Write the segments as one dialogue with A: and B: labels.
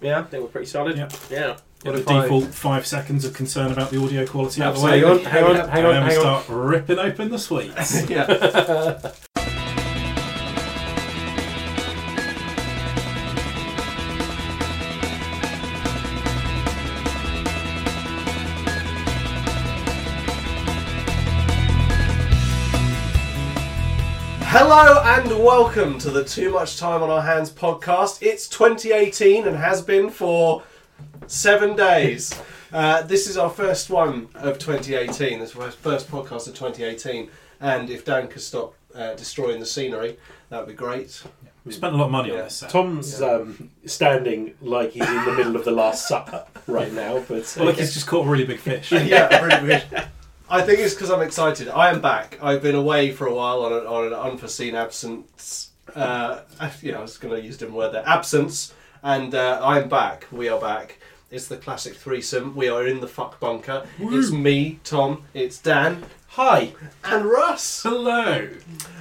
A: Yeah, I think we're pretty solid.
B: Yep.
A: Yeah.
B: Get
C: What
B: the
C: if I-
B: default five seconds of concern about the audio quality out of the way.
A: Hang on, hang on,
B: and
A: hang on,
B: then we
A: hang on.
B: start ripping open the sweets.
C: yeah.
A: Hello and welcome to the Too Much Time on Our Hands podcast. It's 2018 and has been for seven days. Uh, this is our first one of 2018. This is our first podcast of 2018. And if Dan could stop uh, destroying the scenery, that would be great.
B: we spent a lot of money on
A: Yeah.
B: this set.
D: Tom's um, standing like he's in the middle of the Last Supper right now, but uh,
B: Well, look, he's just caught a really big fish.
A: yeah, really weird. I think it's because I'm excited. I am back. I've been away for a while on an, on an unforeseen absence. Uh, you know, I was going to use a different word there. Absence. And uh, I am back. We are back. It's the classic threesome. We are in the fuck bunker. It's me, Tom. It's Dan
D: hi.
A: and Russ.
B: Hello.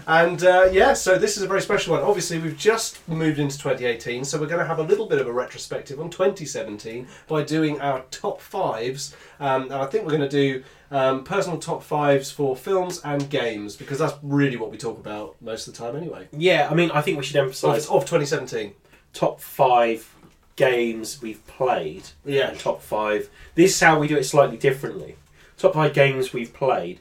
A: And uh, yeah, so this is a very special one. Obviously, we've just moved into 2018, so we're going to have a little bit of a retrospective on 2017 by doing our top fives. Um, and I think we're going to do um, personal top fives for films and games because that's really what we talk about most of the time anyway.
D: Yeah, I mean, I think we should
A: So
D: emphasise
A: it's off 2017.
D: top five games we've played.
A: Yeah.
D: And top five. This is how we do it slightly differently. Top five games we've played,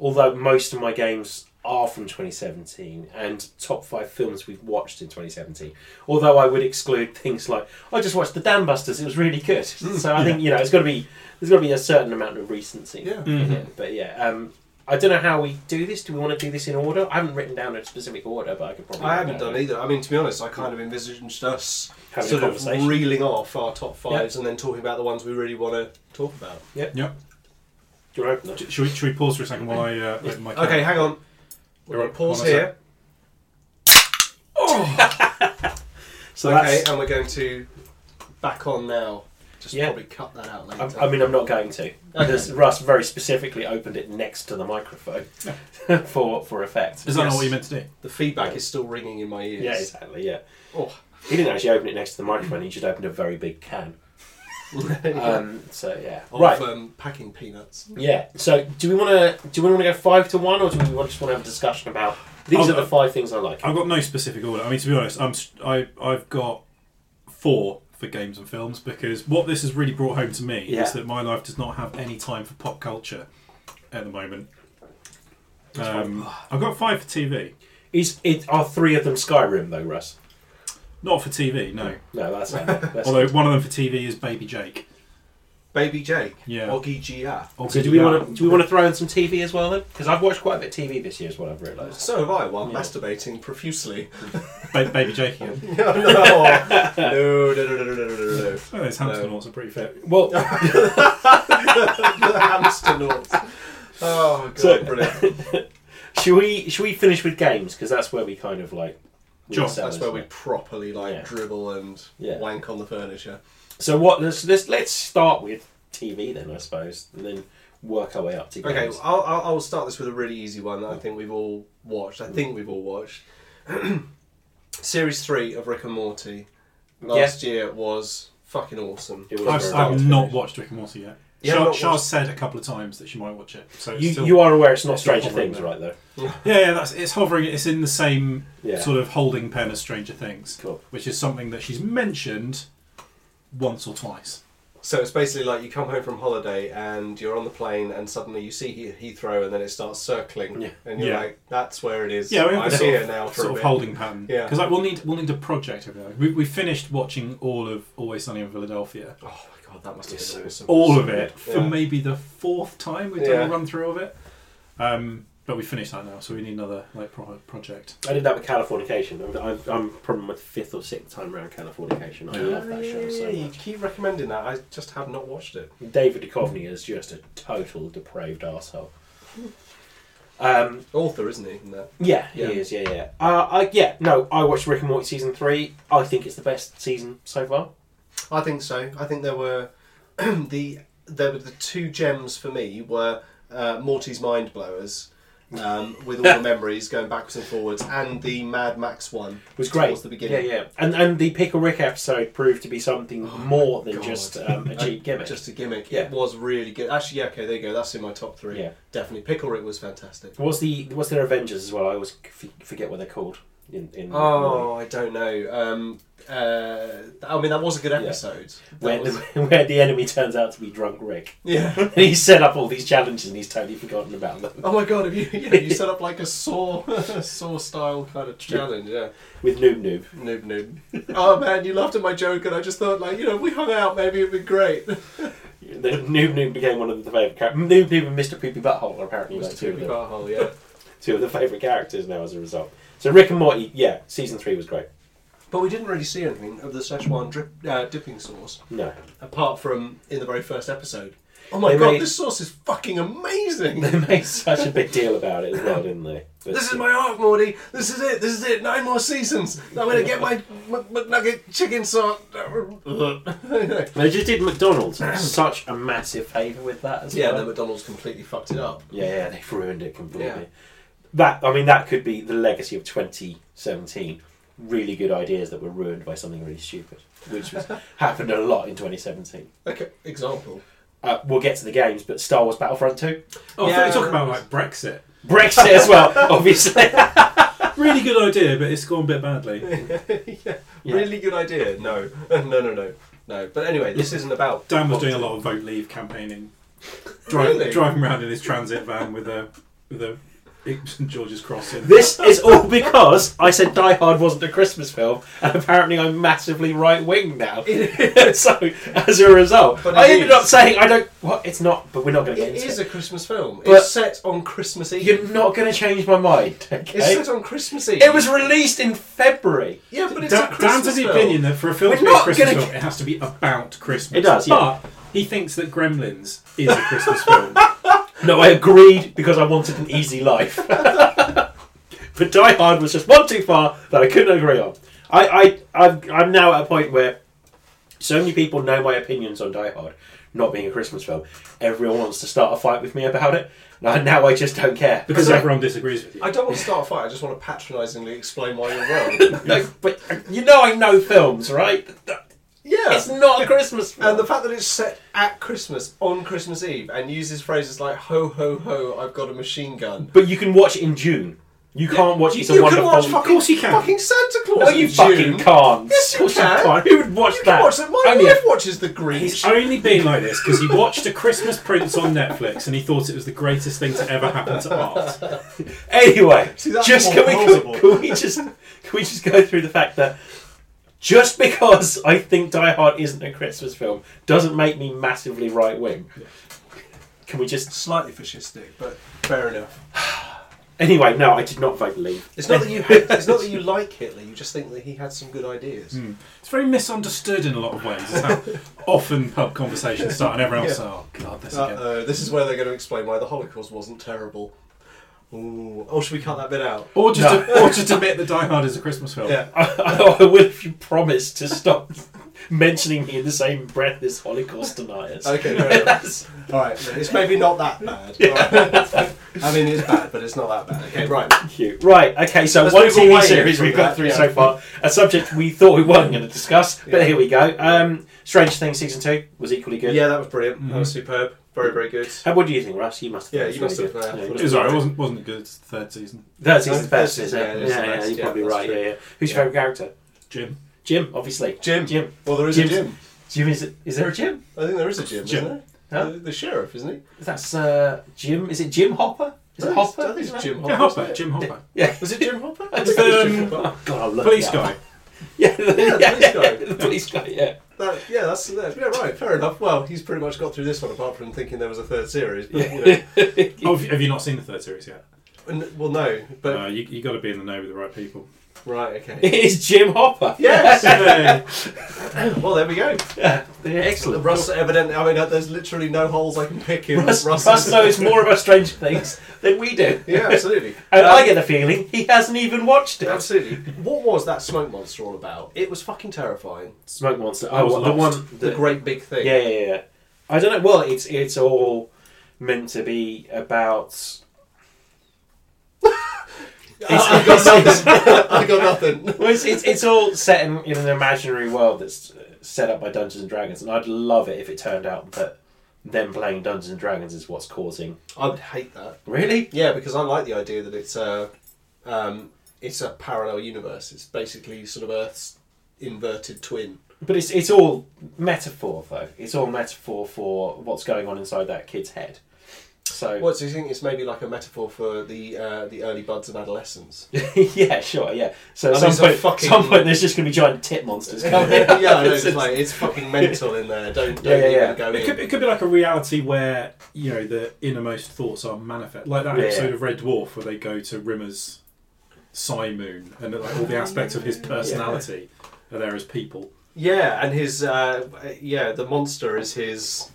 D: although most of my games are from 2017, and top five films we've watched in 2017. Although I would exclude things like I just watched the Dan Busters. It was really good.
A: Mm,
D: so I think you know it's got to be there's got to be a certain amount of recency.
A: Yeah.
D: in it. But yeah. Um, I don't know how we do this. Do we want to do this in order? I haven't written down a specific order, but I could probably. uh,
A: I haven't done either. I mean, to be honest, I kind of envisaged us
D: Having a
A: sort of
D: conversation.
A: reeling off our top fives and then talking about the ones we really want to talk about.
B: Yep.
D: Do you want to open it?
B: Should we, should we pause for a second while I uh, open my
A: Okay,
B: cap?
A: hang on. We're going
B: Hold
A: to pause
B: on a sec.
A: here.
D: So
A: okay,
D: that's.
A: and we're going to back on now. Just
D: Yeah.
A: probably cut that out
D: I'm,
A: later.
D: I mean, I'm not going to. Because Russ very specifically opened it next to the microphone for for effect.
B: Is that
A: Yes.
B: not what you meant to do?
A: the feedback is still ringing in my ears.
D: Yeah, exactly. Yeah,
A: Oh.
D: he didn't actually open it next to the microphone. He just opened a very big can. Um, so yeah,
A: of
D: right.
A: um, packing peanuts.
D: Yeah. So do we want to do we want to go five to one, or do we wanna- just want to have a discussion about these
B: I'll-
D: are the five things I like?
B: I've got no specific order. I mean, to be honest, I'm s- I I've got four for games and films because what this has really brought home to me
D: Yeah.
B: is that my life does not have any time for pop culture at the moment. Um, I've got five for TV.
D: Is it are three of them Skyrim though, Russ?
B: Not for TV, no.
D: No, that's not. That's
B: Although one of them for TV is Baby Jake.
A: Baby Jake.
B: Yeah.
A: Oggy Gia.
D: so do we want to do we want to throw in some TV as well then? Because I've watched quite a bit of TV this year, is what I've realised.
A: So have I, while
D: Yeah.
A: masturbating profusely.
B: ba- Baby Jake again?
A: no, no, no, no, no, no, no, no, no.
B: Oh, those hamster knots are pretty fit.
D: Well,
A: The hamster knots. Oh, God,
D: So-
A: brilliant.
D: should we should we finish with games? Because that's where we kind of like. we
B: Sure,
D: excel,
A: That's where
D: isn't
A: we
D: it?
A: properly, like,
D: Yeah.
A: dribble and
D: Yeah.
A: wank on the furniture.
D: So what? Let's, let's let's start with TV then, I suppose, and then work our way up to
A: Okay,
D: games.
A: well, I'll, I'll, I'll start this with a really easy one that I think we've all watched.
D: Mm.
A: I think we've all watched. Series 3 of Rick and Morty last year was fucking awesome.
D: It was
B: I've,
D: very
B: I've
D: good.
B: not watched Rick and Morty yet.
A: You
B: Char,
A: haven't
B: Char's
A: watched-
B: said a couple of times that she might watch it. So it's
D: You,
B: still-
D: you are aware it's not
B: it's still
D: Stranger
B: hovering
D: Things,
B: there.
D: right? Though.
B: Yeah, yeah, that's it's hovering. It's in the same
D: Yeah.
B: sort of holding pen as Stranger Things,
D: Cool.
B: which is something that she's mentioned once or twice.
A: So it's basically like you come home from holiday and you're on the plane and suddenly you see He- Heathrow and then it starts circling
D: Yeah.
A: and you're
B: Yeah.
A: like, that's where it is.
B: Yeah, we have
A: I
B: a
A: see
B: sort
A: it
B: of,
A: now for
B: sort
A: a
B: of
A: bit.
B: holding pattern.
A: Yeah.
B: because like we'll need we'll need a project over there. We, we finished watching all of Always Sunny in Philadelphia,
A: Oh my god, that must have
D: It's
A: been
D: so-
A: awesome.
B: all of it for
A: Yeah.
B: maybe the fourth time we've done
A: Yeah.
B: a run through of it. Um, but we finished that now, so we need another like pro- project.
D: I did that with Californication. I'm, I'm, I'm probably my fifth or sixth time around Californication. I
B: Yeah.
D: love that show so
A: you
D: much.
A: keep recommending that. I just have not watched it.
D: David Duchovny is just a total depraved asshole. Um,
A: Author, isn't he? In that?
D: yeah,
A: Yeah.
D: he is. Yeah, yeah. Uh, I, yeah, no, I watched Rick and Morty season three. I think it's the best season so far.
A: I think so. I think there were the there were the two gems for me were uh, Morty's mind blowers um, with all the memories going backwards and forwards, and the Mad Max one
D: was great.
A: towards the beginning. Oh
D: Yeah, yeah. And and the Pickle Rick episode proved to be something more than
A: God.
D: just um, a cheap gimmick.
A: Just a gimmick.
D: Yeah.
A: It was really good. Actually, yeah, okay, there you go. That's in my top three.
D: Yeah.
A: Definitely. Pickle Rick was fantastic.
D: What's the what's their Avengers as well? I always f- forget what they're called. In, in
A: Oh, I don't know. Um, uh, I mean, that was a good
D: Yeah.
A: episode. That
D: where the,
A: was-
D: where the enemy turns out to be drunk Rick,
A: yeah.
D: and he's set up all these challenges and he's totally forgotten about them
A: Oh my god, have you yeah, you set up like a saw saw style kind of challenge, yeah.
D: with Noob Noob.
A: Noob noob. Oh man, you laughed at my joke and I just thought like, you know, if we hung out, maybe it'd be great.
D: The Noob Noob became one of the favourite characters. Noob Noob and Mr Poopy Butthole are apparently like
A: Mr.
D: two of,
A: Toopy
D: the,
A: Barhole, yeah.
D: two of the favourite characters now as a result. So Rick and Morty, yeah, season three was great.
A: But we didn't really see anything of the Szechuan drip, uh, dipping sauce,
D: No,
A: apart from in the very first episode. Oh my
D: They
A: god,
D: made-
A: this sauce is fucking amazing!
D: they made such a big deal about it as well, didn't they? But-
A: This is my arc, Morty. This is it. This is it. Nine more seasons. I'm gonna get my Mc- McNugget chicken sauce.
D: They just did McDonald's such a massive favour with that as
A: yeah,
D: well.
A: no, McDonald's completely fucked it up.
D: Yeah, yeah, they've ruined it completely.
A: Yeah.
D: That I mean, that could be the legacy of 2017. Really good ideas that were ruined by something really stupid, which was, happened a lot in 2017.
A: Okay, example.
D: Uh, we'll get to the games, but Star Wars Battlefront 2,
B: Oh, I thought
A: Yeah.
B: you were talking about like Brexit.
D: Brexit as well, obviously.
B: Really good idea, but it's gone a bit badly.
A: Really good idea. No, no, no, no, no. But anyway, this isn't about.
B: Dan was doing a lot of vote leave campaigning, Dri-
A: Really?
B: driving around in his transit van with a with a St George's crossing.
D: This is all because I said Die Hard wasn't a Christmas film, and apparently I'm massively right wing now. so as a result,
A: But
D: I
A: it
D: ended
A: is.
D: up saying I don't. What? It's not. But we're not going to get
A: It
D: into
A: is a Christmas film.
D: But-
A: it's set on Christmas Eve.
D: You're not going to change my mind. Okay?
A: It's set on Christmas Eve.
D: It was released in February.
A: Yeah, but it's a
B: Dan,
A: Christmas
B: Dan's of the
A: film.
B: opinion that for a film
D: We're
B: to be a
D: not
B: Christmas
D: gonna
B: film, it has to be about Christmas.
D: It does, yeah.
B: But he thinks that Gremlins is a Christmas film.
D: No, I agreed because I wanted an easy life. but Die Hard was just one too far that I couldn't agree on. I, I, I'm, I'm now at a point where so many people know my opinions on Die Hard not being a Christmas film. Everyone wants to start a fight with me about it. And I- now I just don't care.
B: Because
D: So-
B: everyone disagrees with you.
A: I don't want to start a fight. I just want to patronisingly explain why you're wrong.
D: no, but uh, you know I know films, right?
A: yeah.
D: It's not a Christmas film.
A: And the fact that it's set at Christmas on Christmas Eve and uses phrases like "ho ho ho," "I've got a machine gun."
D: but you can watch it in June. You can't watch It's a
A: you can
D: Wonderful
A: watch
D: Life.
A: fucking,
B: course you can.
A: fucking Santa Claus.
D: No, Oh, you
A: in June.
D: fucking can't.
A: Yes, you
D: Of course
A: can.
D: can't. Who would watch
A: You
D: that?
A: can watch that. My
D: Only
A: wife
D: if-
A: watches The Grinch.
B: He's only being like this because he watched A Christmas Prince on Netflix and he thought it was the greatest thing to ever happen to art.
D: Anyway,
A: See, that's
D: just
A: more
D: can we
A: plausible.
D: can we just can we just go through the fact that just because I think Die Hard isn't a Christmas film doesn't make me massively right wing. Can we just
A: Slightly fascistic, but fair enough.
D: anyway? No, I did not vote leave.
A: It's not that you hate, it's not that you like Hitler. You just think that he had some good ideas.
B: It's very misunderstood in a lot of ways. It's how often pub conversations start and everyone else, oh god, this again.
A: Uh-oh, Uh, this is where they're going to explain why the Holocaust wasn't terrible. Ooh. Oh, should we cut that bit out?
B: Or just, or just admit that Die Hard is a Christmas film.
A: Yeah.
D: I, I will if you promise to stop mentioning me in the same breath as Holocaust deniers.
A: Okay, fair enough.
D: That's-
A: All right, it's maybe not that bad. all right? I mean, it's bad, but it's not that bad. Okay, right.
D: Cute. Right, okay, so
A: Let's
D: one
A: move
D: TV
A: away
D: series
A: from
D: we've got
A: that,
D: through
A: yeah.
D: so far, a subject we thought we weren't going to discuss, but
A: Yeah.
D: here we go. Um, Strange Things Season 2 was equally good. Uh,
A: Yeah, that was brilliant. That was superb. Very, very good.
D: How, what do you think, Russ? You must have
A: Yeah,
D: thought it
A: you
D: was really
A: must have, uh,
D: good.
A: thought
B: It was alright, it wasn't, wasn't good. It's the third season.
D: That season's the
A: That
D: best,
A: season's
D: isn't it?
A: the
D: Yeah,
A: best,
D: yeah,
A: yeah,
D: you're
A: yeah,
D: probably
A: that's
D: right.
A: true.
D: Yeah, yeah. Who's
A: Yeah.
D: your favourite character?
B: Jim.
D: Jim, obviously.
A: Jim.
D: Jim.
A: Well, there is
D: Jim's-
A: a Jim.
D: Jim is it? Is there a Jim?
A: I think there is a Jim,
B: Jim.
A: isn't there?
D: Huh?
A: The, the sheriff, isn't he?
D: That's uh, Jim. Is it Jim Hopper? Is
A: I
D: it
A: think it's-
D: Hopper?
A: I think it's Jim Hopper.
B: Yeah, Hopper.
A: isn't it?
B: Jim Hopper.
D: Yeah.
A: Was it Jim Hopper? I
D: It's,
A: think it was
B: um,
A: Jim Hopper.
D: God, I'll look
B: Police
D: that
B: guy.
D: up. Yeah, the,
A: Yeah, the
D: yeah,
A: police guy.
D: the police guy. Yeah.
A: That- yeah, that's that, yeah, right. Fair enough. Well, he's pretty much got through this one, apart from thinking there was a third series. But, you know,
B: Oh, have you- have you not seen the third series yet?
A: and- well, no, but
B: Uh, you you got to be in the know with the right people.
A: right, okay.
D: It is Jim Hopper.
A: Yes.
B: Yay.
A: well, there we go.
D: Yeah, excellent.
A: Russ, evidently, I mean, uh, there's literally no holes I can pick in
D: Russ,
A: Russ's-
D: Russ knows more about Stranger Things than we do.
A: Yeah, absolutely.
D: And
A: Um,
D: I get the feeling he hasn't even watched it.
A: Absolutely. What was that smoke monster all about? It was fucking terrifying.
D: Smoke Monster.
B: I was
D: Oh, the
B: lost.
D: one.
A: The, great big thing.
D: Yeah, yeah, yeah. I don't know. Well, it's it's all meant to be about
A: I, I got nothing. I got nothing.
D: Well, it's, it's, it's all set in, in an imaginary world that's uh, set up by Dungeons and Dragons, and I'd love it if it turned out that them playing Dungeons and Dragons is what's causing.
A: I would hate that.
D: Really?
A: Yeah, because I like the idea that it's a, um, it's a parallel universe. It's basically sort of Earth's inverted twin.
D: But it's it's all metaphor though. It's all metaphor for what's going on inside that kid's head. So
A: What do you think? It's maybe like a metaphor for the uh, the early buds of adolescence.
D: yeah, sure, yeah. So at
A: That
D: some
A: is a
D: point,
A: fucking-
D: some point, there's just going to be giant tit monsters coming.
A: yeah,
D: out.
A: I know,
D: It's
A: it's,
D: just-
A: like, it's fucking mental in there. Don't
D: Yeah,
A: don't
D: yeah,
A: even
D: yeah.
A: go
B: It
A: in.
B: could, it could be like a reality where you know the innermost thoughts are manifest, like that
D: Yeah.
B: episode of Red Dwarf where they go to Rimmer's Psy Moon and like all the aspects of his personality are there as people.
A: Yeah, and his uh, yeah, the monster is his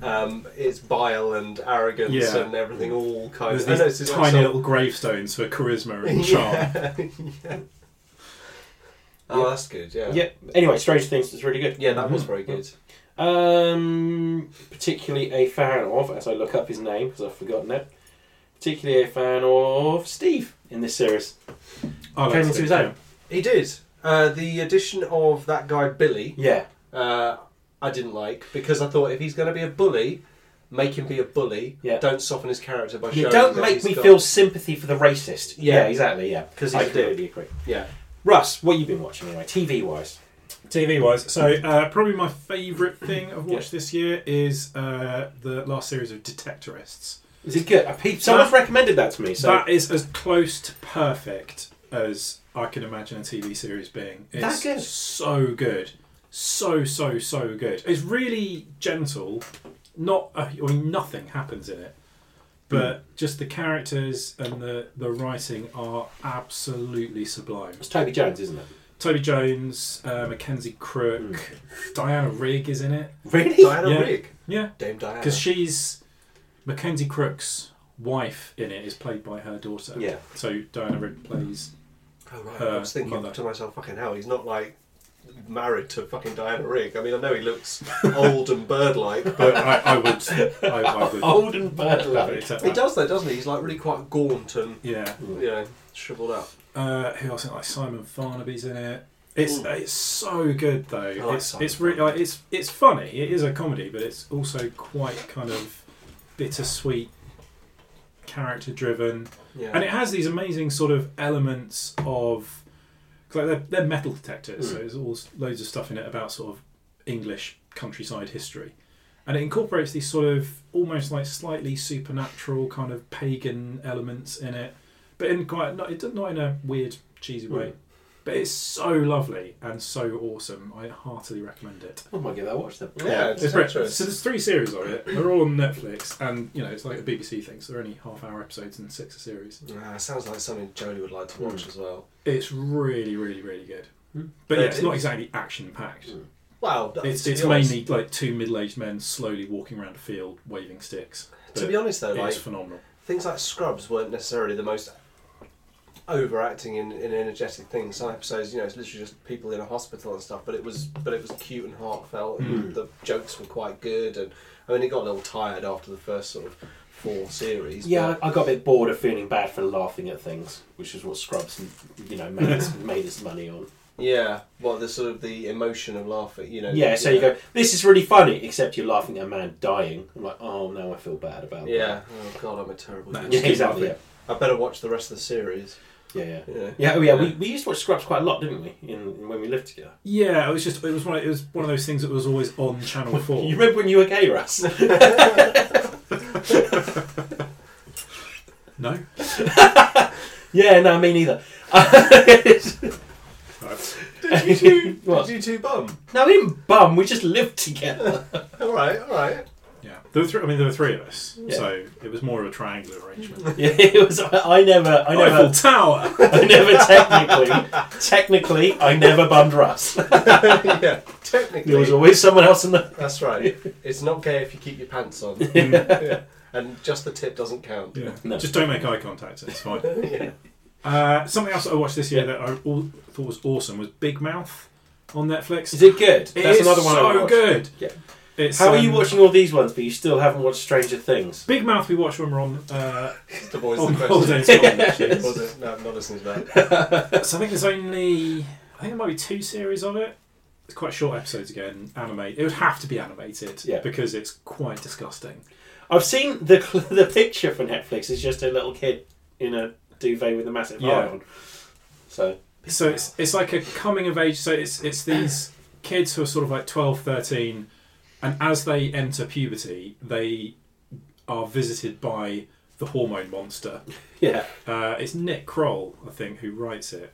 A: um, it's bile and arrogance
B: Yeah.
A: and everything all kind
B: There's
A: of. I know it's
B: these
A: just
B: tiny
A: like
B: little gravestones for charisma
A: some-
B: and charm.
A: yeah. yeah. Oh, that's good. Yeah.
D: yeah. Anyway, Stranger Things was really good.
A: Yeah, that
B: Mm-hmm.
A: was very good.
D: Um, particularly a fan of, as I look up his name because I've forgotten it. Particularly a fan of Steve in this series.
B: I like
D: Came
B: to
D: into
B: think,
D: his own.
A: He did. Uh, the addition of that guy Billy,
D: Yeah,
A: uh, I didn't like because I thought if he's going to be a bully, make him be a bully.
D: Yeah.
A: Don't soften his character by
D: You
A: showing.
D: don't
A: that
D: make
A: he's
D: me
A: got-
D: feel sympathy for the racist.
A: Yeah.
D: exactly. Yeah,
A: 'Cause he's
D: I
A: a dude.
D: completely agree.
A: Yeah.
D: Russ, what you been watching anyway, TV wise?
B: TV wise, so uh, probably my favourite thing I've watched this year is uh, the last series of Detectorists.
D: Is it good? I peep, someone's recommended that to me. So
B: that is as close to perfect as I can imagine a TV series being. It's
D: That good?
B: so good, so so so good. It's really gentle. Not I mean, nothing happens in it,
D: Hmm.
B: but just the characters and the the writing are absolutely sublime.
D: it's Toby Jones, isn't it?
B: Toby Jones, uh, Mackenzie Crook,
D: Hmm.
B: Diana Rigg is in it.
D: Really?
A: Diana
B: Yeah.
A: Rigg,
B: Yeah,
A: Dame Diana.
B: because she's Mackenzie Crook's wife in it is played by her daughter.
D: Yeah.
B: So Diana Rigg plays
A: Oh, right. I
B: her
A: was thinking
B: mother.
A: to myself, fucking hell, he's not like married to fucking Diana Rigg. I mean, I know he looks old and bird like, but.
B: But I, I would, I, I would
D: Old and bird
B: happily
D: like.
B: accept
A: He
B: that.
A: Oh, does though, doesn't he? He's like really quite gaunt and
B: Yeah.
A: you know shriveled up.
B: Uh, who else? in it? Like Simon Farnaby's in it. It's it's so good though.
A: like
B: it's
A: Simon
B: it's really like, it's it's funny. It is a comedy, but it's also quite kind of bittersweet, character driven,
A: Yeah,
B: and it has these amazing sort of elements of. 'cause, Like they're, they're metal detectors, so there's all loads of stuff in it about sort of English countryside history, and it incorporates these sort of almost like slightly supernatural kind of pagan elements in it, but in quite not, it does- not in a weird cheesy way. But it's so lovely and so awesome. I heartily recommend it.
D: Oh my god, I watched them.
A: yeah,
B: It's great. So there's three series of it. They're all on Netflix, and you know it's like a BBC thing. So they're only half-hour episodes and six a series.
A: Ah, sounds like something Jodie would like to watch
B: Hmm.
A: as well.
B: It's really, really, really good. But
A: Yeah,
B: yeah, it's not
A: it is.
B: exactly action packed.
A: Wow, that-
B: It's
A: to
B: it's
A: be honest-
B: mainly like two middle aged men slowly walking around a field waving sticks.
A: To be honest though,
B: it's
A: like
B: phenomenal.
A: things like Scrubs weren't necessarily the most overacting and, and energetic thing. Some episodes, you know, it's literally just people in a hospital and stuff. But it was, but it was cute and heartfelt, and
D: Hmm.
A: the jokes were quite good. And I mean, it got a little tired after the first sort of four series.
D: Yeah, I I got a bit bored of feeling bad for laughing at things, which is what Scrubs, you know, made its, made its money on.
A: but, yeah. Well, the sort of the emotion of laughing, you know.
D: Yeah, so you go, this is really funny, except you're laughing at a man dying. I'm like, oh, now I feel bad about
A: Yeah. Oh God, I'm a terrible.
B: Nah,
D: that. Yeah,
A: human.
B: Just keep
D: exactly. Yeah,
B: laughing.
A: I better watch the rest of the series.
D: yeah, yeah.
A: Yeah.
D: Yeah, oh yeah, we, we used to watch Scrubs quite a lot, didn't we? In, in when we lived together.
B: Yeah, it was just it was one of, it was one of those things that was always on Channel Four.
D: You remember when you were gay, Russ?
B: no,
D: yeah, no, me neither.
B: Right.
A: Did you two?
D: What?
A: Did you two bum?
D: no, we didn't bum. We just lived together.
A: All right, all right.
B: yeah. There were three, I mean, there were three of us,
D: Yeah.
B: so it was more of a triangular arrangement.
D: yeah, it was. I, I never. I
B: Eiffel
D: never.
B: Tower.
D: I never technically. Technically, I never bummed Russ.
A: yeah,
D: There was
A: technically,
D: always someone else in the.
A: that's right. It's not gay if you keep your pants on, Yeah. and just the tip doesn't count.
B: yeah.
D: No.
B: Just don't make eye contact. It's fine.
A: Yeah.
B: Uh, something else that I watched this year that I all, thought was awesome was Big Mouth on Netflix.
D: Is it good?
B: It is so good.
D: Yeah.
B: It's,
D: How are
B: um,
D: you watching all these ones, but you still haven't watched Stranger Things?
B: Big Mouth we watch when we're on uh,
A: The boys
B: on
A: the question.
B: holiday. in Scotland, actually.
A: Was it? No, I'm not listening to that.
B: So I think there's only I think there might be two series of it. It's quite short episodes again. Animate. It would have to be animated
D: Yeah.
B: because it's quite disgusting.
D: I've seen the cl- the picture for Netflix. It's just a little kid in a duvet with a massive
B: Yeah.
D: eye on. So
B: So it's it's like a coming of age. So it's it's these kids who are sort of like 12, 13, and as they enter puberty, they are visited by the hormone monster.
D: yeah,
B: Uh, it's Nick Kroll, I think, who writes it.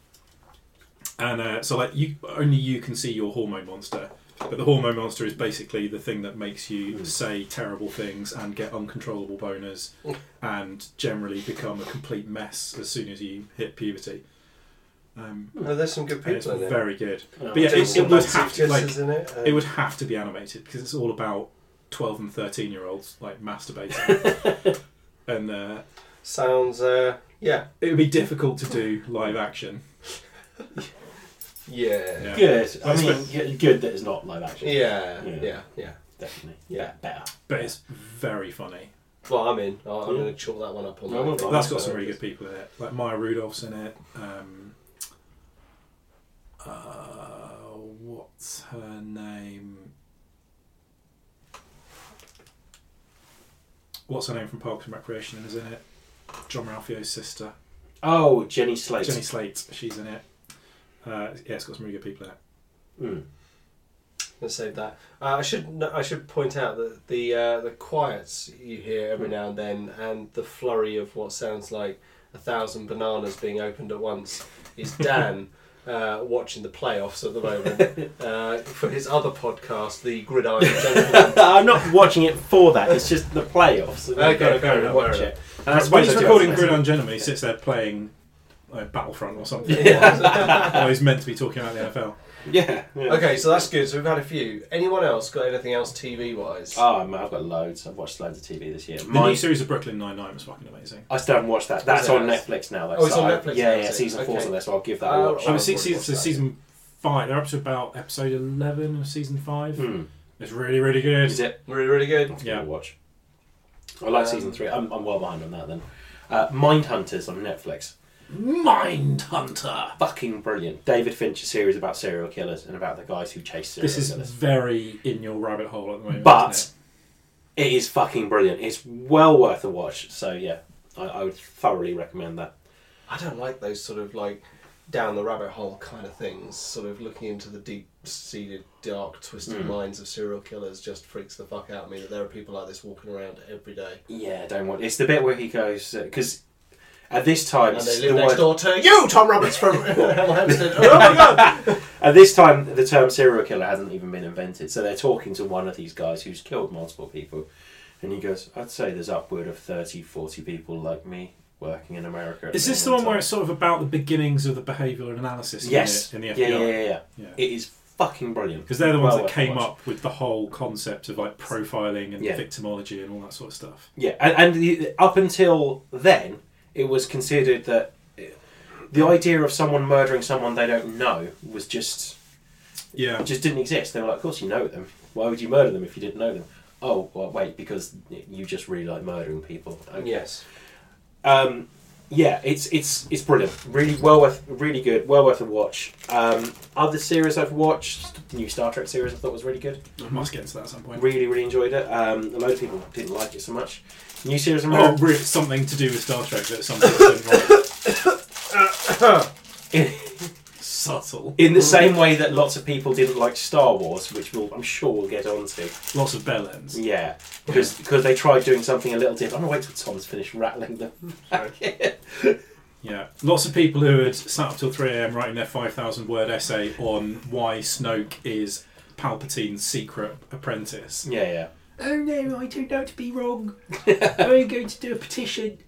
B: And uh, so, like, you only you can see your hormone monster, but the hormone monster is basically the thing that makes you
A: Hmm.
B: say terrible things and get uncontrollable boners,
A: Hmm.
B: and generally become a complete mess as soon as you hit puberty. Um,
A: No, there's some good
B: and it's
A: people in there.
B: very good.
D: Oh,
B: But yeah, it,
A: Jason
B: it would
A: Mantzoukas
B: have to like
A: is in it. and-
B: it would have to be animated because it's all about twelve and thirteen year olds like masturbating, and uh,
A: sounds. Uh, yeah,
B: it would be difficult to do live action.
A: yeah,
B: Yeah.
D: good. I
B: That's
D: mean, good. good that it's not live action.
A: yeah,
D: Yeah.
A: yeah, yeah.
D: definitely.
A: Yeah.
D: better.
B: But it's very funny.
A: Well, I'm in. I'll- I'm
D: Yeah.
A: going to chalk that one up on.
D: No,
A: that.
D: no,
B: That's got some really good people in it, like Maya Rudolph's in it. Um, uh, what's her name? What's her name from Parks and Recreation is in it? John Ralphio's sister,
D: Oh, Jenny Slate.
B: Jenny Slate. She's in it. Uh, yeah, it's got some really good people in it.
D: Mm.
A: Let's save that. Uh, I should no, I should point out that the uh, the quiets you hear every now and then, and the flurry of what sounds like a thousand bananas being opened at once, is Dan uh, watching the playoffs at the moment uh, for his other podcast, the Gridiron Gentleman.
D: I'm not watching it for that. It's just the playoffs. and I've
A: Okay,
D: gotta
A: fair
D: go and
A: enough,
D: watch
A: fair
D: it. And I
B: When
D: suppose
B: he's
D: I do
B: recording
D: have
B: Grid
D: to-
B: on Gentleman, he sits there playing like Battlefront or something.
A: Yeah.
B: While he's meant to be talking about the NFL.
D: Yeah. yeah.
A: okay, so that's good. So we've had a few. Anyone else got anything else TV wise?
D: Oh man, I've got loads. I've watched loads of TV this year.
B: The
D: My,
B: new series of Brooklyn Nine Nine was fucking amazing.
D: I still haven't watched that. That's
A: that
D: on
A: nice?
D: Netflix now. Though,
A: Oh, it's
D: so
A: on
D: I-
A: Netflix
D: Yeah,
A: now,
D: yeah.
A: is it?
D: Season four's
A: Okay.
D: on there, so I'll give that
A: Oh,
D: a watch.
B: I
A: oh.
B: was
A: what's
B: season, so
A: that?
B: season five. They're up to about episode eleven of season five.
D: Hmm.
B: It's really, really good.
D: Is it?
A: Really, really good.
D: I'll
B: Yeah.
D: yeah. watch. I like
A: Um,
D: season three. I'm, I'm well behind on that then. Uh, Mindhunters on Netflix.
B: Mind Hunter.
D: Fucking brilliant. David Fincher series about serial killers and about the guys who chase serial
B: This is
D: killers.
B: very in your rabbit hole at the moment.
D: But
B: isn't
D: it is fucking brilliant. It's well worth a watch. So yeah, I, I would thoroughly recommend that.
A: I don't like those sort of like down the rabbit hole kind of things. Sort of looking into the deep seated, dark, twisted
D: Hmm.
A: minds of serial killers just freaks the fuck out of me that there are people like this walking around every day.
D: Yeah, don't want. It's the bit where he goes because at this time
A: And they
D: the
A: live next
D: word-
A: door to you, Tom Roberts from Hemel Hempstead. Oh my god!
D: At this time, the term serial killer hasn't even been invented, so they're talking to one of these guys who's killed multiple people, and he goes, I'd say there's upward of 30, 40 people like me working in America. at
B: it? Is this the
D: moment
B: one where
D: time."
B: it's sort of about the beginnings of the behavioural analysis
D: Yes.
B: unit in the FBI?
D: yeah, yeah, yeah, yeah,
B: Yeah.
D: It is fucking brilliant.
B: Because they're the ones
D: Well
B: that
D: worth a
B: came
D: watch.
B: up with the whole concept of like profiling and
D: Yeah.
B: victimology and all that sort of stuff.
D: Yeah, and, and the, up until then, it was considered that the idea of someone murdering someone they don't know was just
B: Yeah.
D: just didn't exist. They were like, of course you know them. Why would you murder them if you didn't know them? Oh, well, wait, because you just really like murdering people. Okay.
A: Yes.
D: Um, yeah, it's it's it's brilliant. Really well worth, really good, well worth a watch. Um, other series I've watched, the new Star Trek series I thought was really good.
B: I must get into that at some point.
D: Really, really enjoyed it. Um, a lot of people didn't like it so much. New series of
B: Oh,
D: Mara-
B: really, something to do with Star Trek that some people didn't like.
D: in,
B: Subtle.
D: in the same way that lots of people didn't like Star Wars, which we'll, I'm sure we'll get onto.
B: Lots of bell ends.
D: Yeah, because because they tried doing something a little different. I'm gonna wait till Tom's finished rattling them.
B: Yeah, lots of people who had sat up till 3 a.m. writing their 5,000 word essay on why Snoke is Palpatine's secret apprentice.
D: Yeah, yeah.
B: Oh no, I turned out to be wrong. I'm going to do a petition.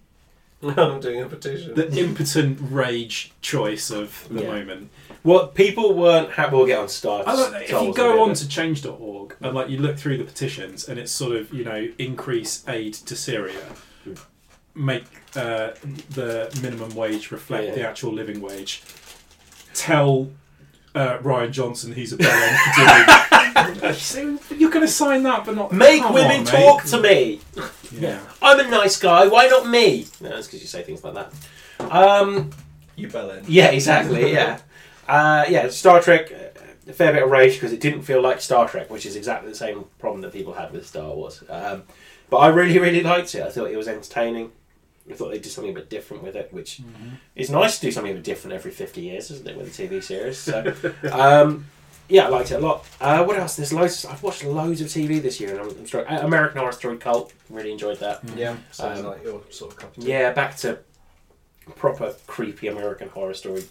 A: I'm doing a petition.
B: The impotent rage choice of the
D: Yeah.
B: moment.
D: Well, people weren't happy. We'll get on Star.
B: I like that. If
D: Star
B: you
D: Wars
B: go
D: in a bit,
B: on to change.org and like you look through the petitions and it's sort of you know increase aid to Syria, make uh, the minimum wage reflect
D: Yeah.
B: the actual living wage. Tell uh, Ryan Johnson he's a bell end for doing So You're going to sign that, but not
D: Make
B: Come
D: women
B: on, mate.
D: talk to me.
B: Yeah,
D: I'm a nice guy. Why not me? No, that's because you say things like that. Um,
A: You bellend.
D: yeah, exactly. Yeah, uh, yeah. Star Trek. uh, A fair bit of rage because it didn't feel like Star Trek, which is exactly the same problem that people had with Star Wars. Um, but I really, really liked it. I thought it was entertaining. I thought they did something a bit different with it, which is nice to do something a bit different every fifty years, isn't it, with a TV series? So, um, yeah, I liked it a lot. Uh, what else? There's loads. I've watched loads of TV this year, and I'm, I'm struck- uh, American Horror Story Cult. Really enjoyed that.
A: Yeah, sounds
D: Um,
A: like your sort of cup of tea.
D: Yeah, back to proper creepy American horror story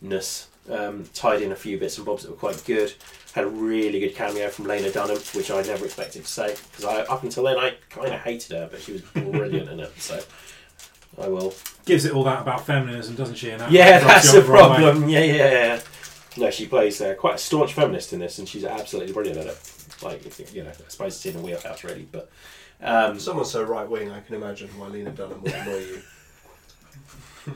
D: ness. Um, tied in a few bits and bobs that were quite good. Had a really good cameo from Lena Dunham, which I never expected to say because I up until then I kind of hated her, but she was brilliant in it. So I will.
B: gives it all that about feminism, doesn't she? And that
D: Yeah,
B: rubs
D: that's
B: you
D: the
B: up wrong way.
D: problem. Yeah, yeah, yeah. No, she plays uh, quite a staunch feminist in this, and she's absolutely brilliant at it. Like if you- you know, I suppose it's in a wheelhouse really, but um,
A: Someone so right wing, I can imagine why Lena Dunham would annoy you.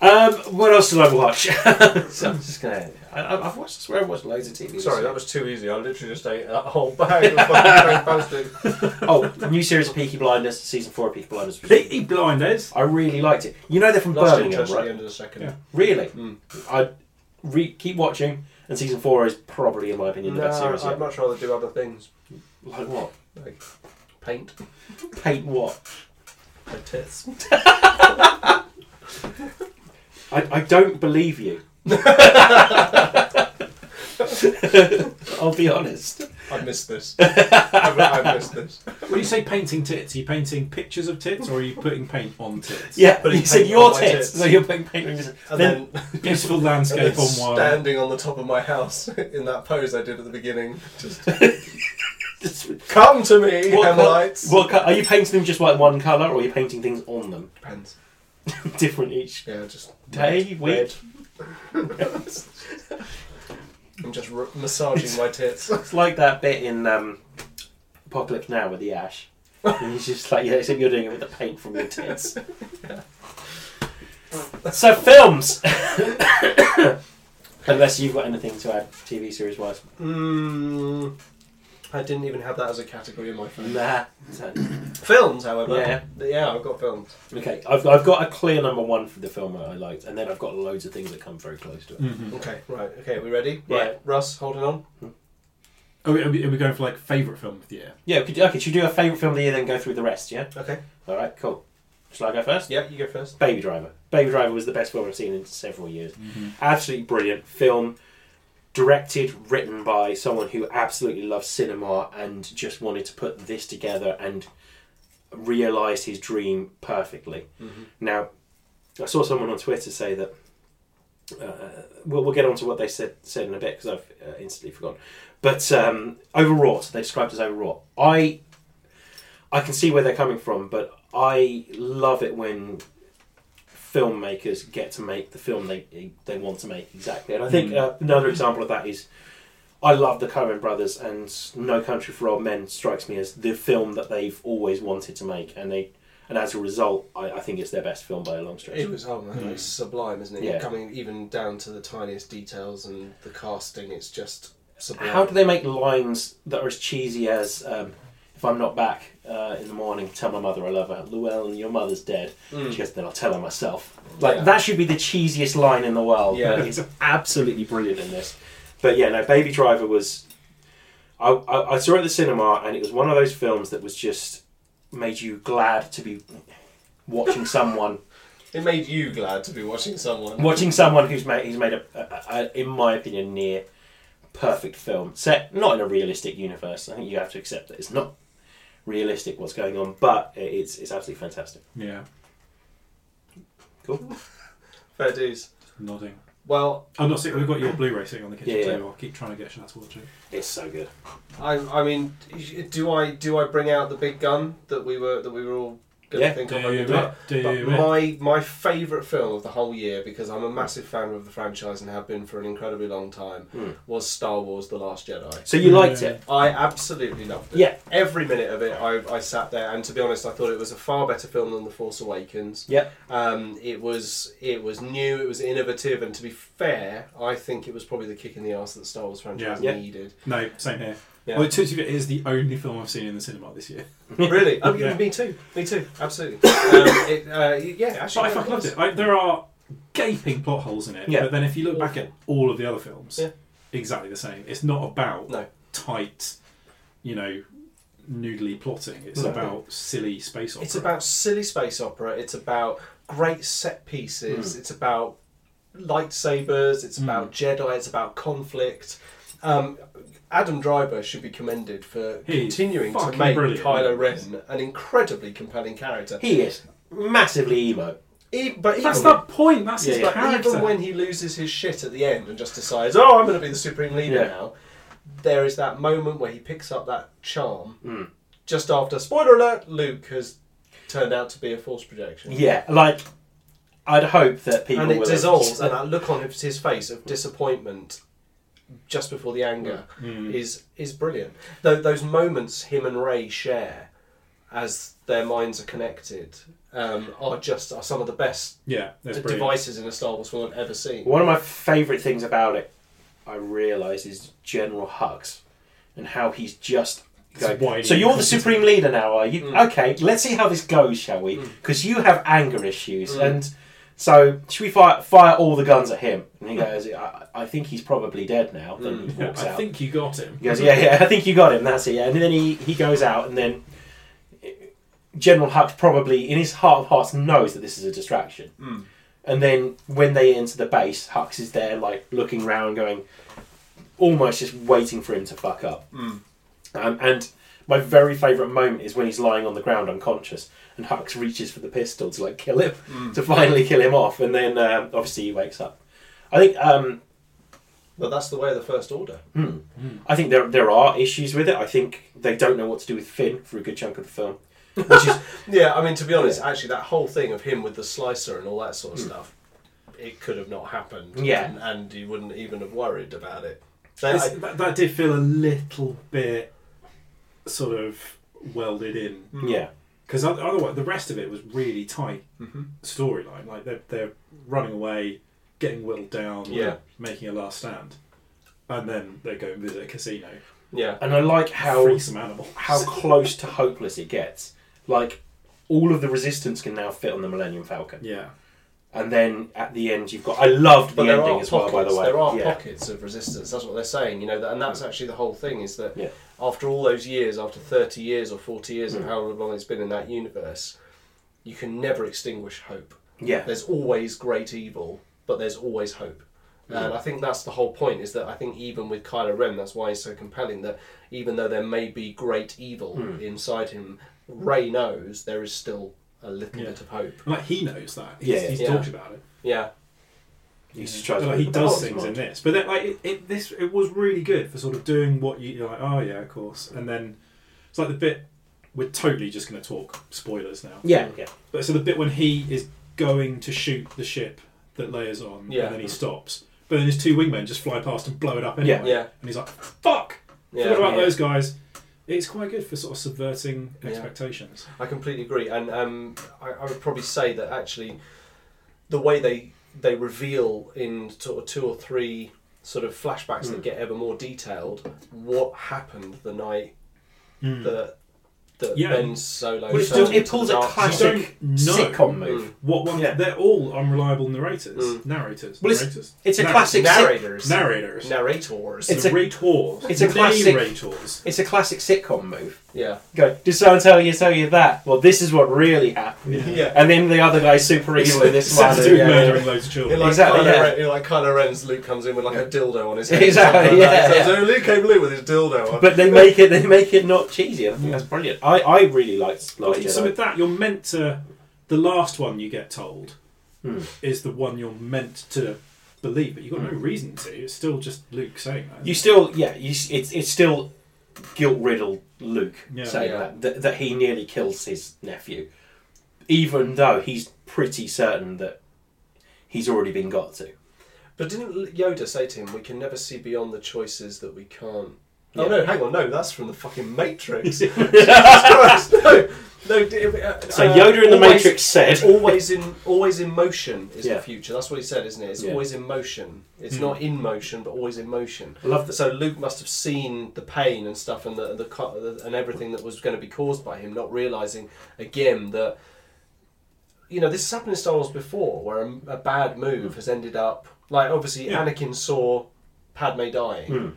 D: Um, what else did I watch? so I'm just gonna. I, I- I've watched. I swear I've watched loads of TV.
A: Sorry, that was too easy. I literally just ate that whole bag of fucking fantastic.
D: oh, new series of Peaky Blinders, season four of Peaky Blinders. was-
B: Peaky Blinders.
D: I really liked it. You know they're from
A: Lost
D: Birmingham,
A: interest at the
D: right?
A: end of the second.
B: Yeah.
D: Really?
A: Mm.
D: I re- keep watching, and season four is probably, in my opinion, the best
A: No,
D: series
A: I'd
D: yet.
A: much rather do other things.
D: Like what?
A: Like paint,
D: Paint what?
A: my tits.
D: I, I don't believe you. I'll be honest.
A: I've missed this. I've, I've missed this.
B: When you say painting tits, are you painting pictures of tits, or are you putting paint on tits?
D: Yeah,
A: Putting
D: you said
A: paint
D: your
A: on my
D: tits,
A: tits.
D: so you're putting paint on your
A: And
D: Then-
A: then,
B: Beautiful
A: and then
B: landscape on wire.
A: standing on the top of my house in that pose I did at the beginning. Just come to me,
D: What col-
A: Hamelites.
D: What co- are you painting them just like one colour, or are you painting things on them
A: Depends.
D: different each
A: Yeah, just
D: day, week?
A: red. I'm just r- massaging my tits.
D: It's like that bit in um, Apocalypse Now with the ash. and he's just like, yeah, except you're doing it with the paint from your tits. so films. Unless you've got anything to add, TV series wise.
A: Mm, I didn't even have that as a category in my phone.
D: Nah.
A: Films, however.
D: Yeah.
A: Yeah, I've got films.
D: Okay, I've, I've got a clear number one for the film that I liked, and then I've got loads of things that come very close to it.
B: Mm-hmm.
A: Okay, right. Okay, we ready?
D: Yeah.
A: Right. Russ, holding on.
B: Are, we, are we- are we going for like favourite film of the year?
D: Yeah, could, okay, should you do a favourite film of the year, then go through the rest, yeah?
A: Okay.
D: Alright, cool. Shall I go first?
A: Yeah, you go first.
D: Baby Driver. Baby Driver was the best film I've seen in several years. Absolutely brilliant film, directed, written by someone who absolutely loves cinema and just wanted to put this together and realised his dream perfectly. Now, I saw someone on Twitter say that. Uh, we'll, we'll get on to what they said said in a bit because I've uh, instantly forgotten. But um, overwrought, they described as overwrought. I I can see where they're coming from, but I love it when filmmakers get to make the film they they want to make exactly. And I think uh, another example of that is I love the Coen Brothers, and No Country for Old Men strikes me as the film that they've always wanted to make, and they and as a result, I, I think it's their best film by a long stretch.
A: It was oh man, it's sublime, isn't it?
D: Hmm. Yeah.
A: Coming even down to the tiniest details and the casting, it's just sublime.
D: How do they make lines that are as cheesy as um, "If I'm not back uh, in the morning, tell my mother I love her." Llewellyn, your mother's dead. She goes, "Then I'll tell her myself." Like
A: Hmm. Yeah.
D: that should be the cheesiest line in the world.
A: Yeah.
D: but it's absolutely brilliant in this. But yeah, no, Baby Driver was. I, I, I saw it at the cinema, and it was one of those films that was just made you glad to be watching someone
A: It made you glad to be watching someone.
D: watching someone who's made who's made a, a, a in my opinion near perfect film set not in a realistic universe i think you have to accept that it's not realistic what's going on but it- it's it's absolutely fantastic
B: Yeah,
D: cool
A: Fair dues.
B: nodding.
A: Well,
B: I'm not. We've got your Blu-ray sitting on the kitchen
D: Yeah, yeah.
B: table. I'll keep trying to get Shana to watch it.
D: it's so good
A: I, I mean, do I do I bring out the big gun that we were that we were all gonna
D: Yeah.
A: think
B: Do
A: of when you do
B: it.
A: it.
B: Do
A: But
B: it.
A: my my favourite film of the whole year, because I'm a massive fan of the franchise and have been for an incredibly long time,
D: Mm.
A: was Star Wars: The Last Jedi.
D: So you liked it?
A: I absolutely loved it.
D: Yeah.
A: Every minute of it, I, I sat there, and to be honest, I thought it was a far better film than The Force Awakens.
D: Yep.
A: Um, it was it was new, it was innovative, and to be fair, I think it was probably the kick in the arse that the Star Wars franchise
D: Yeah. Yeah.
A: needed.
B: No, same here.
A: Yeah.
B: Well, to to be fair, it is the only film I've seen in the cinema this year.
A: really? Oh,
B: Yeah.
A: Me too. Me too. Absolutely. um, it, uh, yeah. Actually,
B: But I fucking loved it. I, there are gaping plot holes in it,
D: Yeah.
B: but then if you look back at all of the other films,
A: Yeah.
B: exactly the same. It's not about
A: No.
B: tight, you know, noodly plotting. It's
A: No.
B: about silly space opera.
A: It's about silly space opera. It's about great set pieces.
B: Hmm.
A: It's about lightsabers. It's about Jedi. It's about conflict. Um, Adam Driver should be commended for
B: He's
A: continuing to
B: fucking
A: make
B: brilliant.
A: Kylo Ren an incredibly compelling character.
D: He is massively emo.
A: E- but
B: that's
A: even,
B: the point. That's
D: Yeah,
B: his
D: yeah.
A: but
B: character.
A: even when he loses his shit at the end and just decides, oh, I'm going to be the supreme leader
D: Yeah.
A: now, there is that moment where he picks up that charm
B: Hmm.
D: Mm.
A: just after. Spoiler alert: Luke has turned out to be a force projection.
D: Yeah, like I'd hope that people
A: and it
D: will
A: dissolves, and that look on his his face of disappointment just before the anger is is brilliant. Tho- those moments him and Ray share as their minds are connected um, are just are some of the best
B: yeah, that's brilliant.
A: devices in a Star Wars film I've ever seen.
D: One of my favourite things about it, I realise, is General Hux and how he's just. Going,
B: whiny
D: so you're the
B: and
D: supreme leader now, are you? Okay, let's see how this goes, shall we? Because you have anger issues, and so should we fire fire all the guns at him? And he goes, I, I think he's probably dead now. Then he
B: Yeah,
D: walks
B: I
D: out.
B: think you got him.
D: He goes, yeah, yeah, I think you got him. That's it. Yeah, and then he, he goes out, and then General Hux probably, in his heart of hearts, knows that this is a distraction. And then when they enter the base, Hux is there, like looking round, going, almost just waiting for him to fuck up. Um, and my very favourite moment is when he's lying on the ground unconscious, and Hux reaches for the pistol to like kill him, to finally kill him off, and then um, obviously he wakes up. I think um,
A: But that's the way of the First Order.
D: I think there there are issues with it. I think they don't know what to do with Finn for a good chunk of the film, which is
A: Yeah, I mean to be honest, actually that whole thing of him with the slicer and all that sort of stuff, it could have not happened.
D: Yeah.
A: and, and you wouldn't even have worried about it. They-
B: It's-
A: I-
B: that, that did feel a little bit sort of welded in
D: yeah,
B: because otherwise the rest of it was really tight storyline. Like they're they're running away, getting whittled down,
A: Yeah.
B: making a last stand, and then they go and visit a casino,
A: yeah,
D: and I like how
B: free some animals.
D: how close to hopeless it gets. Like all of the resistance can now fit on the Millennium Falcon,
B: yeah,
D: and then at the end you've got. I loved the
A: But there
D: ending
A: are
D: as
A: pockets,
D: well, by the way.
A: There are
D: yeah. Mm.
A: pockets of resistance. That's what they're saying, you know, that, and that's actually the whole thing is that
D: Yeah. Mm.
A: after all those years, after 30 years or 40 years of however long it's been in that universe, you can never extinguish hope.
D: Yeah.
A: There's always great evil, but there's always hope.
D: Mm.
A: And I think that's the whole point is that I think even with Kylo Ren, that's why he's so compelling that even though there may be great evil
D: Mm.
A: inside him, Ray knows there is still a little
B: Yeah.
A: bit of hope.
B: like he knows that. He's,
D: Yeah,
B: he's
A: yeah.
B: talked about it.
A: Yeah.
D: He just tries
B: But,
D: to
B: like, he
D: put
B: does
D: the
B: things in
D: mind.
B: this, but then, like it, it, this, it was really good for sort of doing what you, you're like. Oh yeah, of course. And then it's like the bit we're totally just going to talk spoilers now.
D: Yeah, yeah,
B: But so the bit when he is going to shoot the ship that Leia's on,
A: Yeah.
B: and then he stops. But then his two wingmen just fly past and blow it up anyway.
D: Yeah.
A: Yeah.
B: And he's like, "Fuck!
A: Yeah.
B: Forgot about
D: Yeah.
B: those guys." It's quite good for sort of subverting
A: Yeah.
B: expectations.
A: I completely agree, and um, I, I would probably say that actually, the way they they reveal in sort of two or three sort of flashbacks
D: Hmm.
A: that get ever more detailed what happened the night that that
B: Yeah.
A: Ben Solo.
D: Which
A: turned
D: does- Hmm. it
A: into
D: pulls
A: the
D: a
A: Dark Side.
B: You don't
D: classic
B: know.
D: sitcom move.
B: What one?
D: Yeah.
B: They're all unreliable narrators,
A: Mm.
B: narrators,
D: Well,
B: narrators.
D: It's a
B: Narr-
D: classic sit-
A: narrators,
B: narrators.
A: narrators.
D: It's a-
B: narrators.
D: it's a classic-
B: narrators.
D: It's a classic sitcom move.
A: yeah,
D: Go, did someone tell you tell you that? Well, this is what really happened.
B: Yeah.
D: And then the other guy's super evil in this one.
B: Except
D: and-
B: doing
D: yeah, yeah.
B: murdering loads of
A: You're
B: children.
A: like
D: Exactly,
A: Kylo
D: yeah.
A: Ren, you're like Kylo Ren's Luke comes in with like a dildo on his head. or
D: Exactly,
A: something like that.
D: yeah,
A: So Luke came blue with his dildo on.
D: But they make it they make it not cheesy. I think that's brilliant. I, I really liked Last
B: so
D: Jedi.
B: with that, you're meant to. The last one you get told
D: Hmm.
B: is the one you're meant to believe, but you've got no reason to. It's still just Luke saying that.
D: You still yeah, you, s- it's it's still guilt riddled Luke
B: Yeah.
D: saying
A: Yeah.
D: That, that that he nearly kills his nephew. even though he's pretty certain that he's already been got to.
A: But didn't Yoda say to him, "We can never see beyond the choices that we can't"? No,
D: Yeah.
A: no, hang on, no, that's from the fucking Matrix. Jesus Christ, no, no. d- uh,
D: So
A: uh,
D: Yoda in the
A: always-
D: Matrix said,
A: always in always in motion is
D: Yeah.
A: the future. That's what he said, isn't it? It's
D: Yeah. Hmm.
A: always in motion. It's not in motion, but always in motion.
D: I love this.
A: So Luke must have seen the pain and stuff, and the, the co- the and everything that was going to be caused by him, not realizing again that you know this has happened in Star Wars before, where a, a bad move
D: Hmm.
A: has ended up like obviously
B: Yeah.
A: Anakin saw Padme dying.
D: Mm.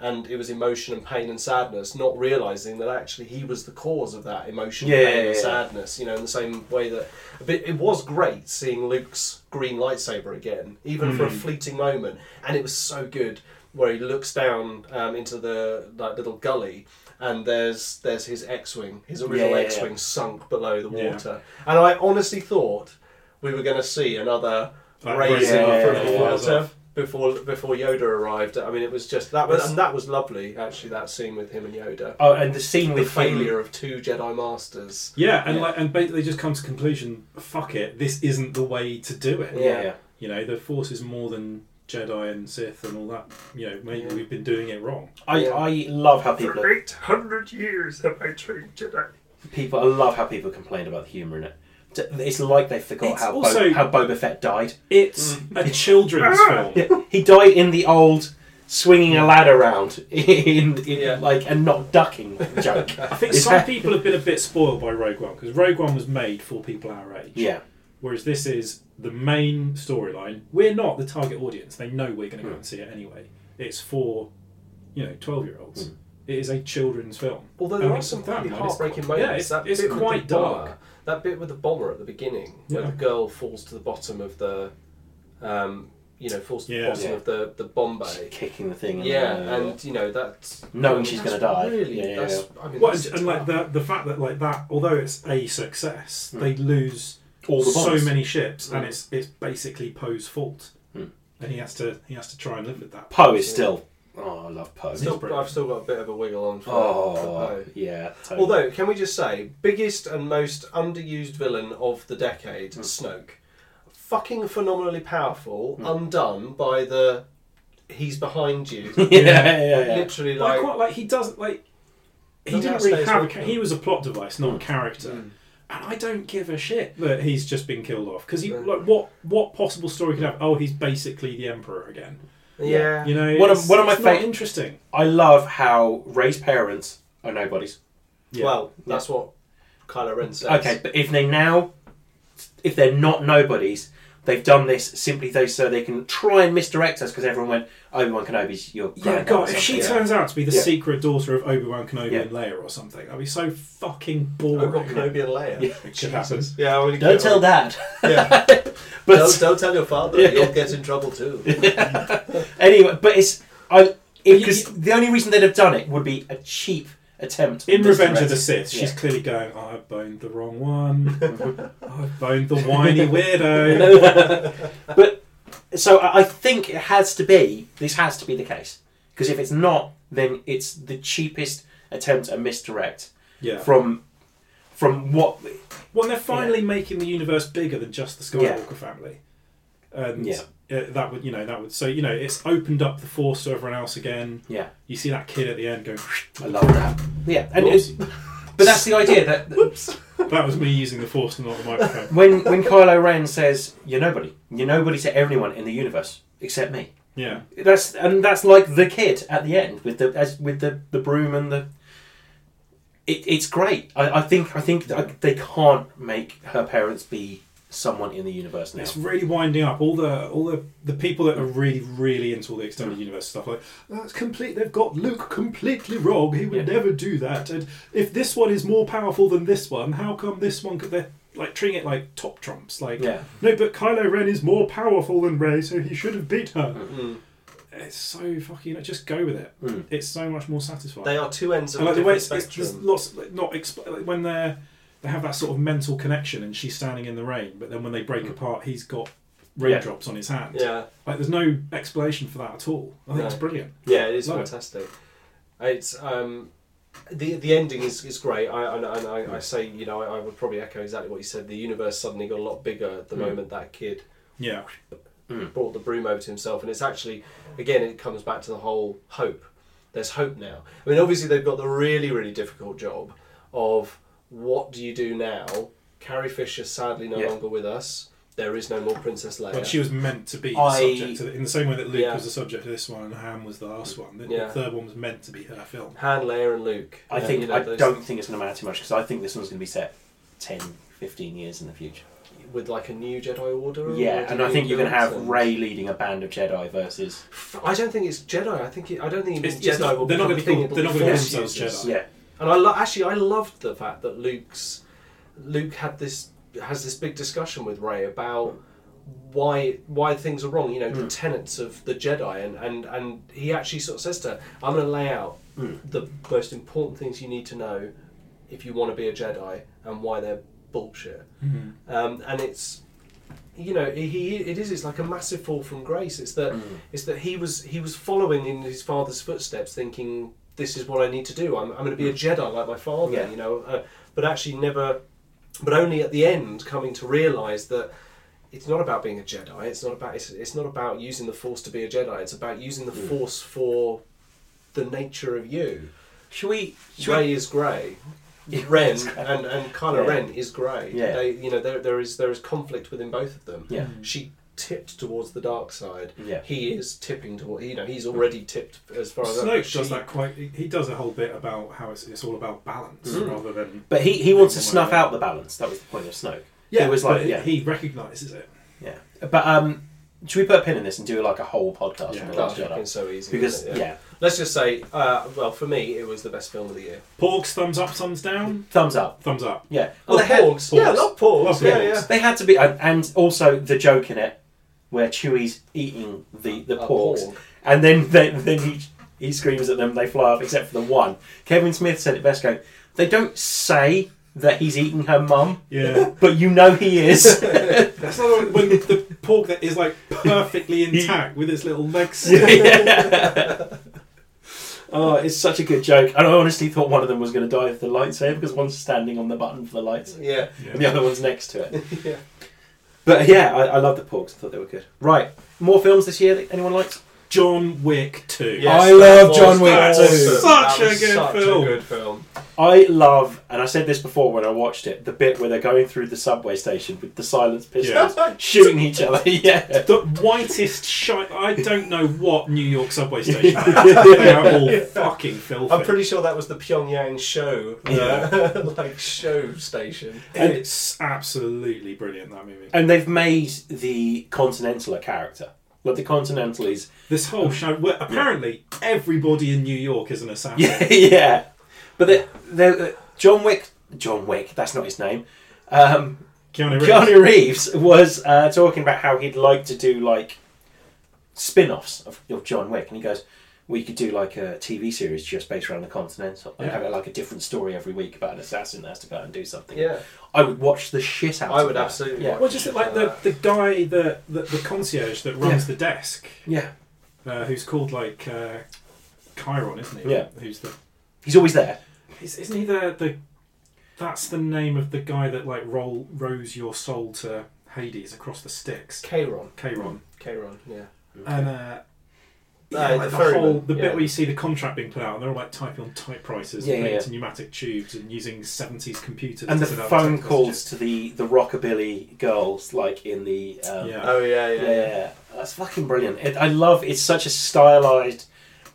A: And it was emotion and pain and sadness, not realizing that actually he was the cause of that emotion,
D: Yeah,
A: pain,
D: yeah,
A: and
D: yeah.
A: sadness. You know, in the same way that but it was great seeing Luke's green lightsaber again, even
D: Hmm.
A: for a fleeting moment. And it was so good where he looks down um, into the like little gully, and there's there's his X-wing, his original
D: Yeah, yeah, yeah.
A: X-wing, sunk below the
B: Yeah.
A: water. And I honestly thought we were going to see another
B: Like
A: raising
D: raising
A: from
D: up,
A: the
D: yeah,
A: water. Before, before Yoda arrived, I mean, it was just that was, and that was lovely. Actually, that scene with him and Yoda,
D: "Oh, and the scene
A: the
D: with him,
A: failure of two Jedi masters.
B: Yeah, and
D: Yeah.
B: like, and basically just come to conclusion. Fuck it, this isn't the way to do it.
D: yeah, yeah,
B: You know, the Force is more than Jedi and Sith and all that. You know, maybe
A: Yeah.
B: we've been doing it wrong.
D: I,
A: Yeah.
D: I love how people
E: For 800 years have I trained Jedi.
D: people I love how people complain about the humour in it. D- It's like they forgot
B: It's
D: how
B: also-
D: Bo- how Boba Fett died.
B: It's Mm. a children's film.
D: Yeah, he died in the old swinging a ladder around in, in
A: Yeah.
D: like and not ducking joke.
B: I think
D: Is
B: some
D: that-
B: people have been a bit spoiled by Rogue One because Rogue One was made for people our age.
D: yeah,
B: Whereas this is the main storyline. We're not the target audience. They know we're going to go
D: Hmm.
B: and see it anyway. It's for, you know, 12 year
D: Hmm.
B: olds. It is a children's film.
A: Although
B: And
A: there are
B: it's
A: some
B: damn
A: really
B: nice.
A: heartbreaking
B: Yeah,
A: moments.
B: it's-
A: that
B: it's
A: bit with
B: quite
A: the bomber-
B: dark.
A: That bit with the bomber at the beginning, where
B: Yeah.
A: the girl falls to the bottom of the, um, you know, falls to
B: Yeah.
A: the bottom
D: Yeah.
A: of the the Bombay.
D: kicking the thing. and- uh,
A: Yeah, and you know that's
D: Knowing she's
A: that's
D: gonna die.
A: Really,
D: Yeah, yeah,
A: that's, I mean,
B: Well, and,
A: that's
B: and like the, the fact that, like, that, although it's a success, they lose
D: Hmm. all the
B: so
D: bombs. Hmm.
B: many ships and
A: Mm.
B: it's it's basically Poe's fault.
D: Mm.
B: And he has to he has to try and live with that.
D: Poe is still. Oh, I love Poe.
A: Still,
B: brilliant.
A: I've still got a bit of a wiggle on for, for
D: oh,
A: Poe.
D: yeah. totally.
A: Although, can we just say, biggest and most underused villain of the decade,
D: Hmm.
A: Snoke. Fucking phenomenally powerful,
D: Hmm.
A: undone by the he's behind you.
D: yeah, yeah, yeah.
A: Literally,
B: Like,
A: like,
B: quite like he doesn't like he
A: Doesn't
B: didn't
A: that
B: really
A: stays
B: have a
A: with
B: ca-
A: them?
B: he Mm. was a plot device, not a character. And I don't give a shit that he's just been killed off because he
A: Yeah.
B: like what what possible story could have? Oh, he's basically the emperor again.
A: yeah.
B: You know,
D: One of-
B: it's-
D: one of my
B: it's not
D: fa-
B: interesting.
D: I love how Ray's parents are nobodies.
B: Yeah.
A: Well, that's what Kylo Ren says.
D: Okay, but if they now, if they're not nobodies, they've done this simply though so they can try and misdirect us because everyone went Obi Wan Kenobi's your
B: yeah,
D: granddad or
B: God, if she
D: something.
B: turns out to be the
D: Yeah.
B: secret daughter of Obi Wan Kenobi
D: Yeah.
B: and Leia or something, that'd be so fucking
A: I've
B: boring.
A: got Kenobi and Leia.
D: Yeah.
B: It could happen.
A: Yeah, I mean,
D: Don't tell dad.
A: Yeah.
D: But
A: don't, don't tell your father.
D: Yeah.
A: You'll get in trouble too.
D: anyway, but it's I
B: you-
D: because the only reason they'd have done it would be a cheap attempt
B: In
D: to
B: Revenge
D: misdirect
B: of the
D: it.
B: Sith, she's
D: Yeah.
B: clearly going, oh, I've boned the wrong one. oh, I've boned the whiny weirdo.
D: So I I think it has to be. This has to be the case because if it's not, then it's the cheapest attempt at misdirect
B: Yeah.
D: from from what
B: Well, and they're finally making the universe bigger than just the
D: Yeah.
B: Skywalker family, and
D: Yeah.
B: uh, that would you know that would so you know it's opened up the Force to everyone else again.
D: yeah.
B: You see that kid at the end going,
D: I love that. Yeah, and it's, but that's the idea that
B: "That was me using the Force and not the microphone."
D: when when Kylo Ren says you're nobody, you're nobody to everyone in the universe except me.
B: Yeah,
D: That's and that's like the kid at the end with the as, with the, the broom and the. It, it's great. I, I think I think I, they can't make her parents be someone in the universe now.
B: it's really winding up all the all the the people that are really really into all the extended
D: Mm.
B: universe stuff. Like that's complete. They've got Luke completely wrong. He would
D: Yeah.
B: never do that. And if this one is more powerful than this one, how come this one could? They're like treating it like top trumps. Like
D: Yeah,
B: No, but Kylo Ren is more powerful than Rey, so he should have beat her.
A: Mm-hmm.
B: It's so fucking. Just go with it.
D: Mm.
B: It's so much more satisfying.
A: Hmm. They are two ends of
B: and like
A: a
B: the way
A: different
B: it's, it's there's
A: spectrum.
B: lots like, not expl- like, when they're they have that sort of mental connection, and she's standing in the rain, but then when they break apart, he's got raindrops on his hand.
A: Hmm. yeah,
B: Like there's no explanation for that at all. I think
A: No.
B: it's brilliant.
A: yeah, it is
B: Love it.
A: fantastic. It's um, the the ending is, is great. I and, and I, I say you know I, I would probably echo exactly what you said. The universe suddenly got a lot bigger
B: Hmm.
A: at the moment that kid
B: Yeah. Hmm.
A: brought the broom over to himself, and it's actually again it comes back to the whole hope. There's hope now. I mean, obviously they've got the really really difficult job of what do you do now? Carrie Fisher sadly no
D: Yeah.
A: longer with us. There is no more Princess Leia.
B: But she was meant to be
D: I-
B: the subject of, in the same way that Luke
A: Oh, Yeah. Mm.
B: was the subject of this one and Ham was the last one. The, the
A: Yeah.
B: third one was meant to be her film.
A: Han, Leia, and Luke.
D: I
A: Yeah,
D: think
A: you know,
D: I
A: those-
D: don't think it's going to matter too much because I think this one's going to be set 10, 15 years in the future.
A: with like a new Jedi Order. or
D: Yeah,
A: a
D: and I
A: new
D: think you're going to have
A: Order.
D: Ray leading a band of Jedi versus
A: I don't think it's Jedi. I think it, I don't think
B: It's-
A: it's,
B: it's
A: Jedi.
B: not-
A: will
B: they're not
A: become
B: gonna
A: a thing,
B: call-
A: it'll
B: they're not
A: be
B: gonna call
A: Force
B: themselves
A: users.
B: Jedi.
D: yeah.
A: And I lo- actually I loved the fact that Luke's Luke had this has this big discussion with Ray about why why things are wrong. You know,
D: Hmm.
A: the tenets of the Jedi, and and and he actually sort of says to her, "I'm going to lay out
D: Hmm.
A: the most important things you need to know if you want to be a Jedi and why they're bullshit." Um, and it's you know he- he it is it's like a massive fall from grace it's that it's that he was he was following in his father's footsteps thinking this is what i need to do i'm, I'm going to be a jedi like my father
D: Yeah.
A: you know uh, but actually never but only at the end coming to realize that it's not about being a jedi it's not about it's, it's not about using the force to be a jedi it's about using the force for the nature of you
D: Should we? Should
A: Ray is grey.
D: Yeah,
A: Ren
D: it's grey.
A: and, and Kylo
D: Yeah.
A: Ren is grey.
D: Yeah.
A: They, you know, there, there is there is conflict within both of them.
D: Yeah.
A: She tipped towards the dark side.
D: Yeah.
A: He is tipping toward. You know, he's already tipped as far as that,
B: Snoke
A: but she-
B: does that quite. he- He does a whole bit about how it's, it's all about balance rather than.
D: But he, he wants to snuff out the balance. That was the point of Snoke. it was like
B: but
D: yeah,
B: he recognises it.
D: yeah. But um, should we put a pin in this and do like a whole podcast
B: Yeah.
D: on the
A: Oh,
D: Last
A: it's been
D: Jedi?
A: so easy
D: Because
A: isn't
D: yeah.
A: it? let's just say, uh, well, for me, it was the best film of the year.
B: Porgs, thumbs up, thumbs down.
D: thumbs up.
B: Thumbs up.
D: Yeah.
A: Oh,
D: Well, they had
A: Porgs. Yeah, I love Porgs.
B: Love
A: yeah,
B: Porgs.
A: yeah.
D: they had to be, and, and also the joke in it where Chewie's eating the the
A: A
D: porgs,
A: porg.
D: and then they, then he he screams at them. They fly off, except for the one. Kevin Smith said it best, going, "They don't say." That he's eating her mum,
B: Yeah.
D: but you know he is.
B: That's not like when the pork that is like perfectly intact with its little legs.
D: Oh, it's such a good joke. And I honestly thought one of them was going to die with the lightsaber because one's standing on the button for the lights
A: Yeah.
D: and the other one's next to it.
A: Yeah.
D: But yeah, I, I love the porks. I thought they were good. Right, more films this year that anyone likes?
B: John Wick Two.
A: Yes,
D: I
A: that
D: love
A: was-
D: John Wick
A: that
D: too.
A: was- that
B: Such a
A: was
B: good
A: such
B: film.
A: A good film.
D: I love, and I said this before when I watched it, the bit where they're going through the subway station with the silenced pistols shooting each other. Yeah.
B: The whitest shite. I don't know what New York subway station. they are all fucking filthy.
A: I'm pretty sure that was the Pyongyang show, uh, like show station.
B: It's absolutely brilliant that movie.
D: And they've made the Continental a character. Like the Continental is.
B: This whole show, where apparently everybody in New York is an assassin.
D: Yeah, yeah. But they they're, John Wick. John Wick, that's not his name. Um,
B: Keanu Reeves.
D: Keanu Reeves was uh, talking about how he'd like to do like spin-offs of, of John Wick, and he goes, "We could do like a TV series just based around the Continental, and
B: Yeah.
D: have it like a different story every week about an assassin that has to go out and do something."
A: Yeah.
D: I would watch the shit out.
A: I
D: of
A: would
D: that.
A: absolutely
D: Yeah,
A: watch
B: Well, just like the, the guy that the, the concierge that runs the desk,
D: yeah.
B: uh, who's called like uh, Chiron, isn't he?
D: Yeah.
B: Who's the?
D: He's always there.
B: Is, isn't he the the? That's the name of the guy that like roll rose your soul to Hades across the Styx.
A: Chiron.
B: Chiron.
A: Chiron, yeah.
B: And uh,
A: Uh,
B: yeah, like
A: the
B: the,
A: ferryman,
B: whole the
A: yeah.
B: bit where you see the contract being put out, and they're all like typing on typewriters
D: Yeah,
B: and putting
D: yeah,
B: into pneumatic tubes and using seventies computers.
D: And
B: to
D: the
B: send out
D: phone
B: text
D: calls
B: messages.
D: to the the rockabilly girls, like in the um,
B: Yeah.
A: Oh yeah, yeah.
D: yeah, that's fucking brilliant. It, I love it's such a stylized,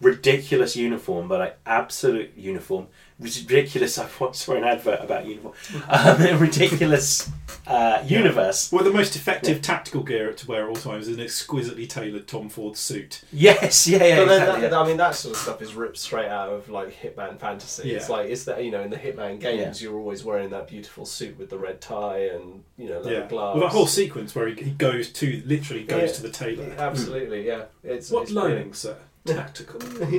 D: ridiculous uniform, but I absolute uniform ridiculous. I once saw an advert about uniform, um, a ridiculous uh, universe.
B: Well, the most effective tactical gear to wear at all times is an exquisitely tailored Tom Ford suit.
D: Yes, yeah, yeah,
A: But then
D: exactly.
A: that, I mean, that sort of stuff is ripped straight out of like Hitman fantasy. It's
B: Yeah.
A: like, it's that you know, in the Hitman games, you're always wearing that beautiful suit with the red tie and you know, leather
B: Yeah.
A: gloves.
B: Well, that whole sequence where he, he goes to literally goes
A: Yeah.
B: to the tailor.
A: Absolutely, yeah. It's
B: What
A: it's
B: learning, sir? Tactical.
A: brilliant.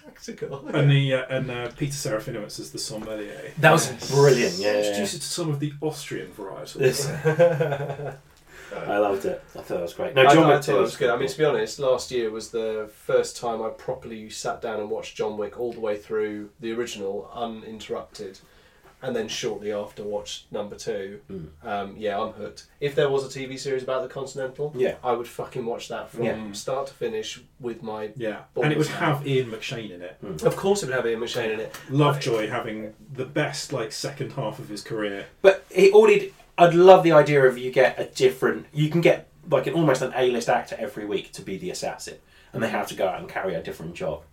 A: yeah, tactical.
B: and the uh, and uh, Peter Serafinowicz is the sommelier.
D: That was brilliant. Yeah, yeah,
B: Introduced to some of the Austrian varietals.
D: This- I loved it. I thought that was great. No,
A: I,
D: John
A: I
D: McTiernan.
A: thought it was good. I mean, to be honest, last year was the first time I properly sat down and watched John Wick all the way through the original uninterrupted, and then shortly after watched number two.
D: Mm.
A: Um, yeah, I'm hooked. If there was a TV series about the Continental,
D: Yeah.
A: I would fucking watch that from
D: Yeah.
A: start to finish with my.
B: Yeah,
A: Balls
B: and it would
A: out.
B: have Ian McShane in it.
D: Hmm.
A: Of course, it would have Ian McShane in it.
B: Lovejoy having the best like second half of his career.
D: But he all he'd, I'd love the idea of you get a different. You can get like an almost an A-list actor every week to be the assassin, and they have to go out and carry out a different job.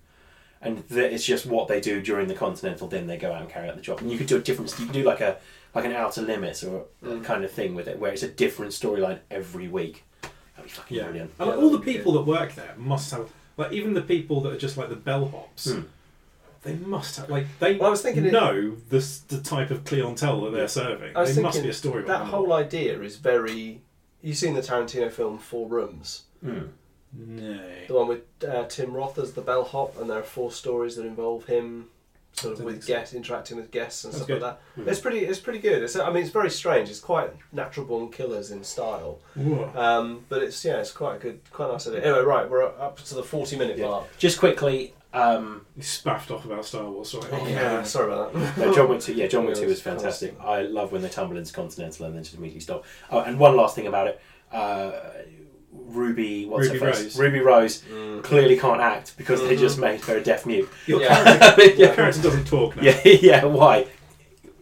D: And th it's just what they do during the Continental. Then they go out and carry out the job. And you could do a different. You could do like a like an Outer Limits or a kind of thing with it, where it's a different storyline every week. That'd be fucking
B: Yeah,
D: brilliant.
B: and like, all the people that work there must have like even the people that are just like the bellhops. They must have like they
A: Well, I was thinking it-
B: know the s the type of clientele that they're serving.
A: I was
B: They must
A: thinking
B: be a story.
A: That
B: behind
A: whole
B: it.
A: idea is very. You've seen the Tarantino film Four Rooms,
B: no.
A: the one with uh, Tim Roth as the bellhop, and there are four stories that involve him sort of
B: Don't
A: with
B: think so.
A: guests interacting with guests and
B: That's Hmm.
A: stuff like that. It's pretty. It's pretty good. It's, I mean, it's very strange. It's quite natural born killers in style,
B: Whoa.
A: um, but it's yeah, it's quite a good, quite nice idea. Anyway, right, we're up to the forty minute mark.
D: Just quickly, um,
B: You spaffed off about Star Wars. Sorry.
A: Oh,
B: Oh,
A: Yeah. sorry about that.
D: No, John Wick 2, yeah, John Wick
A: Yeah,
D: 2 is
A: it's
D: fantastic. I love when they tumble into Continental and then just immediately stop. Oh, and one last thing about it. Uh, Ruby, what's
B: Ruby
D: her face?
B: Rose.
D: Ruby Rose
B: Mm.
D: clearly can't act because they
B: Mm-hmm.
D: just made her a deaf mute.
B: Your,
A: Yeah.
B: character, your
D: Yeah.
B: character doesn't talk now.
D: Yeah, yeah. Why?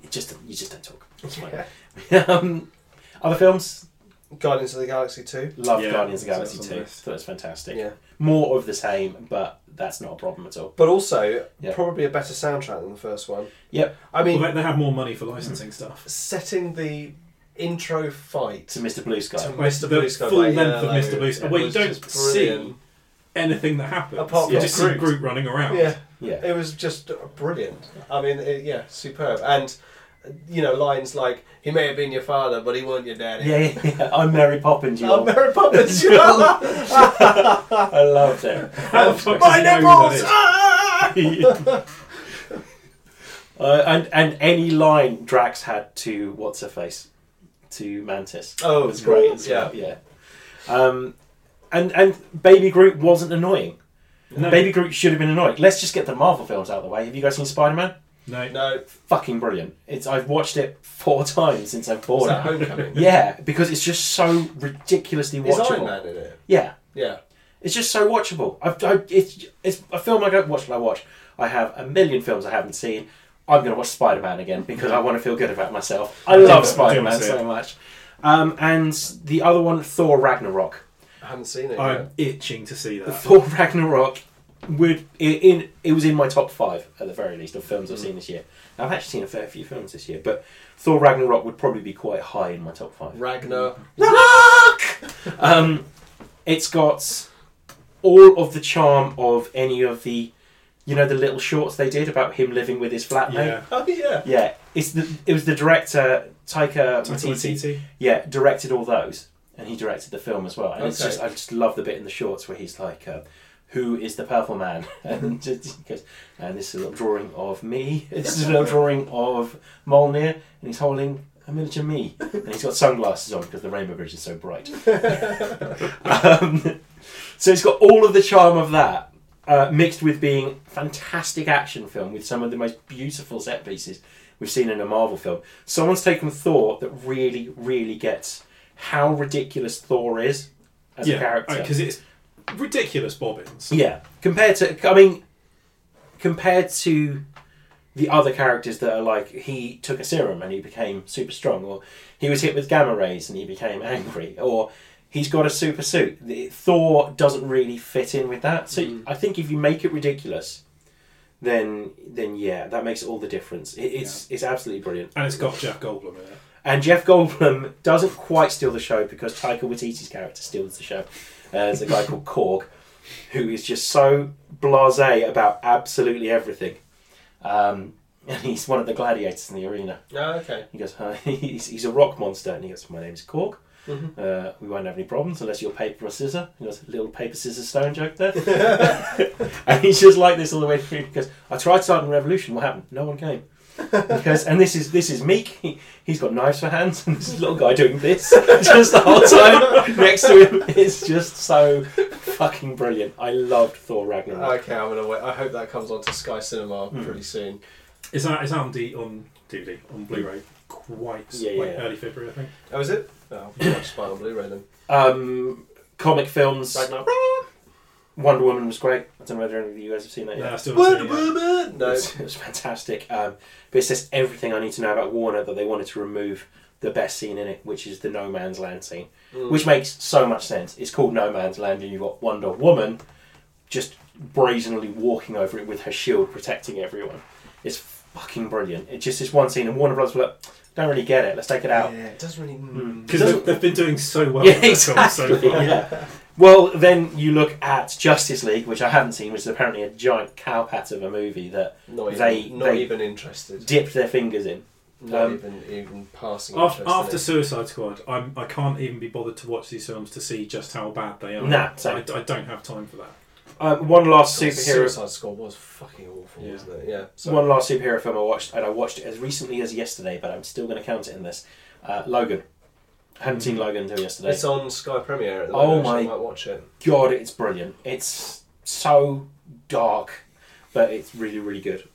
D: It just you just don't talk. That's fine. um, other films,
A: Guardians of the Galaxy two.
D: love
B: Yeah,
D: Guardians of the
B: that's
D: Galaxy
B: on the
D: Two.
B: list.
D: Thought it was fantastic.
A: Yeah.
D: More of the same, but that's not a problem at all.
A: But also,
D: Yeah.
A: probably a better soundtrack than the first one.
D: Yep.
A: I mean, Mm.
B: Well, they- they have more money for licensing stuff.
A: setting the intro fight
D: To Mr. Blue Sky.
A: to
B: Like,
A: Mr.
B: the
A: Blue Sky
B: full
A: by
B: length of
A: Yellow
B: Mr. Blue Sky. Well, you
A: was
B: don't
A: just brilliant.
B: see anything that happens.
A: Apart
B: you
D: from
B: just
A: Groot.
B: see Groot running around.
A: Yeah,
D: yeah.
A: it was just brilliant. I mean, it, yeah, superb. And you know, lines like "He may have been your father, but he wasn't your daddy."
D: Yeah, yeah, yeah. I'm Mary Poppins. You.
A: Oh,
D: all.
A: Mary Poppins.
D: I loved it.
B: How the fuck
A: My
B: does he know who
A: nipples.
B: that is?
A: Ah!
D: Uh, and and any line Drax had to what's her face to Mantis
A: Oh,
D: was great. as
A: yeah.
D: well, yeah. Um, and and Baby Groot wasn't annoying.
B: No.
D: Baby Groot should have been annoying. Let's just get the Marvel films out of the way. Have you guys seen Spider Man?
B: No.
A: No,
D: Fucking brilliant. It's I've watched it four times since I've
A: was
D: bought
A: that
D: it.
A: Homecoming?
D: Yeah, because it's just so ridiculously
A: Is
D: watchable.
A: Iron Man in it?
D: Yeah,
A: Yeah.
D: it's just so watchable. I've, I, it's, it's a film I don't watch, but I watch. I have a million films I haven't seen. I'm going to watch Spider Man again because I want to feel good about myself. I love
B: do
D: Spider Man
B: see it.
D: so much. Um, and the other one, Thor Ragnarok.
A: I haven't seen it.
B: I'm itching to see that.
D: Thor Ragnarok would i- in it was in my top five at the very least of films
B: Mm.
D: I've seen this year. I've actually seen a fair few films this year, but Thor Ragnarok would probably be quite high in my top five.
A: yet. Ragnar.
D: Um, it's got all of the charm of any of the, you know, the little shorts they did about him living with his flatmate.
B: Yeah.
A: Oh yeah.
D: Yeah, it's the it was the director Taika
B: Taika
D: Waititi.
B: Waititi.
D: Yeah, directed all those, and he directed the film as well. And it's
A: Okay.
D: just I just love the bit in the shorts where he's like. Uh, who is the purple man? And just he goes, and this is a little drawing of me. This is a little drawing of Molnir, and he's holding a miniature me, and he's got sunglasses on because the rainbow bridge is so bright. um, so it's got all of the charm of that, uh, mixed with being fantastic action film with some of the most beautiful set pieces we've seen in a Marvel film. Someone's taken Thor that really, really gets how ridiculous Thor is as a
B: Yeah,
D: character.
B: because it's ridiculous bobbins.
D: Yeah, compared to I mean, compared to the other characters that are like he took a serum and he became super strong, or he was hit with gamma rays and he became angry, or he's got a super suit. The- Thor doesn't really fit in with that. So
B: Mm-hmm.
D: I think if you make it ridiculous, then then yeah, that makes all the difference. It, it's it's absolutely brilliant.
B: And it's got Jeff Goldblum in it.
D: And Jeff Goldblum doesn't quite steal the show because Taika Waititi's character steals the show. Uh, there's a guy called Korg, who is just so blasé about absolutely everything. Um, and he's one of the gladiators in the arena.
A: Oh, okay.
D: He goes, huh? he's, he's a rock monster. And he goes, my name's Korg. Uh, we won't have any problems unless you're paper or scissor. He goes, little paper, scissors, stone joke there. and he's just like this all the way through. He goes, I tried starting a revolution. What happened? No one came. because and this is this is Meek. He, he's got knives for hands, and this little guy doing this just the whole time next to him. It's just so fucking brilliant. I loved Thor Ragnarok.
A: Okay, I'm gonna wait. I hope that comes onto Sky Cinema
D: Hmm.
A: pretty soon.
B: It's out, it's out on, D, on DVD, on Blu ray, quite
D: Yeah,
B: like
D: yeah.
B: early February, I think.
A: Oh, is it? Oh, I'll watch Spider Blu-ray then.
D: Um, comic films.
A: Ragnarok.
D: Wonder Woman was great. I don't know whether any of you guys have seen that yet.
B: No, I still haven't
A: Wonder
B: seen it yet.
A: Woman. No.
D: It's- It was fantastic. Um, but it says everything I need to know about Warner that they wanted to remove the best scene in it, which is the no man's land scene, which makes so much sense. It's called No Man's Land, and you've got Wonder Woman just brazenly walking over it with her shield protecting everyone. It's fucking brilliant. It's just this one scene, and Warner Brothers were like, don't really get it, let's take it out. Hmm.
A: Yeah, it does really. mm,
B: Because
D: Doesn't-
B: they've, they've been doing so well
D: Yeah,
B: with that film
D: exactly.
B: so far.
D: yeah. Well, then you look at Justice League, which I haven't seen, which is apparently a giant cowpat of a movie that
A: Not even,
D: They-
A: not
D: they-
A: even interested.
D: dipped their fingers in.
A: not
D: um,
A: even even passing.
B: After,
A: interest
B: after
A: in it.
B: Suicide Squad, I'm, I can't even be bothered to watch these films to see just how bad they are.
D: Nah,
B: I,
D: same.
B: I don't have time for that.
D: Um, one last
A: God,
D: superhero,
A: Suicide Squad was fucking awful,
B: Yeah.
A: wasn't it? Yeah. So
D: one last superhero film I watched, and I watched it as recently as yesterday, but I'm still going to count it in this. Uh, Logan. I haven't
B: Mm.
D: seen Logan until yesterday.
A: it's on Sky Premiere. At the
D: Oh
A: moment, so I
D: my-
A: might watch it.
D: God, it's brilliant. It's so dark, but it's really, really good.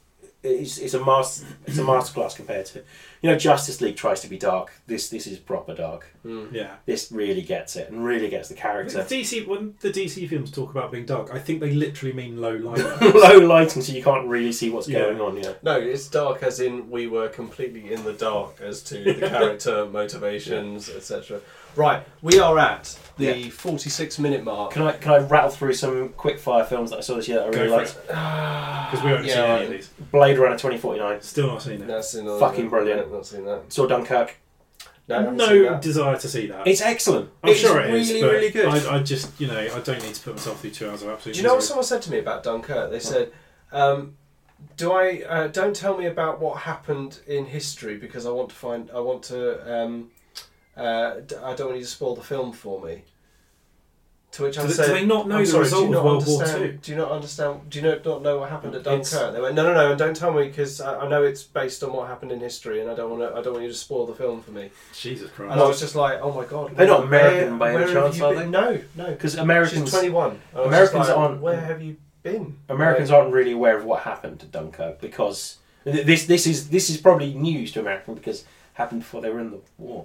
D: It's, it's a master, it's a masterclass compared to, you know, Justice League tries to be dark. This this is proper dark.
B: Yeah.
D: This really gets it and really gets the character.
B: DC when the DC films talk about being dark, I think they literally mean low light.
D: Low lighting, so you can't really see what's
B: Yeah.
D: going on. Yeah,
A: No, it's dark as in we were completely in the dark as to the character motivations, etc. Right, we are at the 46 minute mark.
D: can I can I rattle through some quick fire films that I saw this year that I
B: Go
D: really
B: for
D: liked?
B: Because we haven't
A: Yeah,
B: seen any
A: right.
B: of these.
D: Blade Runner twenty forty nine.
B: Still not seen it.
A: That's another
D: Fucking
A: one.
D: brilliant.
A: Not seen that.
D: Saw Dunkirk.
A: No, I haven't seen
B: no
A: that.
B: desire to see that.
D: It's excellent.
B: I'm
D: It's
B: sure it
D: really,
B: is. but
D: really good.
B: I, I just, you know, I don't need to put myself through two hours of absolute
A: Do you know what
B: misery.
A: someone said to me about Dunkirk? They said, um, "Do I? Uh, don't tell me about what happened in history because I want to find. I want to. Um, uh, d- I don't want you to spoil the film for me." To which I
B: Do they-
A: said,
B: do they not know
A: I'm
B: the
A: sorry,
B: result
A: do you
B: of
A: not
B: World War
A: understand,
B: Two?
A: Do you not understand? Do you not, not know what happened at
B: It's-
A: Dunkirk?" They went, "No, no, no, and don't tell me because I, I know it's based on what happened in history, and I don't want to. I don't want you to spoil the film for me."
B: Jesus Christ.
A: And I was just like, "Oh my god!"
D: They're not
A: where-
D: American by any
A: where have
D: chance,
A: you
D: are
A: been?" No, no.
D: Because
A: She's
D: Americans
A: 21. I was
D: Americans
A: just like,
D: aren't-
A: Where have you been?
D: Americans
A: Like,
D: aren't really aware of what happened to Dunkirk because th- this this is this is probably news to Americans because it happened before they were in the war.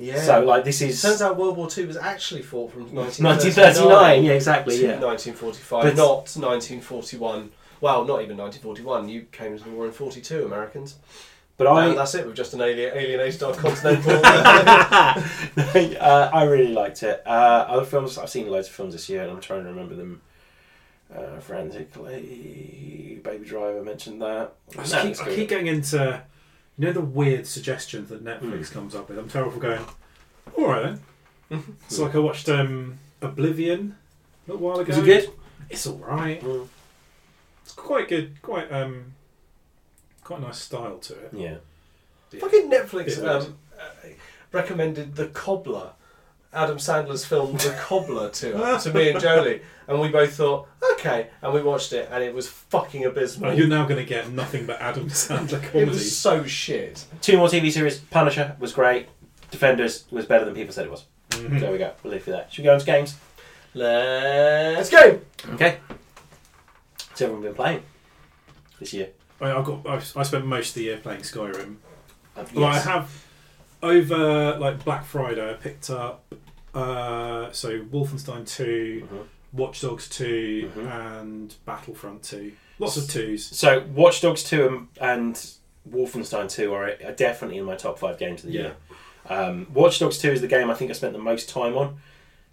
A: Yeah.
D: So like this
A: it
D: is
A: turns out World War Two was actually fought from
D: 1939.
A: 1939
D: Yeah,
A: to
D: exactly. Yeah.
A: 1945,
D: But-
A: not 1941. Well, not even 1941. You came into the war in 42, Americans.
D: But
A: and
D: I
A: that's it. We've just an alien, alienated our continental. uh,
D: uh, I really liked it. Uh, other films I've seen loads of films this year and I'm trying to remember them. Uh, frantically, Baby Driver mentioned that.
B: I, just
D: No,
B: keep,
D: it's
B: I
D: good.
B: keep getting into, you know, the weird suggestions that Netflix comes up with. I'm terrible for going. All right then. it's like I watched um, Oblivion a little while ago.
D: Was it good?
B: It's all right.
D: Mm.
B: It's quite good. Quite um, quite a nice style to it.
D: Yeah.
A: fucking Netflix
B: Yeah.
A: um, uh, recommended The Cobbler, Adam Sandler's film The Cobbler to to me and Jolie, and we both thought okay, and we watched it, and it was fucking abysmal.
B: Oh, you're now going to get nothing but Adam Sandler
A: it
B: comedy.
A: was so shit.
D: Two more TV series. Punisher was great. Defenders was better than people said it was.
B: Mhm.
D: There we go. We'll leave it there. Should we go on to games?
A: Let's go.
D: Okay. What's everyone been playing this year?
B: I, I got. I, I spent most of the year playing Skyrim.
D: Um,
B: Well, I have over like Black Friday. I picked up uh, so Wolfenstein 2
D: Mhm.
B: Watch Dogs 2
D: Mhm.
B: and Battlefront two. Lots of twos.
D: So, Watch Dogs 2 and, and Wolfenstein 2 are, are definitely in my top five games of the
B: Yeah.
D: year. Um, Watch Dogs 2 is the game I think I spent the most time on.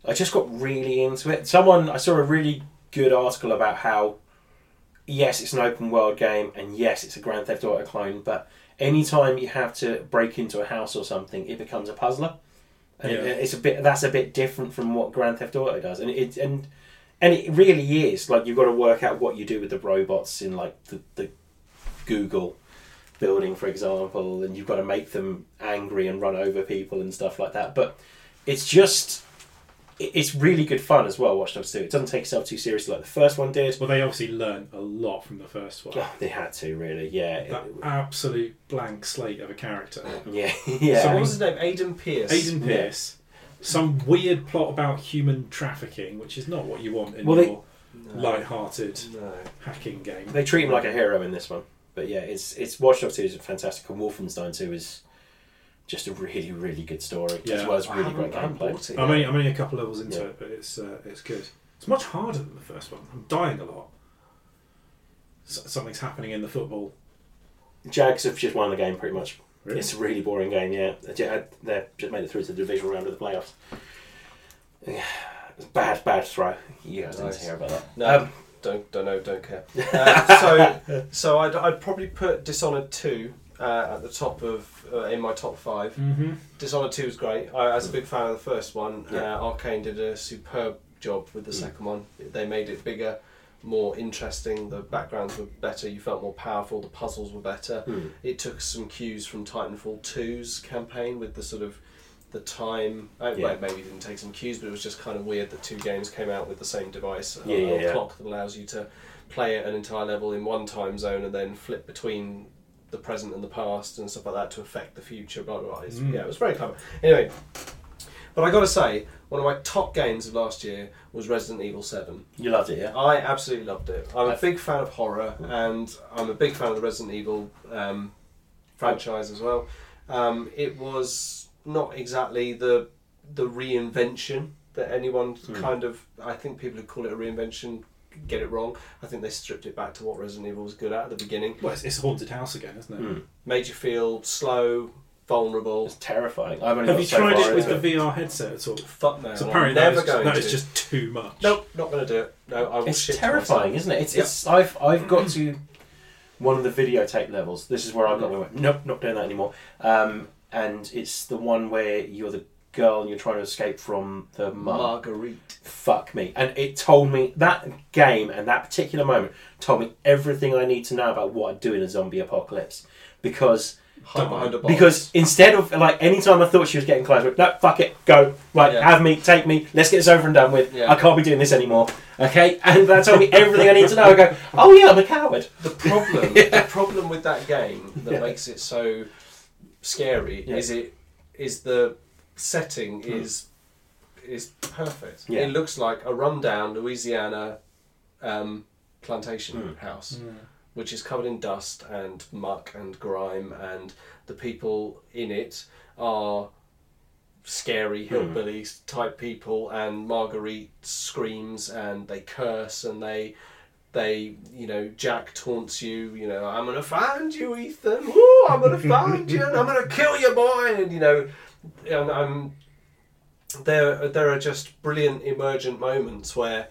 D: I just got really into it. Someone, I saw a really good article about how, yes, it's an open world game, and yes, it's a Grand Theft Auto clone, but anytime you have to break into a house or something, it becomes a puzzler. And it-
B: Yeah.
D: it's a bit that's a bit different from what Grand Theft Auto does, and it and and it really is like you've got to work out what you do with the robots in like the, the Google building, for example, and you've got to make them angry and run over people and stuff like that. But it's just it- it's really good fun as well. Watch Dogs Two. It doesn't take itself too seriously like the first one did.
B: Well, they obviously learned a lot from the first one.
D: Oh, they had to really, yeah,
B: That absolute blank slate of a character.
D: yeah, yeah.
A: So what was his name? Aidan Pierce.
B: Aidan
D: Yeah.
B: Pierce, some weird plot about human trafficking, which is not what you want in
D: Well, they-
B: your light-hearted
A: No.
B: hacking game.
D: They treat him like a hero in this one. But yeah, it's it's Watch Dogs 2 is fantastic, and Wolfenstein 2 is just a really, really good story, as
B: Yeah.
D: well as
A: I
D: really
A: haven't-
D: great
A: I haven't
D: gameplay.
A: bought it
B: I'm
A: yet.
B: only, I'm only a couple levels into
D: Yeah.
B: it, but it's uh, it's good. It's much harder than the first one. I'm dying a lot. S- something's happening in the football.
D: Jags have just won the game pretty much.
B: Really?
D: It's a really boring game, yeah. They ju- had- They just made it through to the divisional round of the playoffs. Yeah, it's bad, bad throw. You guys
A: Nice.
D: didn't hear about that.
A: No,
D: Um,
A: don't don't know, don't care. Uh, so so I'd, I'd probably put Dishonored two uh, at the top of uh, in my top five.
B: Mm-hmm.
A: Dishonored two was great. I, I was a big fan of the first one.
D: Yeah. Mm.
A: Uh, Arcane did a superb job with the second one. They made it bigger, more interesting. The backgrounds were better. You felt more powerful. The puzzles were better.
D: hmm.
A: It took some cues from Titanfall 2's campaign with the sort of the time. Uh,
D: Yeah.
A: well, maybe it didn't take some cues, but it was just kind of weird that two games came out with the same device, a-
D: Yeah, yeah,
A: a
D: yeah.
A: clock that allows you to play an entire level in one time zone and then flip between the present and the past and stuff like that to affect the future. Blah blah. blah. It's,
B: Mm.
A: Yeah, it was very clever. Anyway, but I got to say, one of my top games of last year was Resident Evil Seven.
D: You loved it, yeah?
A: I absolutely loved it. I'm a
D: I've-
A: big fan of horror, and I'm a big fan of the Resident Evil um, franchise as well. Um, it was not exactly the the reinvention that anyone
B: Hmm.
A: kind of. I think people who call it a reinvention get it wrong. I think they stripped it back to what Resident Evil was good at at the beginning.
B: Well, it's, it's a haunted house again, isn't it?
D: Mm.
A: Made you feel slow,
D: It's
A: vulnerable.
D: terrifying. I've only
B: Have
D: got
B: you
D: so
B: tried
D: far
B: it with
D: into
B: the VR headset at all?
A: Fuck no,
B: So
A: I'm
B: apparently that
A: never
B: is,
A: going
B: that
A: to.
B: is just too much.
A: nope, not going to do it. No, I will
D: It's
A: shit
D: terrifying, isn't it? It's, it's I've I've got to one of the videotape levels. This is where I've got to nope, not doing that anymore. Um, and it's the one where you're the girl and you're trying to escape from the mum.
A: myself. Marguerite.
D: Fuck me! And it told me that game and that particular moment told me everything I need to know about what I'd do in a zombie apocalypse because
A: Hide behind a box.
D: because instead of like any time I thought she was getting close, I went, no, fuck it, go, right,
A: Yeah.
D: have me, take me, let's get this over and done with.
A: Yeah.
D: I can't be doing this anymore. Okay, and that told me everything I need to know. I go, oh yeah, I'm a coward.
A: The problem, the problem with that game that
D: Yeah.
A: makes it so scary
D: Yeah. Hmm.
A: is it is the setting is is perfect.
D: Yeah.
A: It looks like a rundown Louisiana um, plantation
D: Hmm.
A: house, which is covered in dust and muck and grime, and the people in it are
D: Hmm.
A: scary hillbilly type people and Marguerite screams and they curse and they they you know Jack taunts you you know I'm gonna find you Ethan Woo, I'm gonna find you and I'm gonna kill you boy and you know and I'm there there are just brilliant emergent moments where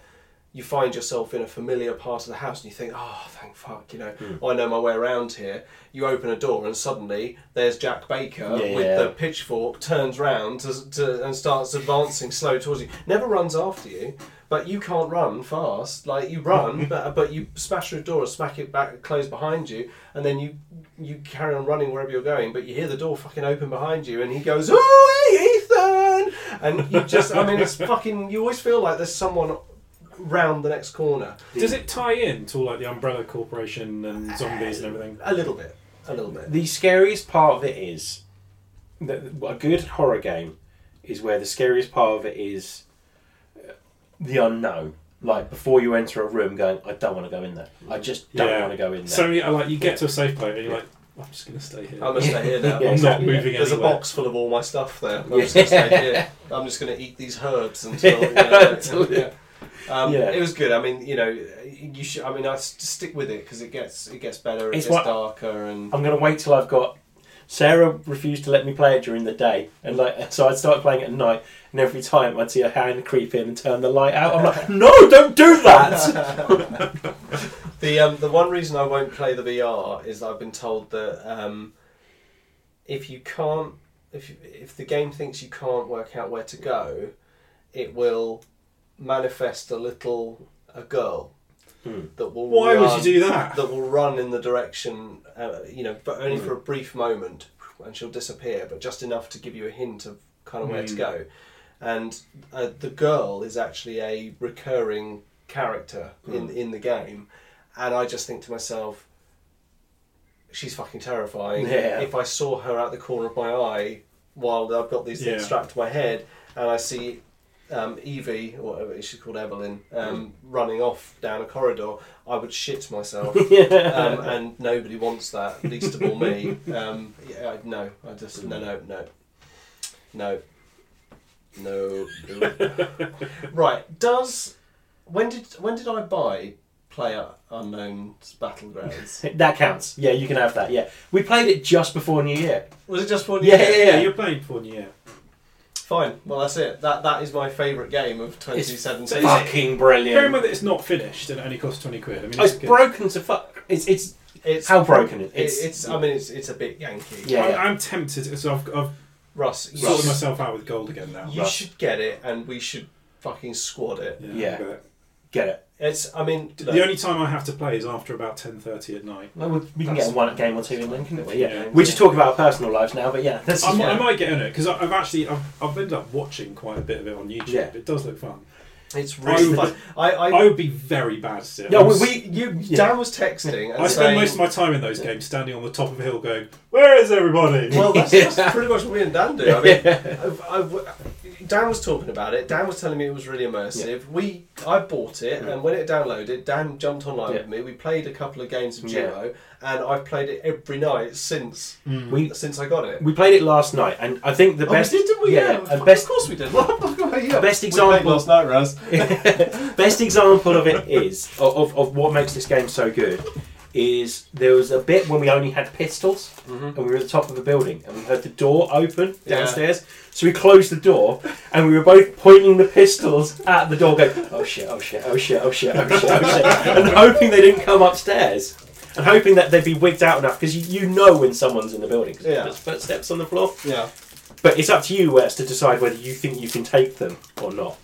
A: you find yourself in a familiar part of the house and you think, oh, thank fuck, you know,
D: Hmm.
A: I know my way around here. You open a door and suddenly there's Jack Baker
D: Yeah,
A: with
D: yeah.
A: the pitchfork, turns round to, to, and starts advancing slow towards you. Never runs after you, but you can't run fast. Like you run, but, but you smash through a door and smack it back, close behind you, and then you you carry on running wherever you're going, but you hear the door fucking open behind you and he goes, oh, Ethan! And you just, I mean, it's fucking, you always feel like there's someone round the next corner.
B: Does it tie in to like the Umbrella Corporation and zombies and everything?
A: A little bit. A little bit.
D: The scariest part of it is that a good horror game is where the scariest part of it is uh, the unknown. Like before you enter a room, going, I don't want to go in there. I just don't
B: Yeah.
D: want to go in there.
B: So yeah, like you get to a safe place and you're like, I'm just gonna stay here.
A: I'm going to stay here now.
D: Yeah,
B: I'm
D: exactly, yeah.
B: not moving
A: There's a
B: anywhere.
A: box full of all my stuff there. I'm just going to stay here. I'm just going to eat these herbs until. You know, yeah. Um,
D: Yeah.
A: It was good. I mean, you know, you should. I mean, I s- stick with it because it gets it gets better. It
D: It's
A: gets
D: what- Oh.
A: darker and
D: I'm gonna wait till I've got. Sarah refused to let me play it during the day, and like so, I'd start playing it at night, and every time I'd see a hand creep in and turn the light out. I'm like, no, don't do that.
A: The um, the one reason I won't play the VR is that I've been told that um, if you can't if if the game thinks you can't work out where to go, it will manifest a little a girl
D: Hmm.
A: that will
B: Why
A: run,
B: would you do that?
A: that will run in the direction uh, you know, but only for a brief moment, and she'll disappear, but just enough to give you a hint of kind of where to
B: Hmm.
A: go. and uh, the girl is actually a recurring character in in the game, and I just think to myself, she's fucking terrifying.
D: Yeah.
A: If I saw her out the corner of my eye while I've got these things
B: Yeah.
A: strapped to my head, and I see. Um, Evie, or whatever she's called, Evelyn, um, running off down a corridor. I would shit myself um, and nobody wants that, least of all me. Um, yeah, I- no, I just no, no, no, no, no. no. right? Does when did when did I buy Player Unknown's Battlegrounds?
D: That counts. Yeah, you can have that. Yeah, we played it just before New Year.
A: Was it just one?
D: Yeah,
A: year?
D: yeah,
B: Yeah, you're playing for New Year.
A: Fine. Well, that's it. That that is my favourite game of 2017.
D: Fucking
B: Bear in
D: brilliant.
B: mind that it's not finished and it only costs twenty quid. I mean,
D: Oh, it's
B: good.
D: broken to fuck. It's it's
A: It's
D: how broken it-
A: It,
D: it's-
A: it's, I mean, it's it's a bit Yankee.
D: Yeah.
B: I, I'm tempted. So I've, I've
A: Russ, you,
B: sorted myself out with gold again now.
A: you
D: Russ.
A: should get it, and we should fucking squad it.
D: Yeah.
B: but
D: get it.
A: It's. I mean,
B: d-
A: look.
B: The only time I have to play is after about ten thirty at night.
D: Well, we, we can
A: That's
D: get one
A: fine.
D: game or two in then, couldn't we?
B: Yeah.
D: Yeah. We're just talking about our personal lives now, but yeah, that's
B: I might, I
A: yeah.
B: might get in it because I've actually I've, I've ended up watching quite a bit of it on YouTube.
D: Yeah.
B: It does look fun.
A: It's really
B: I-
A: fun. I, I,
B: I would be very bad still.
D: Yeah,
B: I'm
D: we-
B: s-
A: we, you,
D: Yeah.
A: Dan was texting and
B: I spend
A: saying,
B: most of my time in those games standing on the top of a hill going, Where is everybody?
A: well, that's, that's pretty much what we and Dan do. I mean, I, I- Dan was talking about it. Dan was telling me it was really immersive. We, I bought it, and when it downloaded, Dan jumped online
D: Yeah.
A: with me. We played a couple of games of
D: Yeah.
A: duo, and I've played it every night since
D: we
A: since I got it.
D: we played it last night, and I think the
A: Oh,
D: best
A: we did, didn't we?
D: yeah,
A: Yeah,
D: and best
A: of course we did. yeah.
D: Best
F: We
D: example-
F: played last night, Russ.
D: best example of it is of, of, of what makes this game so good is there was a bit when we only had pistols and we were at the top of a building and we heard the door open
A: Mm-hmm. Yeah.
D: downstairs so we closed the door and we were both pointing the pistols at the door going oh shit oh shit oh shit oh shit oh shit, oh shit and hoping they didn't come upstairs and hoping that they'd be wigged out enough because you, you know when someone's in the building 'cause
A: Yeah.
D: there's footsteps on the floor
A: Yeah.
D: but it's up to you Wes to decide whether you think you can take them or not.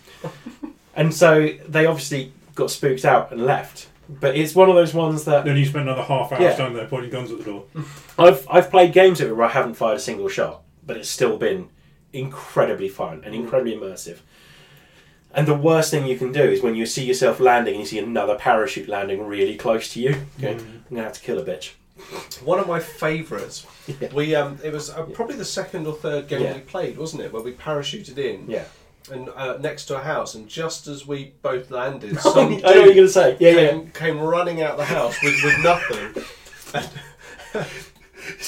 D: and so they obviously got spooked out and left. But it's one of those ones that
B: then you spend another half hour
D: Yeah.
B: standing there pointing guns at the door.
D: I've I've played games of it where I haven't fired a single shot, but it's still been incredibly fun and incredibly immersive. And the worst thing you can do is when you see yourself landing and you see another parachute landing really close to you. Going, I'm gonna have to kill a bitch.
A: One of my favourites.
D: Yeah.
A: We um, it was uh, probably the second or third game
D: Yeah.
A: we played, wasn't it? Where we parachuted in.
D: Yeah.
A: and uh, next to a house, and just as we both landed,
D: Oh, I know
A: some
D: what you're
A: dude
D: gonna say. Yeah, yeah.
A: came, came running out the house with, with nothing.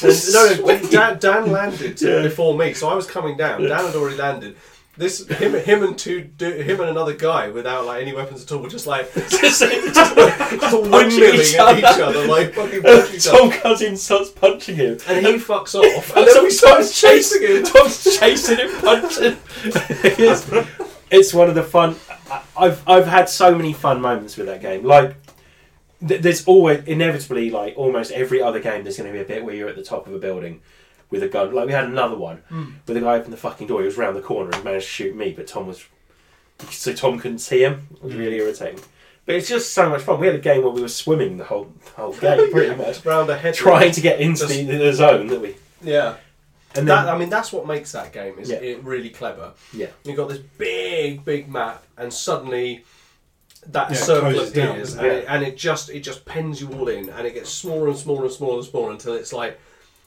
A: And, no, no, but Dan, Dan landed before me, so I was coming down. Dan had already landed. This him, him and two, du- him and another guy without like any weapons at all were just like just
D: Punching
A: windmilling
D: each
A: at each other, like fucking punching each other.
D: Tom Cousins starts punching him.
A: And he fucks off,
D: And
A: and
D: then
A: then
D: we
A: we
D: start
A: started
D: chasing
A: chasing
D: him.
A: him.
D: Tom's chasing him, punching. it's, it's one of the fun. I- I've I've had so many fun moments with that game. Like, th- there's always inevitably like almost every other game. There's going to be a bit where you're at the top of a building with a gun. Like we had another one where the guy opened the fucking door. He was round the corner and managed to shoot me, but Tom was so Tom couldn't see him. It was really irritating. But it's just so much fun. We had a game where we were swimming the whole the whole game, pretty much,
A: round a head.
D: trying to get into the, the zone that we.
A: Yeah.
D: And then,
A: That,
B: um,
A: I mean, that's what makes that game is
D: Yeah.
A: it really clever.
D: yeah.
A: You've got this big, big map, and suddenly that
B: Yeah, it
A: circle
B: closes down,
A: appears,
D: doesn't
A: and,
D: it?
A: it, and it just it just pens you all in, and it gets smaller and smaller and smaller and smaller until it's like,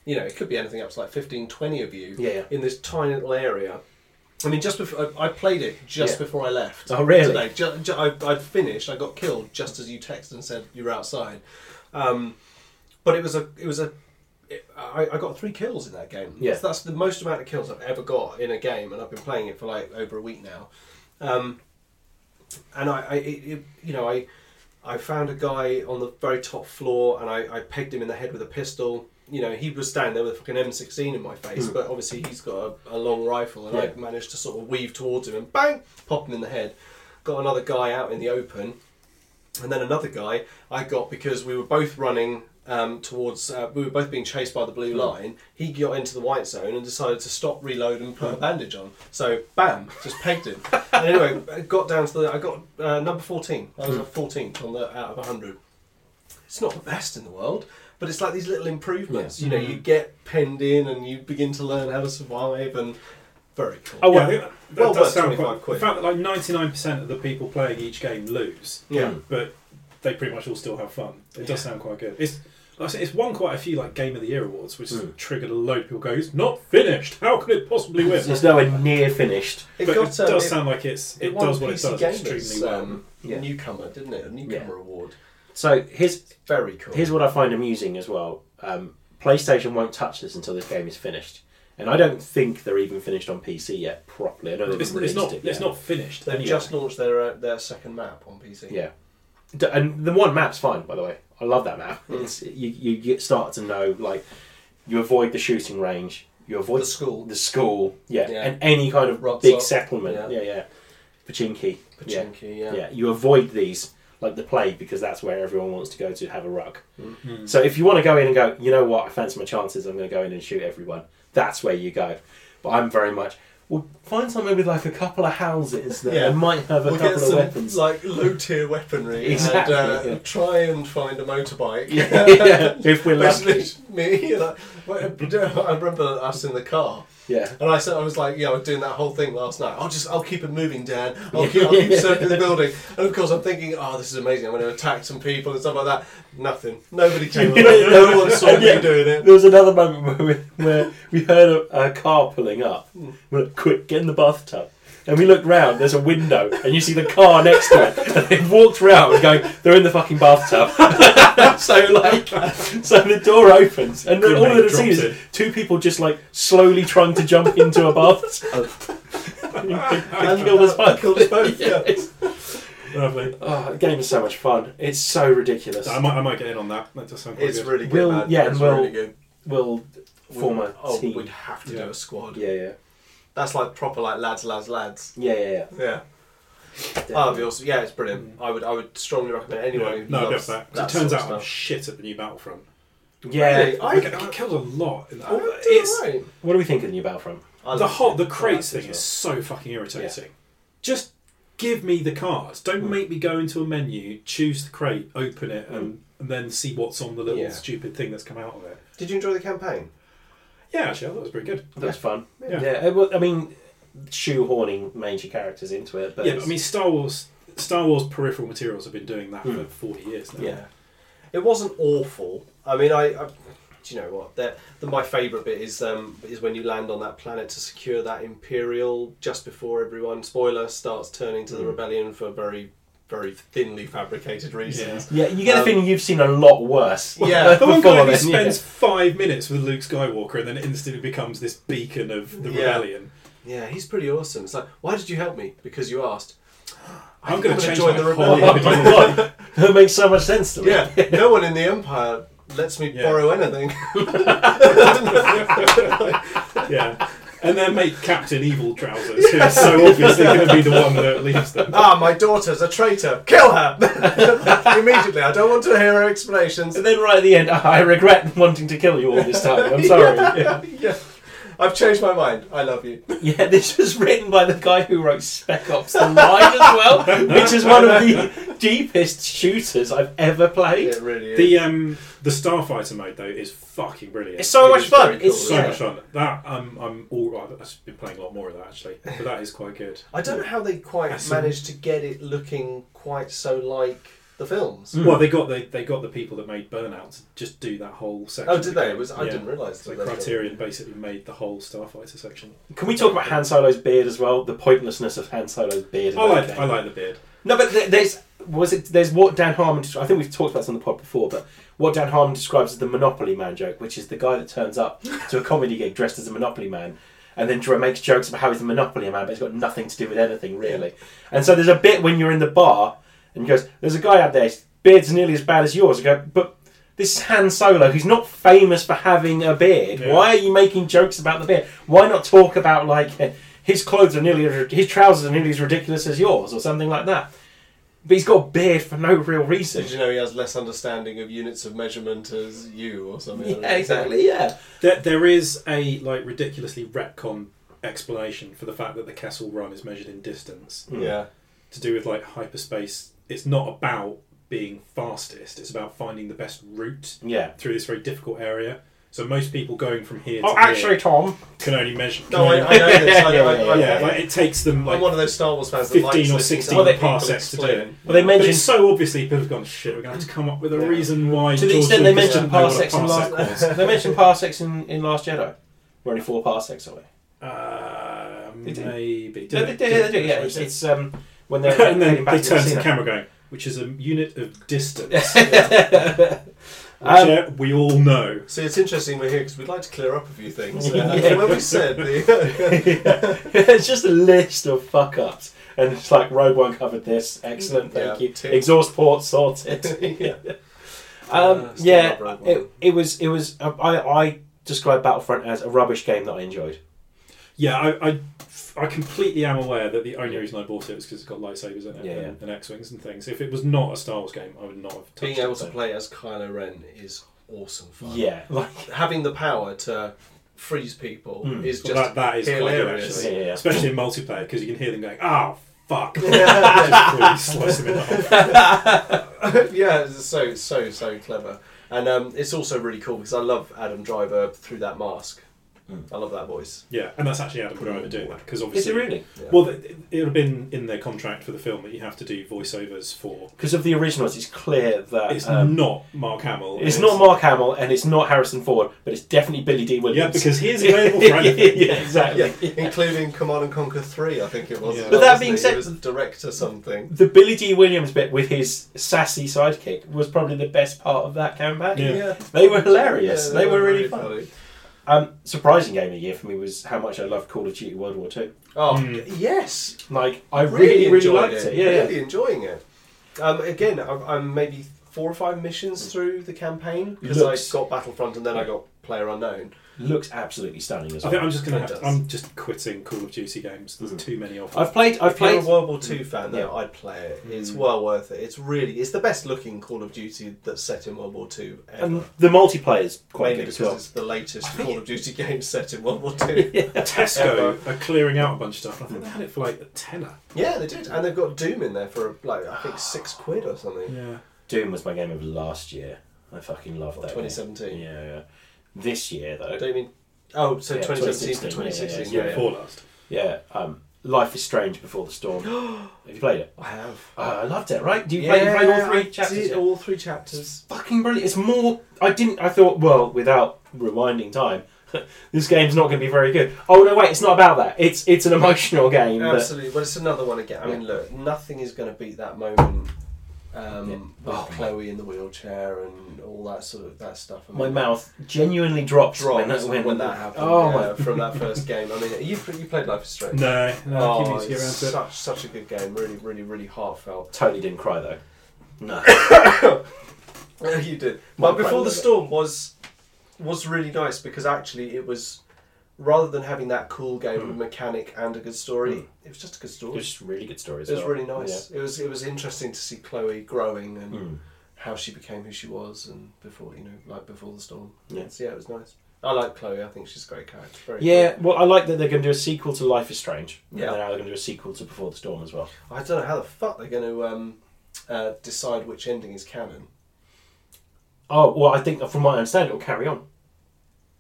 A: you know, it could be anything up to like 15, 20 of you
D: Yeah.
A: in this tiny little area. I mean, just before I, I played it, just
D: Yeah.
A: before I left.
D: Oh, really?
A: Today, ju- ju- I, I finished. I got killed just as you texted and said you were outside. Um, but it was a it was a it- I, I got three kills in that game.
D: Yeah.
A: That's, that's the most amount of kills I've ever got in a game, and I've been playing it for like over a week now. Um, and I, I it, it, you know, I, I found a guy on the very top floor, and I, I pegged him in the head with a pistol. You know, he was standing there with a fucking M16 in my face, but obviously he's got a, a long rifle, and
D: Hmm. Yeah.
A: I managed to sort of weave towards him and bang, pop him in the head. Got another guy out in the open, and then another guy I got because we were both running um, towards, uh, we were both being chased by the blue
B: Hmm.
A: line. He got into the white zone and decided to stop, reload, and
B: Hmm.
A: put a bandage on. So, bam, just pegged him. and anyway, I got down to the, I got uh, number 14. I
B: Hmm.
A: was a 14th on the, out of 100. It's not the best in the world, but it's like
B: Hmm.
A: these little improvements. You know, you get penned in and you begin to learn how to survive and
F: Very cool.
D: Oh,
B: Yeah, I
D: well,
B: think that, that
F: Well worth
B: does sound
F: 25
B: quite.
F: quid.
B: The fact that like ninety nine percent of the people playing each game lose,
F: Yeah.
B: but they pretty much all still have fun. It does sound quite good. It's like I said, it's won quite a few like Game of the Year awards, which
D: Mm.
B: triggered a load of people go, "It's not finished. How could it possibly win?"
D: it's nowhere near finished.
B: but it does sound like it's it,
A: won
B: does what it
A: PC
B: does
A: Gamer's,
B: extremely well.
A: um,
D: Yeah.
A: Newcomer, didn't it? A newcomer award.
D: So here's
A: Very cool.
D: Here's what I find amusing as well. Um, PlayStation won't touch this until this game is finished, and I don't think they're even finished on PC yet properly. I know they've
B: it's, it's
D: released
B: not
D: it.
B: it's
D: yet.
B: not finished.
A: They've
B: anyway.
A: just launched their uh, their second map on PC.
D: Yeah, D- and the one map's fine by the way. I love that map.
B: Mm.
D: It's you, you get start to know like you avoid the shooting range, you avoid
A: The school.
D: the school, yeah,
A: Yeah.
D: and any kind of
A: Rock
D: big
A: salt.
D: settlement,
A: Yeah.
D: yeah, yeah, Pachinki, yeah.
A: Pachinki, yeah.
D: yeah. you avoid these like the plague because that's where everyone wants to go to have a ruck.
A: Mm-hmm.
D: So if you want to go in and go, you know what, I fancy my chances, I'm going to go in and shoot everyone. That's where you go. But I'm very much well, find somewhere with like a couple of houses that
F: Yeah.
D: might have a
A: We'll
D: couple
A: get
D: of
A: some
D: weapons.
A: like low tier weaponry
D: Exactly,
A: and uh,
D: yeah.
A: try and find a motorbike.
D: yeah, if we're lucky.
A: Basically, me. you know, uh, I remember us in the car,
D: Yeah.
A: and I said I was like, "Yeah, I was doing that whole thing last night. I'll just, I'll keep it moving, Dan. I'll keep, I'll keep circling the building." And of course, I'm thinking, "Oh, this is amazing. I'm going to attack some people and stuff like that." Nothing. Nobody came. along. no one saw me
D: Yeah.
A: doing it.
D: There was another moment where we, where we heard a, a car pulling up. We're like, quick, get in the bathtub. And we looked round, there's a window, and you see the car next to it. And they've walked round and going, they're in the fucking bathtub. so, like, so the door opens, and then all
B: Grenade
D: that I've
B: drops
D: seen
B: in.
D: is two people just, like, slowly trying to jump into a bathtub. and kill us both.
A: Killed us both. Yeah.
D: It's-
B: Lovely.
D: oh, the game is so much fun. It's so ridiculous.
B: I might I might get in on that. That does sound quite
A: It's
B: good.
A: really good,
D: We'll-
A: man.
D: yeah,
A: it's
D: and we'll-
A: really good.
D: We'll form a
A: oh,
D: team.
A: we'd have to
B: Yeah.
A: do a squad.
D: Yeah, yeah.
A: That's like proper like lads, lads, lads.
D: Yeah, yeah, yeah.
A: Yeah. Oh, it'd be awesome. Yeah, it's brilliant. I would, I would strongly recommend anyone
B: Yeah,
A: who
B: no,
A: loves
B: definitely. that. 'Cause It
A: sort
B: turns
A: of
B: out I'm
A: stuff.
B: shit at the new Battlefront.
D: Yeah.
A: Really? I-
B: I get, I get killed a lot. In that.
A: Oh, that's
B: it's
A: alright.
D: What do we think of the new Battlefront?
A: I
B: the
A: love
B: whole
A: it.
B: the
A: I
B: crates
A: like
B: thing
A: it
B: is
A: as
B: so fucking irritating. Just give me the cards. Don't
D: Hmm.
B: make me go into a menu, choose the crate, open it, and,
D: Hmm.
B: and then see what's on the little
A: Yeah.
B: stupid thing that's come out of it.
A: well. Did you enjoy the campaign?
B: Yeah, actually, I thought it was pretty good.
D: That was fun.
B: Yeah.
D: Yeah. it wa- I mean, shoehorning major characters into it, but
B: yeah, but I mean, Star Wars, Star Wars peripheral materials have been doing that for forty years now.
D: Hmm. Yeah.
A: It wasn't awful. I mean, I. I do you know what? That the, my favourite bit is um, is when you land on that planet to secure that Imperial just before everyone spoiler starts turning to the
B: Mm.
A: rebellion for very, very thinly fabricated reasons.
D: yeah, you get
A: Um,
D: the feeling you've seen a lot worse.
A: Yeah.
B: The one guy
D: before then,
B: who
D: yeah.
B: spends five minutes with Luke Skywalker and then instantly becomes this beacon of the
A: Yeah.
B: rebellion.
A: Yeah, he's pretty awesome. It's like, why did you help me? Because you asked. I
B: I'm
A: think
B: going to change
A: join
B: my
A: the
B: whole
D: Oh
A: rebellion.
D: my God, that makes so much sense to me.
A: Yeah, no one in the empire lets me
B: Yeah.
A: borrow anything.
B: yeah. And then make Captain Evil trousers, who is so obviously going to be the one that leaves them.
A: ah, my daughter's a traitor. Kill her immediately. I don't want to hear her explanations.
D: And then right at the end, I regret wanting to kill you all this time. I'm sorry. yeah.
A: yeah, I've changed my mind. I love you.
D: Yeah, this was written by the guy who wrote Spec Ops The Line as well, which is one of the deepest shooters I've ever played.
A: It really is.
B: The um the starfighter mode though is fucking brilliant.
D: It's so
A: It
D: much
A: is
D: fun.
A: very cool,
D: it's
B: so
A: isn't
D: yeah.
B: much fun. That um, I'm all. I've been playing a lot more of that actually, but that is quite good.
A: I don't know how they quite
B: That's-
A: managed to get it looking quite so like the films.
B: Hmm. Well, they got they, they got the people that made Burnout to just do that whole section.
A: Oh, did they? It was I
B: Yeah.
A: didn't realise.
B: So
A: that they-
B: Criterion basically made the whole starfighter section.
D: Can we talk about Han Solo's beard as well? The pointlessness of Han Solo's beard. in
B: I
A: Oh,
D: that
B: like
D: game.
B: I like the beard.
D: No, but there- there's was it there's what Dan Harmon. descri- I think we've talked about this on the pod before, but what Dan Harmon describes as the Monopoly Man joke, which is the guy that turns up to a comedy gig dressed as a Monopoly Man, and then dr- makes jokes about how he's a Monopoly Man, but it's got nothing to do with anything really. And so there's a bit when you're in the bar and he goes, "There's a guy out there, his beard's nearly as bad as yours." I go, but. This is Han Solo, who's not famous for having a beard.
B: Yeah.
D: Why are you making jokes about the beard? Why not talk about like his clothes are nearly as- his trousers are nearly as ridiculous as yours, or something like that? But he's got a beard for no real reason.
A: Did you know he has less understanding of units of measurement as you or something?
D: Yeah, exactly. Yeah.
B: There, there is a like ridiculously retcon explanation for the fact that the Kessel Run is measured in distance
A: Yeah.
B: to do with like hyperspace. It's not about being fastest; it's about finding the best route
D: Yeah.
B: through this very difficult area. So most people going from here to
D: Oh,
B: here
D: actually, Tom.
B: can only measure.
A: No,
B: can only-
A: I, I know this. I, I, I,
B: yeah, like it takes them
A: I'm one
B: like
A: of those Star Wars fans that likes
B: fifteen or
A: listening
B: sixteen
A: to other people
B: parsecs to do it.
A: explain.
D: Well, they
B: But
D: mentioned
B: it's so obviously people have gone shit. We're going to have to come up with a
A: Yeah.
B: reason why.
D: to the
B: George
D: extent they
B: Lucas
D: mentioned
B: didn't know what a
D: parsecs in
B: parsec
D: Last.
B: was.
D: they mentioned parsecs in, in Last Jedi. We're only four parsecs away.
B: Uh,
D: They do.
B: maybe.
D: No, they, do, they do, Yeah, it's, it's um when they're
B: and then
D: heading back
B: they turn to
D: to
B: the
D: camera.
B: camera going, which is a unit of distance, which
D: Um,
B: uh, we all know.
A: See, it's interesting we're here because we'd like to clear up a few things. Uh,
D: Yeah.
A: When we said the.
D: it's just a list of fuck ups, and it's like Rogue One covered this. Excellent, thank
A: Yeah,
D: you.
A: tick.
D: Exhaust port sorted. Um,
A: Uh, still
D: yeah,
A: not Rogue One.
D: it, it was it was uh, I, I described Battlefront as a rubbish game that I enjoyed.
B: Yeah, I, I, I completely am aware that the only reason I bought it was because it's got lightsabers in it
D: Yeah, yeah.
B: and, and X wings and things. If it was not a Star Wars game, I would not have touched
A: Being
B: it.
A: able to play as Kylo Ren is awesome fun.
D: Yeah, like
A: Having the power to freeze people is
B: Hmm. Well, that,
A: just
B: that is quite good,
A: hilarious.
B: actually.
D: Yeah, yeah.
B: Especially in multiplayer, because you can hear them going, "Ah, fuck!" Just really slice them in the hole.
A: yeah, it's so so so clever, and um, it's also really cool because I love Adam Driver through that mask.
B: Hmm.
A: I love that voice.
B: Yeah, and that's actually Adam Driver doing that because
D: is
B: obviously,
D: it really?
B: well, th- it would have been in their contract for the film that you have to do voiceovers for.
D: Because of the originals, it's clear that
B: It's
D: um,
B: not Mark Hamill.
D: it's not Mark Hamill and it's not Harrison Ford, but it's definitely Billy D. Williams.
B: Yeah, because he is available for anything.
D: yeah, exactly.
A: Yeah, including Command and Conquer Three, I think it was.
B: Yeah.
A: as
B: But
A: well,
D: that
A: wasn't
D: being
A: it?
D: said-
A: he was a director something.
D: The Billy D. Williams bit with his sassy sidekick was probably the best part of that campaign.
B: Yeah.
D: They were hilarious.
A: Yeah,
D: they, were, really
A: very
D: fun. Um, surprising game of the year for me was how much I loved Call of Duty World War Two.
A: Oh
B: Mm.
A: yes,
D: Like I really, really,
A: enjoyed
D: liked it. Yeah, yeah.
A: really enjoying it. Um, again, I'm, I'm maybe four or five missions through the campaign because I
D: Mm. Looks-
A: got Battlefront and then I got Player Unknown.
D: looks absolutely stunning as
B: I
D: well.
B: think I'm just gonna.
A: It
B: Have,
A: does. Mm-hmm. Oh,
B: I'm just quitting Call of Duty games. There's too many of them.
D: I've played. I've
A: If you're
D: played.
A: a World War Two fan, though,
D: Mm. Yeah. Mm.
A: I'd play it. It's well worth it. It's really, it's the best looking Call of Duty that's set in World War Two ever.
D: And the multiplayer is quite
A: Mainly
D: good as
A: because
D: well.
A: it's the latest Call of Duty game set in World War Two. yeah. Mm.
B: Tesco are clearing out a bunch of stuff. I think they had it for like a tenner.
A: they did, and they've got Doom in there for like I think six quid or something.
B: Yeah.
D: Doom was my game of last year. I fucking loved that. game.
A: 2017.
D: Yeah, yeah. This year though,
A: I don't mean. Oh, so
D: Yeah,
A: 2017 to
D: 2016,
A: 2016.
B: Yeah,
A: Yeah,
B: before last.
D: yeah. Um, Life is Strange Before the Storm. Have you played it?
A: I have.
D: Uh, I loved it. Right? Do you play? You played all
A: I
D: three
A: did
D: chapters? yet?
A: all three chapters.
D: fucking brilliant. It's more. I didn't. I thought, well, without rewinding time, this game's not going to be very good. Oh no, wait, it's not about that. It's it's an emotional game. That,
A: Absolutely. Well, it's another one again. I mean, look, nothing is going to beat that moment. Um,
D: Yeah.
A: with
D: Oh,
A: Chloe in the wheelchair and all that sort of that stuff. I mean,
D: my mouth genuinely dropped when
A: dropped
D: that when,
A: that happened.
D: Oh
A: yeah,
D: my.
A: from that first game. I mean, you you played Life is Strange.
B: No, no. I keep
A: Oh,
B: meaning to get
A: it's
B: around to it.
A: such such a good game. Really, really, really heartfelt.
D: Totally didn't cry though. No.
A: Yeah, you did.
D: Well, quite
A: But
D: a
A: before
D: little
A: the
D: bit.
A: storm was was really nice because actually it was rather than having that cool game with mechanic and a good story, it was just a good
D: It
A: story.
D: was just really Hmm. good stories.
A: It was really nice. It was it was interesting to see Chloe growing and
D: Hmm.
A: how she became who she was and before you know like before the storm.
D: Yeah.
A: So, yeah, it was nice. I like Chloe. I think she's a great character. Very
D: Yeah, well, I like that they're going to do a sequel to Life is Strange.
A: Yeah.
D: And then now they're going to do a sequel to Before the Storm as well.
A: I don't know how the fuck they're going to um, uh, decide which ending is canon.
D: Oh, well, I think from what I understand, it'll carry on.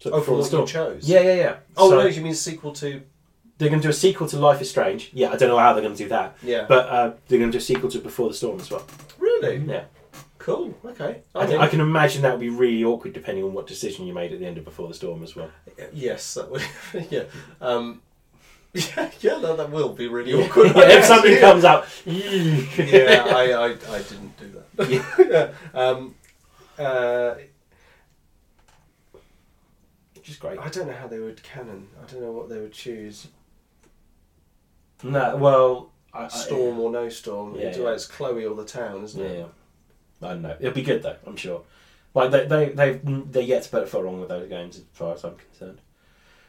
D: So
A: Oh, from what you chose.
D: Yeah, yeah, yeah.
A: Oh
D: So
A: no, you mean sequel to?
D: They're going to do a sequel to Life is Strange. Yeah, I don't know how they're going to do that.
A: Yeah.
D: But uh, they're going to do a sequel to Before the Storm as well.
A: Really?
D: Yeah.
A: Cool. Okay.
D: I, I can imagine that would be really awkward depending on what decision you made at the end of Before the Storm as well.
A: Yes, that would. yeah. Um, yeah, yeah, no, that will be really
D: Yeah,
A: awkward.
D: if something
A: Yeah.
D: comes up. yeah.
A: yeah, I, I, I didn't do that. Yeah. um, uh,
D: Which is great.
A: I don't know how they would canon. I don't know what they would choose.
D: No, well. I, I-
A: Storm or no storm.
D: Yeah,
A: Either
D: yeah.
A: way, it's Chloe or the town, isn't
D: Yeah,
A: it?
D: yeah. I don't know. It'll be good though. I'm sure. Like they they they've they're yet to put a foot wrong with those games as far as I'm concerned.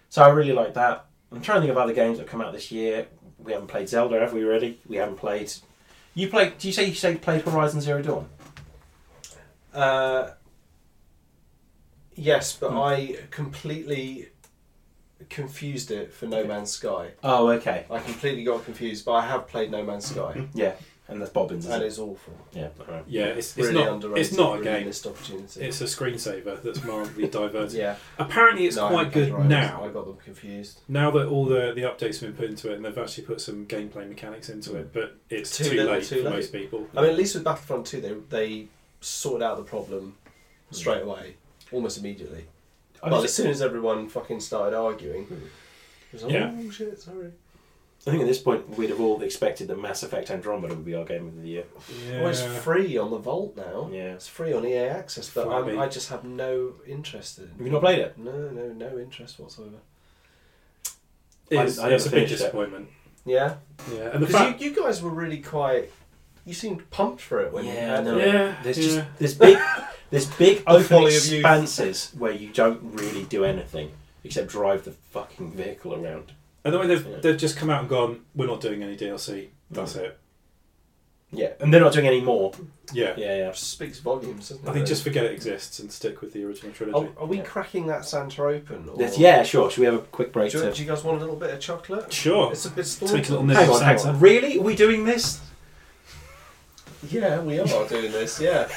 D: So I really like that. I'm trying to think of other games that have come out this year. We haven't played Zelda, have we? Really? We haven't played. You played? Do you say you say you played Horizon Zero Dawn?
A: Uh, yes, but
D: Hmm.
A: I completely confused it for No Man's Sky.
D: Oh, okay.
A: I completely got confused, but I have played No Man's Sky.
D: Yeah. and that's bobbins. Isn't
A: That
D: it?
A: is awful.
D: Yeah. all right.
B: Yeah, it's, it's
A: really
B: not.
A: underrated.
B: It's not a
A: really
B: game.
A: Missed opportunity.
B: It's a screensaver that's mildly diverted.
A: yeah,
B: Apparently, it's
A: No, I
B: quite
A: think that's
B: good
A: right.
B: now.
A: I got them confused.
B: Now that all the, the updates have been put into it, and they've actually put some gameplay mechanics into it, but it's
A: Mm. Too
B: too,
A: little,
B: late
A: too
B: for
A: late.
B: most people.
A: I mean, at least with Battlefront 2, they they sorted out the problem
B: Hmm.
A: straight away, almost immediately.
D: I,
A: well,
D: just-
A: as soon as everyone fucking started arguing,
D: Hmm.
A: it was like,
B: Yeah.
A: oh shit, sorry.
D: I think at this point we'd have all expected that Mass Effect Andromeda would be our game of the year.
B: Yeah.
A: Well, it's free on the Vault now.
D: Yeah.
A: It's free on EA Access, but
B: Fly
A: I'm,
B: me.
A: I just have no interest in.
D: Have you not played it?
A: No, no, no interest whatsoever.
D: I-
B: it's,
D: I never
B: it's a big
D: finished it.
B: disappointment.
A: Yeah,
B: Yeah, and the fact
A: because you, you guys were really quite. You seemed pumped for it when you
D: Yeah,
A: had
D: no.
A: it.
B: yeah,
D: There's
B: yeah.
D: just there's big there's big open
A: folly of youth.
D: expanses where you don't really do anything except drive the fucking vehicle around.
B: and the way they've
D: Yeah.
B: they've just come out and gone, we're not doing any DLC. That's it.
D: Yeah, and they're not doing any more.
B: Yeah.
D: Yeah, yeah.
A: Speaks volumes, doesn't it?
B: I think just forget it exists and stick with the original trilogy.
A: Are, are we
D: Yeah.
A: cracking that Santa open? Or...
D: That's- yeah, sure. Should we have a quick break?
A: Do, you-
D: To...
A: do you guys want a little bit of chocolate?
B: Sure.
A: It's a bit stormy.
B: Take a little nip.
D: Hang on, hang
B: Santa.
D: on. Really? Are we doing this?
A: Yeah, we are doing this. Yeah.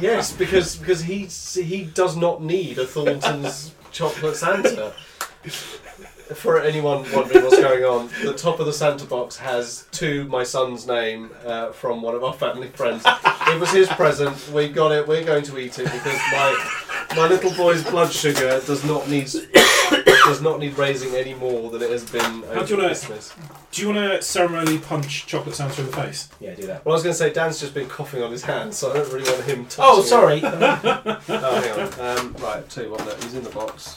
A: yes, because because he he does not need a Thornton's chocolate Santa. For anyone wondering what's going on, the top of the Santa box has to my son's name uh, from one of our family friends. It was his present. We got it. We're going to eat it because my my little boy's blood sugar does not need does not need raising any more than it has been over
B: do you wanna-
A: Christmas.
B: Do you want to ceremonially punch Chocolate Santa in the face?
D: Yeah, do that.
A: Well, I was going to say Dan's just been coughing on his hand, so I don't really want him touching.
D: Oh, sorry.
A: It. Oh, hang on. Um, right, tell you what, look, he's in the box.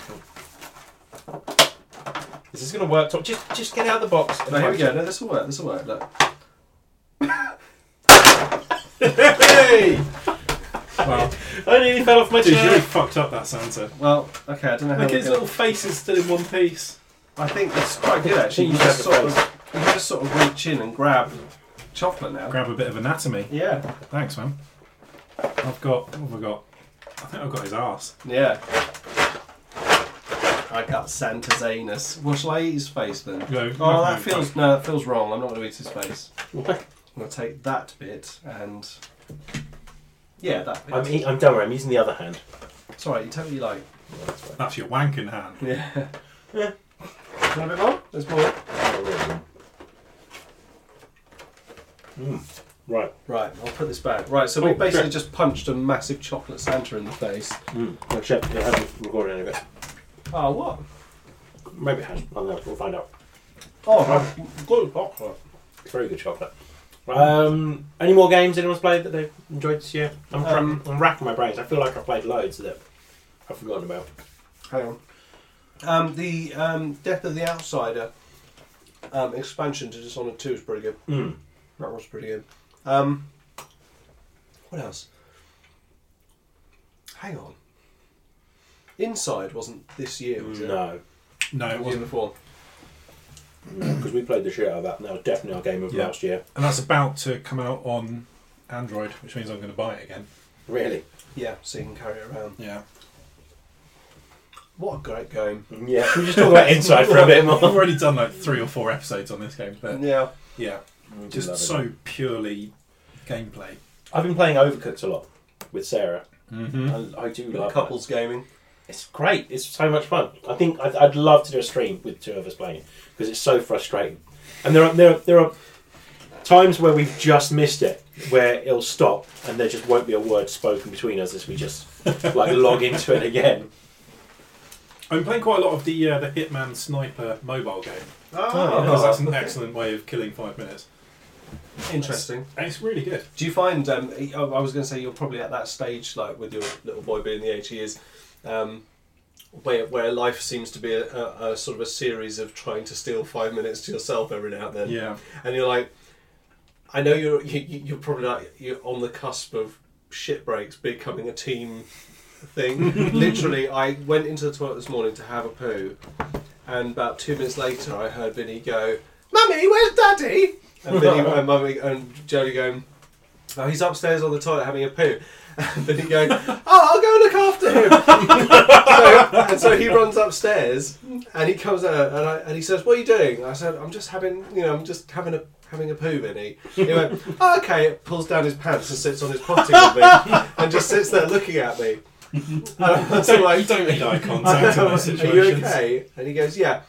D: Is this going to work? Tom? Just, just get out of the box.
A: No, here we go. No, this will work. This will work. Look.
D: Hey!
B: Well,
D: I nearly fell off my
B: dude, you really
D: chair.
B: fucked up that Santa.
A: Well, okay. I don't know how.
B: Like
A: we're
B: his
A: gonna-
B: little face is still in one piece.
A: I think it's quite good actually. You
D: You
A: just
D: grab
A: sort
D: the
A: of, you just sort of reach in and grab chocolate now.
B: Grab a bit of anatomy.
A: Yeah.
B: Thanks, man. I've got. What have I got? I think I've got his ass.
A: Yeah. I got Santa's anus. Well, shall I eat his face then?
B: No,
A: Oh,
B: no,
A: that
B: no,
A: feels no, that feels wrong. I'm not going to eat his face.
D: What?
A: I'm going to take that bit and yeah, that. Bit.
D: I'm, e- I'm don't worry. I'm using the other hand.
A: It's alright, you take what you like.
B: That's your wanking hand.
A: Yeah. Yeah. Want a bit more? There's more.
D: Mm, Right.
A: Right, I'll put this back. Right, so we
D: Oh,
A: basically
D: sure.
A: just punched a massive chocolate Santa in the face.
D: Mm. Except it hasn't recorded any of it.
A: Oh, what?
D: Maybe it has. I don't know. We'll find out.
A: Oh, right. good chocolate.
D: It's very good chocolate. Um, any more games anyone's played that they've enjoyed this year? I'm,
A: Um,
D: I'm racking my brains. I feel like I've played loads that I've forgotten about.
A: Hang on. Um, the um, Death of the Outsider um, expansion to Dishonored 2 is pretty good.
D: Mm.
A: That was pretty good. Um, what else? Hang on. Inside wasn't this year, was it?
D: No,
B: No,
A: It
B: it
A: was
B: wasn't.
A: before.
D: because we played the shit out of that, and that was definitely our game of
B: Yeah.
D: last year.
B: And that's about to come out on Android, which means I'm going to buy it again.
D: Really?
A: Yeah, so you can carry it around.
B: Yeah.
A: What a great game.
D: Yeah. Should we just talk about Inside for a bit
B: I've
D: more?
B: already done like three or four episodes on this game, but
A: Yeah.
B: yeah, just
D: Love it.
B: so purely gameplay.
D: I've been playing Overcooked a lot with Sarah.
B: Mm-hmm.
D: I, I do love
A: Couples gaming.
D: That. It's great. It's so much fun. I think I'd, I'd love to do a stream with two of us playing it because it's so frustrating. And there are there are, there are times where we've just missed it, where it'll stop and there just won't be a word spoken between us as we just like log into it again.
B: I've been playing quite a lot of the uh, the Hitman Sniper mobile game
D: Oh,
B: because Ah. that's an excellent way of killing five minutes.
A: Interesting.
B: And it's really good.
A: Do you find? Um, I I was going to say you're probably at that stage, like with your little boy being the age he is, um, where where life seems to be a, a, a sort of a series of trying to steal five minutes to yourself every now and then.
B: Yeah.
A: And you're like, I know you're you, you- you're probably like you're on the cusp of shit breaks becoming a team thing. Literally, I went into the toilet this morning to have a poo, and about two minutes later, I heard Vinny go, "Mummy, where's Daddy?" And Vinny and Mummy and Jody going, "Oh, he's upstairs on the toilet having a poo." And Vinny going, "Oh, I'll go look after him." so, and so he runs upstairs, and he comes out, and, I, and he says, "What are you doing?" I said, "I'm just having, you know, I'm just having a
F: having a poo, Vinny? He went, oh, okay, pulls down his pants and sits on his potty with me and just sits there looking at me. Um, so like,
G: don't make eye contact in those
F: are you
G: situations.
F: okay? And he goes, yeah.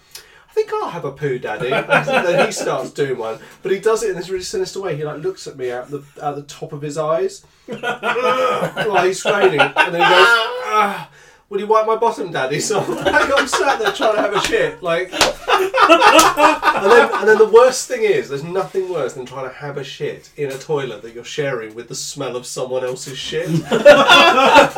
F: I think I'll have a poo, Daddy. And then he starts doing one, but he does it in this really sinister way. He like looks at me out the out the top of his eyes while he's straining, and then he goes, "Ah, "Will you wipe my bottom, Daddy?" So I'm, like, I'm sat there trying to have a shit, like. And then, and then the worst thing is, there's nothing worse than trying to have a shit in a toilet that you're sharing with the smell of someone else's shit because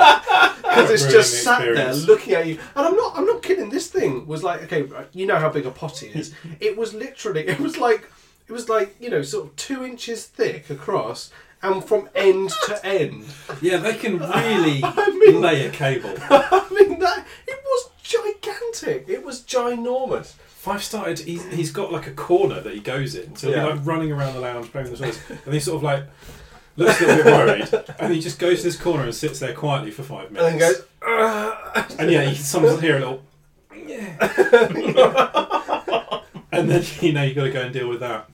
F: it's
G: Ruining
F: just
G: the
F: sat there
G: experience.
F: looking at you. And I'm not, I'm not kidding. This thing was like, okay, right, you know how big a potty is. It was literally, it was like, it was like, you know, sort of two inches thick across and from end to end.
G: Yeah, they can really
F: mean-
G: lay a cable.
F: I mean, that it was gigantic. It was ginormous.
B: Five started. He's, he's got like a corner that he goes in, so he'll
F: Yeah.
B: be like running around the lounge, banging the doors, and he sort of like looks a little bit worried, and he just goes to this corner and sits there quietly for five minutes,
F: And then goes, "Ugh."
B: and yeah, you can sometimes hear a little, yeah, and then you know you got to go and deal with that.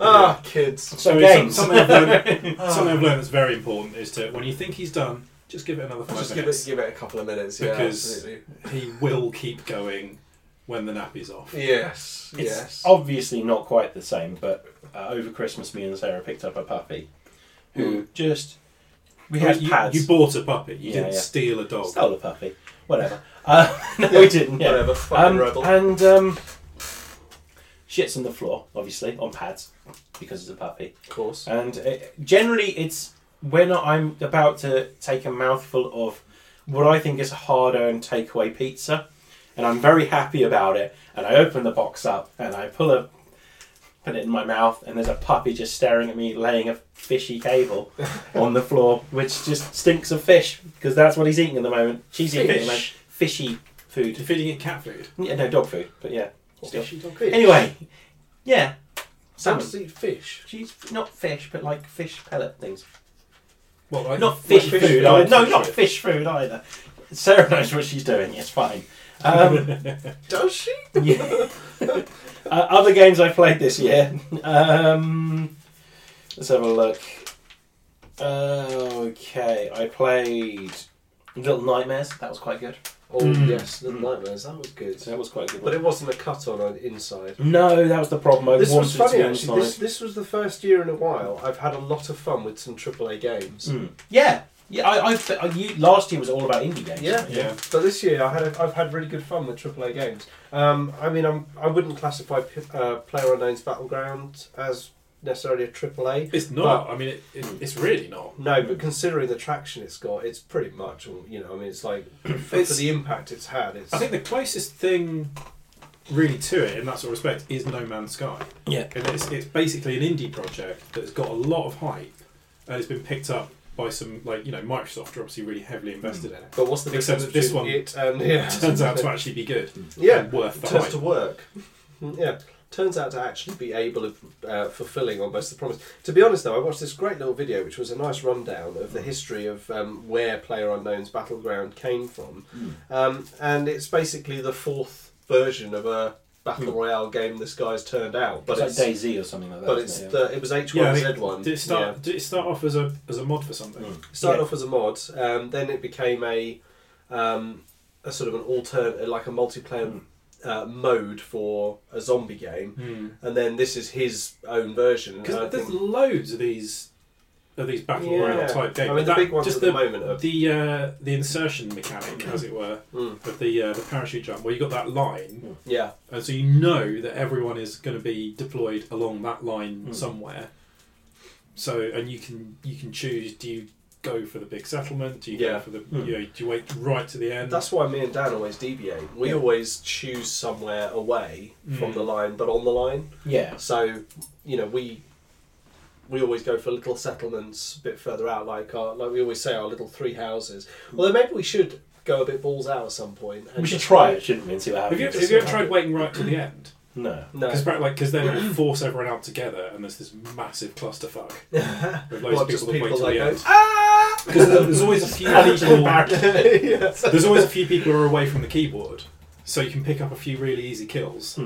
F: ah, kids.
D: So,
B: it's
D: games.
B: Something, I've learned, something I've learned that's very important is to when you think he's done, just give it another five
F: Just give it,
B: minutes.
F: give it a couple of minutes. Yeah,
B: Because-
F: absolutely.
B: He will keep going when the nappy's off.
F: Yes,
D: It's
F: yes.
D: obviously not quite the same, but uh, over Christmas, me and Sarah picked up a puppy who just. We
B: I mean,
D: had
B: you,
D: pads.
B: you bought a puppy. You
D: Yeah,
B: didn't
D: yeah.
B: steal a dog.
D: stole a puppy. Whatever. Uh, no, we didn't. Yeah.
F: Whatever, fucking
D: Um,
F: rebel.
D: And um, shits on the floor, obviously, on pads because it's a puppy.
F: of course.
D: And uh generally, it's when I'm about to take a mouthful of what I think is a hard earned takeaway pizza, and I'm very happy about it, and I open the box up and I pull a put it in my mouth and there's a puppy just staring at me laying a fishy cable on the floor which just stinks of fish because that's what he's eating at the moment cheesy fish. at the moment. fishy
B: You're
D: food
B: feeding it cat food.
D: yeah, no dog food but yeah still.
F: Fish.
D: anyway um, yeah
F: Sam's eat fish.
D: she's not fish but like fish pellet things
B: Well, like,
D: not fish,
B: like
D: food. either. No,
B: fish
D: not
B: food.
D: fish food either. Sarah knows what she's doing. It's fine. Um,
F: Does she?
D: yeah. uh, other games I played this year. Um, let's have a look. Uh, okay, I played Little Nightmares. That was quite good.
A: Oh
B: Mm.
A: yes, the nightmares. That was good.
D: So that was quite a good.
A: But
D: One.
A: it wasn't a cut on on inside.
D: No, that was the problem. I
A: This
D: wanted
A: was funny
D: to
A: actually. This, this was the first year in a while I've had a lot of fun with some AAA games.
D: Hmm. Yeah, yeah. I, I, I you, last year was all about indie games.
A: Yeah.
D: wasn't it?
B: Yeah.
A: But this year I had a, I've had really good fun with AAA games. Um, I mean I'm I wouldn't classify P- uh, Player Unknown's Battleground as necessarily a AAA.
B: It's not. I mean, it, it, it's really not.
A: No, but considering the traction it's got, it's pretty much all you know. I mean, it's like for,
B: It's-
A: for the impact it's had, it's
B: I think the closest thing really to it in that sort of respect is No Man's Sky.
D: Yeah.
B: And it's, it's basically an indie project that's got a lot of hype and it's been picked up by some, like, you know, Microsoft are obviously really heavily invested in it.
A: But what's the
B: Except
A: difference
B: that this
A: between
B: one-
A: it and yeah?
B: Turns out to actually be good.
A: Mm. yeah,
B: And worth the
A: turns
B: hype.
A: to work. Yeah, turns out to actually be able of uh, fulfilling almost the promise. To be honest, though, I watched this great little video, which was a nice rundown of
D: Mm.
A: the history of um, where Player Unknown's Battleground came from,
D: Mm.
A: um, and it's basically the fourth version of a battle royale game this guy's turned out. But
D: Mm. It's
A: it's,
D: like Daisy or something like that.
A: but
D: isn't
A: it's
D: it? Yeah.
A: the, it was H
B: Yeah, I
A: one
B: think-
A: Z one. Mm.
B: Did it start? Did it start off as a as a mod for something?
A: It started
D: Yeah.
A: off as a mod, um, then it became a, um, a sort of an alternate, like a multiplayer
D: Mm.
A: uh, mode for a zombie game, and then this is his own version.
B: Because
A: and I
B: Hmm. there's
A: think-
B: loads of these of these battle
A: Yeah.
B: royale type games.
A: I mean, the
B: That-
A: big ones
B: just
A: at the, moment are
B: the uh, the insertion mechanic, as it were, of the uh, the parachute jump, where you got that line,
A: hmm, yeah,
B: and Uh, so you know that everyone is going to be deployed along that line
A: Hmm.
B: somewhere. So, and you can you can choose: do you go for the big settlement? Do you
A: Yeah. Hmm.
B: go for the you know, do you wait right to the end?
A: That's why me and Dan always deviate. We always choose somewhere away from the line, but on the line.
D: yeah.
A: So, you know, we we always go for little settlements a bit further out, like our like we always say, our little three houses. Although maybe we should go a bit balls out at some point. And
D: We should
A: just
D: try
A: go-
D: it, shouldn't we, and see what
B: have
D: happens.
B: you, have you ever tried waiting right
A: Hmm.
B: to the end?
D: no.
A: No.
B: Because like, 'cause then it'll force everyone out together, and there's this massive clusterfuck with loads
A: Well,
B: of
A: just
B: people that wait till
A: people like
B: the end.
A: those.
B: Because there's always a few people. There's always a few people who are away from the keyboard, so you can pick up a few really easy kills,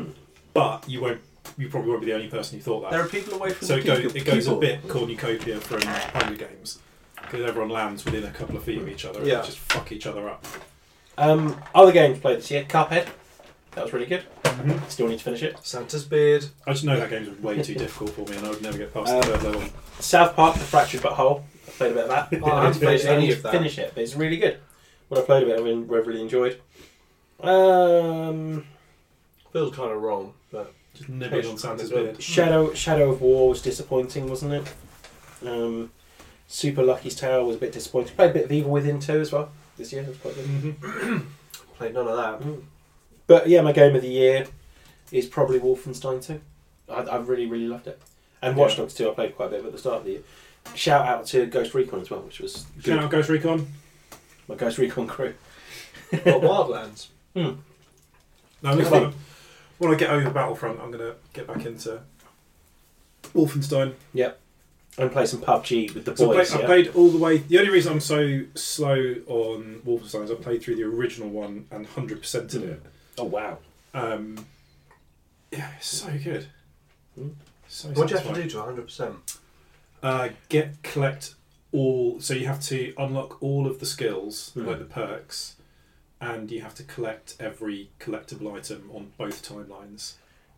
B: but you won't you probably won't be the only person who thought that.
G: There are people away from
B: So
G: the
B: it, go,
G: people.
B: it goes a bit cornucopia from Hunger Games because everyone lands within a couple of feet of each other and
F: Yeah.
B: they just fuck each other up.
D: Um, other games played this year, Cuphead. That was really good. Still need to finish it.
A: Santa's beard.
B: I just know that game's way too difficult for me and I would never get past
D: Um,
B: the third level.
D: South Park, The Fractured But Whole. I played a bit of that.
A: Oh, I haven't played
D: I
A: any
D: need
A: of
D: to
A: that.
D: finish it, but it's really good. What I played of it, I really, really enjoyed. Um,
A: Feels kind of wrong, but
B: Just nibbling on Santa's beard.
D: Shadow Shadow of War was disappointing, wasn't it? Um, Super Lucky's Tower was a bit disappointing. Played a bit of Evil Within 2 as well this year. That was quite good.
A: played none of that.
D: But yeah, my game of the year is probably Wolfenstein 2. I, I really, really loved it. And Watch Dogs 2, I played quite a bit at the start of the year. Shout out to Ghost Recon as well, which was good.
B: Shout out Ghost Recon.
D: My Ghost Recon crew.
A: What Wildlands?
B: No, next
D: Come on.
B: time, when I get over Battlefront, I'm going to get back into Wolfenstein.
D: And play some PUBG with the
B: So I,
D: boys.
B: played, I
D: yeah?
B: played all the way. The only reason I'm so slow on Wolfenstein is I played through the original one and 100 percented it.
D: Oh, wow.
A: Hmm.
B: Um, yeah, it's so good.
D: Mm.
B: So
A: Hmm. What do you have to
B: satisfying.
A: do to 100%?
B: Uh, get collect all. So you have to unlock all of the skills,
A: Hmm.
D: Mm.
B: like the perks, and you have to collect every collectible item on both timelines.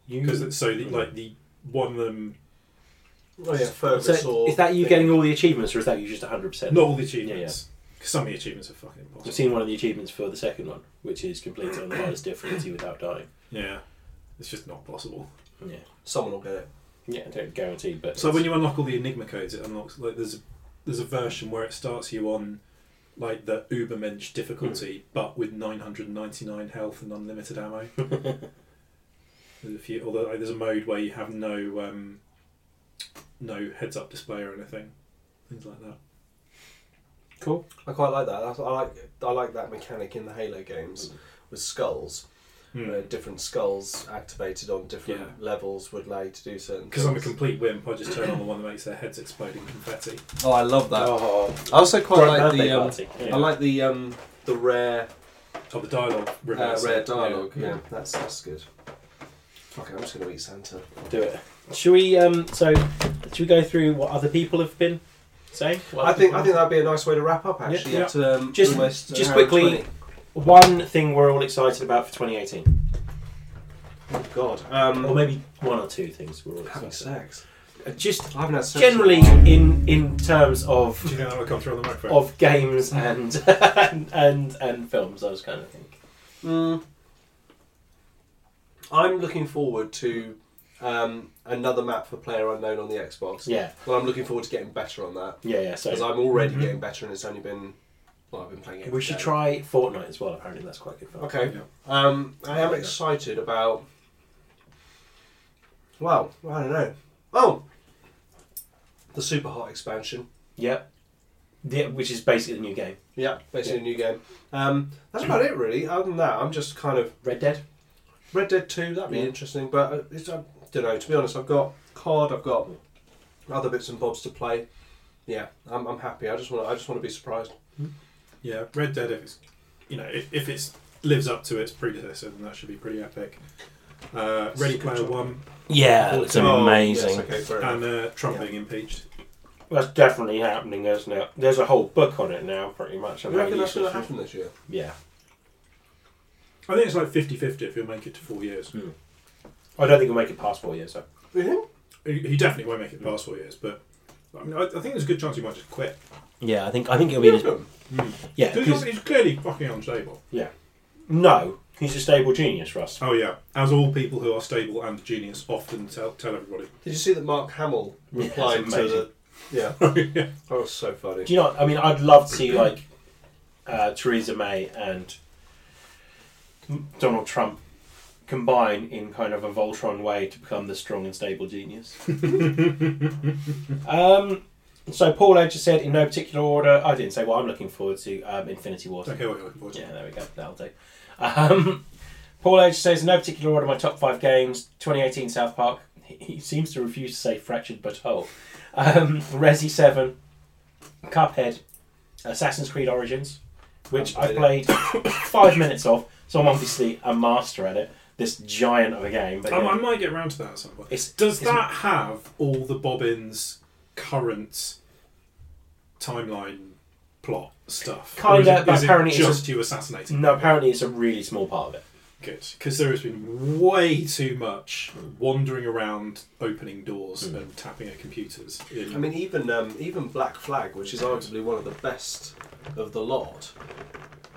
A: Hmm.
B: Because so the, like the one of them,
A: Oh yeah,
D: So
A: Fergus or
D: is that you
A: thing.
D: getting all the achievements, or is that you just 100%?
B: not all the achievements. 'cause some of the achievements are fucking impossible.
D: I've seen one of the achievements for the second one, which is complete on the highest difficulty without dying.
B: Yeah, it's just not possible.
D: Yeah,
A: Someone will get it.
D: yeah, I don't guarantee, but
B: So
D: it's-
B: when you unlock all the Enigma codes, it unlocks like there's a, there's a version where it starts you on like the Ubermensch difficulty, but with 999 health and unlimited ammo. there's a few, although like, there's a mode where you have no um, no heads up display or anything, things like that.
D: cool.
A: I quite like that. That's- I like I like that mechanic in the Halo games with skulls. where different skulls activated on different
B: Mm. Yeah.
A: levels would allow you to do certain.
B: Because I'm a
A: things.
B: complete wimp, I just turn on the one that makes their heads explode in confetti.
F: Oh, I love that.
D: Oh,
F: I also quite
D: great
F: like
D: birthday
F: the. Um,
D: party.
F: I like the um, the rare
B: Oh, the dialogue
F: uh,
B: reverse.
F: rare dialogue. Yeah,
A: uh, Yeah, that's that's good. Fuck it, I'm just gonna eat Santa.
D: Do it. Should we? Um. So, should we go through what other people have been saying? What
A: I
D: other
A: think
D: people-
A: I think that'd be a nice way to wrap up. Actually,
B: Yeah.
A: At, um,
D: Just-
A: almost an
D: just
A: hour
D: quickly-
A: and 20.
D: one thing we're all excited about for 2018,
A: Oh, God, um,
D: or maybe one or two things we're all
A: having
D: excited.
A: sex.
D: About. Just
A: I haven't had sex.
D: generally
A: in a while.
D: in in terms
B: Do you
D: of
B: think that would come through on the microphone?
D: of games and and and, and films. I was kind of thinking.
F: Mm,
A: I'm looking forward to um, another map for Player Unknown on the Xbox.
D: Yeah.
A: Well, I'm looking forward to getting better on that
D: Yeah. Yeah. So
A: because I'm already getting better, and it's only been well, I've been playing it.
D: Mm-hmm. We should try Fortnite as well. Apparently, that's quite good fun.
A: Okay.
B: Yeah.
A: Um, I am excited about. Well, I don't know. Oh, the super hot expansion.
D: Yep. Yeah, which is basically the new game.
A: Yeah, basically a new game. Um, that's about it, really. Other than that, I'm just kind of
D: Red Dead.
A: Red Dead Two. That'd be
D: Yeah.
A: interesting, but uh, it's, I don't know. To be honest, I've got COD. I've got other bits and bobs to play. Yeah, I'm, I'm happy. I just want. I just want to be surprised.
B: Yeah, Red Dead. If it's, you know, if, if it lives up to its predecessor, then that should be pretty epic. Uh,
A: It's a
B: Ready
A: good
B: Player
A: job.
B: One
D: Yeah,
B: looks
A: Oh, yes, okay, fair enough.
B: and uh, Trump
A: Yeah.
B: being impeached.
D: That's definitely happening, isn't it? There's a whole book on it now, pretty much.
A: You reckon that's going to happen this year?
D: Yeah.
B: I think it's like 50-50 if he'll make it to four years.
A: Hmm.
D: I don't think we'll make it past four years. So.
A: You think?
B: He he definitely won't make it past four years, but I mean, I, I think there's a good chance he might just quit.
D: Yeah, I think I think it'll
A: You reckon?
D: yeah.
B: 'Cause he's, he's clearly fucking unstable.
D: no, he's a stable genius, Russ.
B: Oh yeah, as all people who are stable and genius often tell, tell everybody.
A: Did you see that Mark Hamill
D: Yeah, that's
A: replied to the?
D: amazing.
A: Yeah,
B: yeah.
A: that was so funny.
D: Do you know? I mean, I'd love to see like uh, Theresa May and Donald Trump combine in kind of a Voltron way to become the strong and stable genius. um, so Paul Edge has said in no particular order. I didn't say what I'm looking forward to. Um, Infinity War.
B: Okay, what you're looking forward to.
D: Yeah, there we go. That'll do. Um, Paul H says, in no particular order, my top five games 2018 South Park. He, he seems to refuse to say fractured but whole. Um, Resi 7, Cuphead, Assassin's Creed Origins, which I played five minutes of, so I'm obviously a master at it. this giant of a game. But
B: I, I
D: yeah.
B: might get round to that at some point.
D: It's-
B: Does
D: it's-
B: that have all the Bobbins current timeline plot stuff?
D: Kinda,
B: Or is it-
D: but
B: is it
D: apparently it's
B: just you assassinating.
D: no, apparently it's a really small part of it.
B: Good, because there has been way too much wandering around, opening doors,
D: Hmm.
B: and tapping at computers. In,
F: I mean, even um, even Black Flag, which is arguably one of the best of the lot,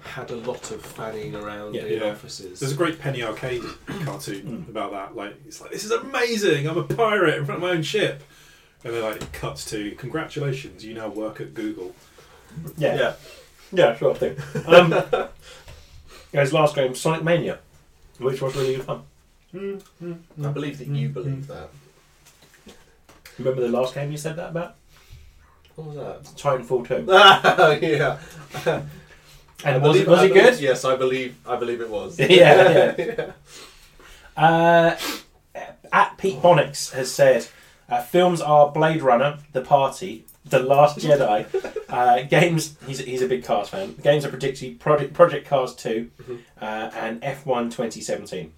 F: had a lot of fanning around
D: Yeah.
F: in
B: Yeah.
F: offices.
B: There's a great Penny Arcade cartoon
D: Hmm.
B: about that. Like, it's like, this is amazing. I'm a pirate in front of my own ship. And then, like, it cuts to, congratulations, you now work at Google.
D: Yeah, yeah,
F: Yeah.
D: sure thing. Um, his last game, Sonic Mania, which was really good fun.
A: I believe that you believe that.
D: Remember the last game you said that about?
A: What was that?
D: Titanfall two.
A: Ah, yeah. I
D: And was
A: believe-
D: it was
A: I
D: it
A: believe-
D: good?
A: Yes, I believe. I believe it was.
D: yeah, yeah. Uh, at Pete Bonnix has said, uh, films are Blade Runner, The Party, The Last Jedi. Uh, games, he's, he's a big Cars fan. Games are predicted Project, Project Cars 2
A: Mm-hmm.
D: uh, and F1 2017.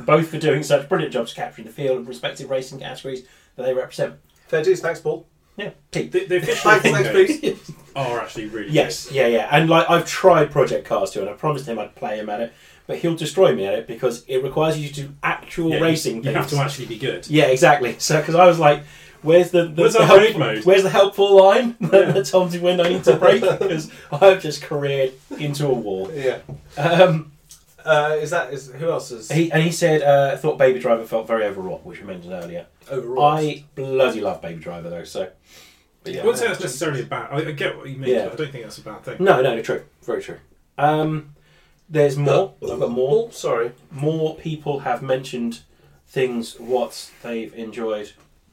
D: Both for doing such brilliant jobs capturing the field of respective racing categories that they represent.
A: Fair dues, thanks, Paul.
D: Yeah, Pete.
B: The, the official
A: Thanks, thanks,
B: games
A: please.
B: are actually really
D: Yes, yeah, yeah. And like I've tried Project Cars 2 and I promised him I'd play him at it, but he'll destroy me at it because it requires you to do actual
B: good. Yeah,
D: racing
B: You,
D: things.
B: you have to actually be good.
D: Yeah, exactly. So because I was like, "Where's the, the
B: Where's
D: the
B: our
D: help-
B: raid mode?
D: Where's the helpful line that that Tom's when I need to break because I've just careered into a wall."
A: Yeah.
D: Um,
A: Uh, is that is who else is
D: he and he said, uh, "Thought Baby Driver felt very overwrought," which we mentioned earlier.
A: overall?
D: I bloody love Baby Driver though. So but
B: I
D: yeah,
B: wouldn't say that's necessarily a bad... I, I get what you mean,
D: Yeah. Hmm.
B: but I don't think that's a bad thing.
D: no, no, true, very true. Um, there's more. I've got more.
A: Oh, sorry.
D: More people have mentioned things what they've enjoyed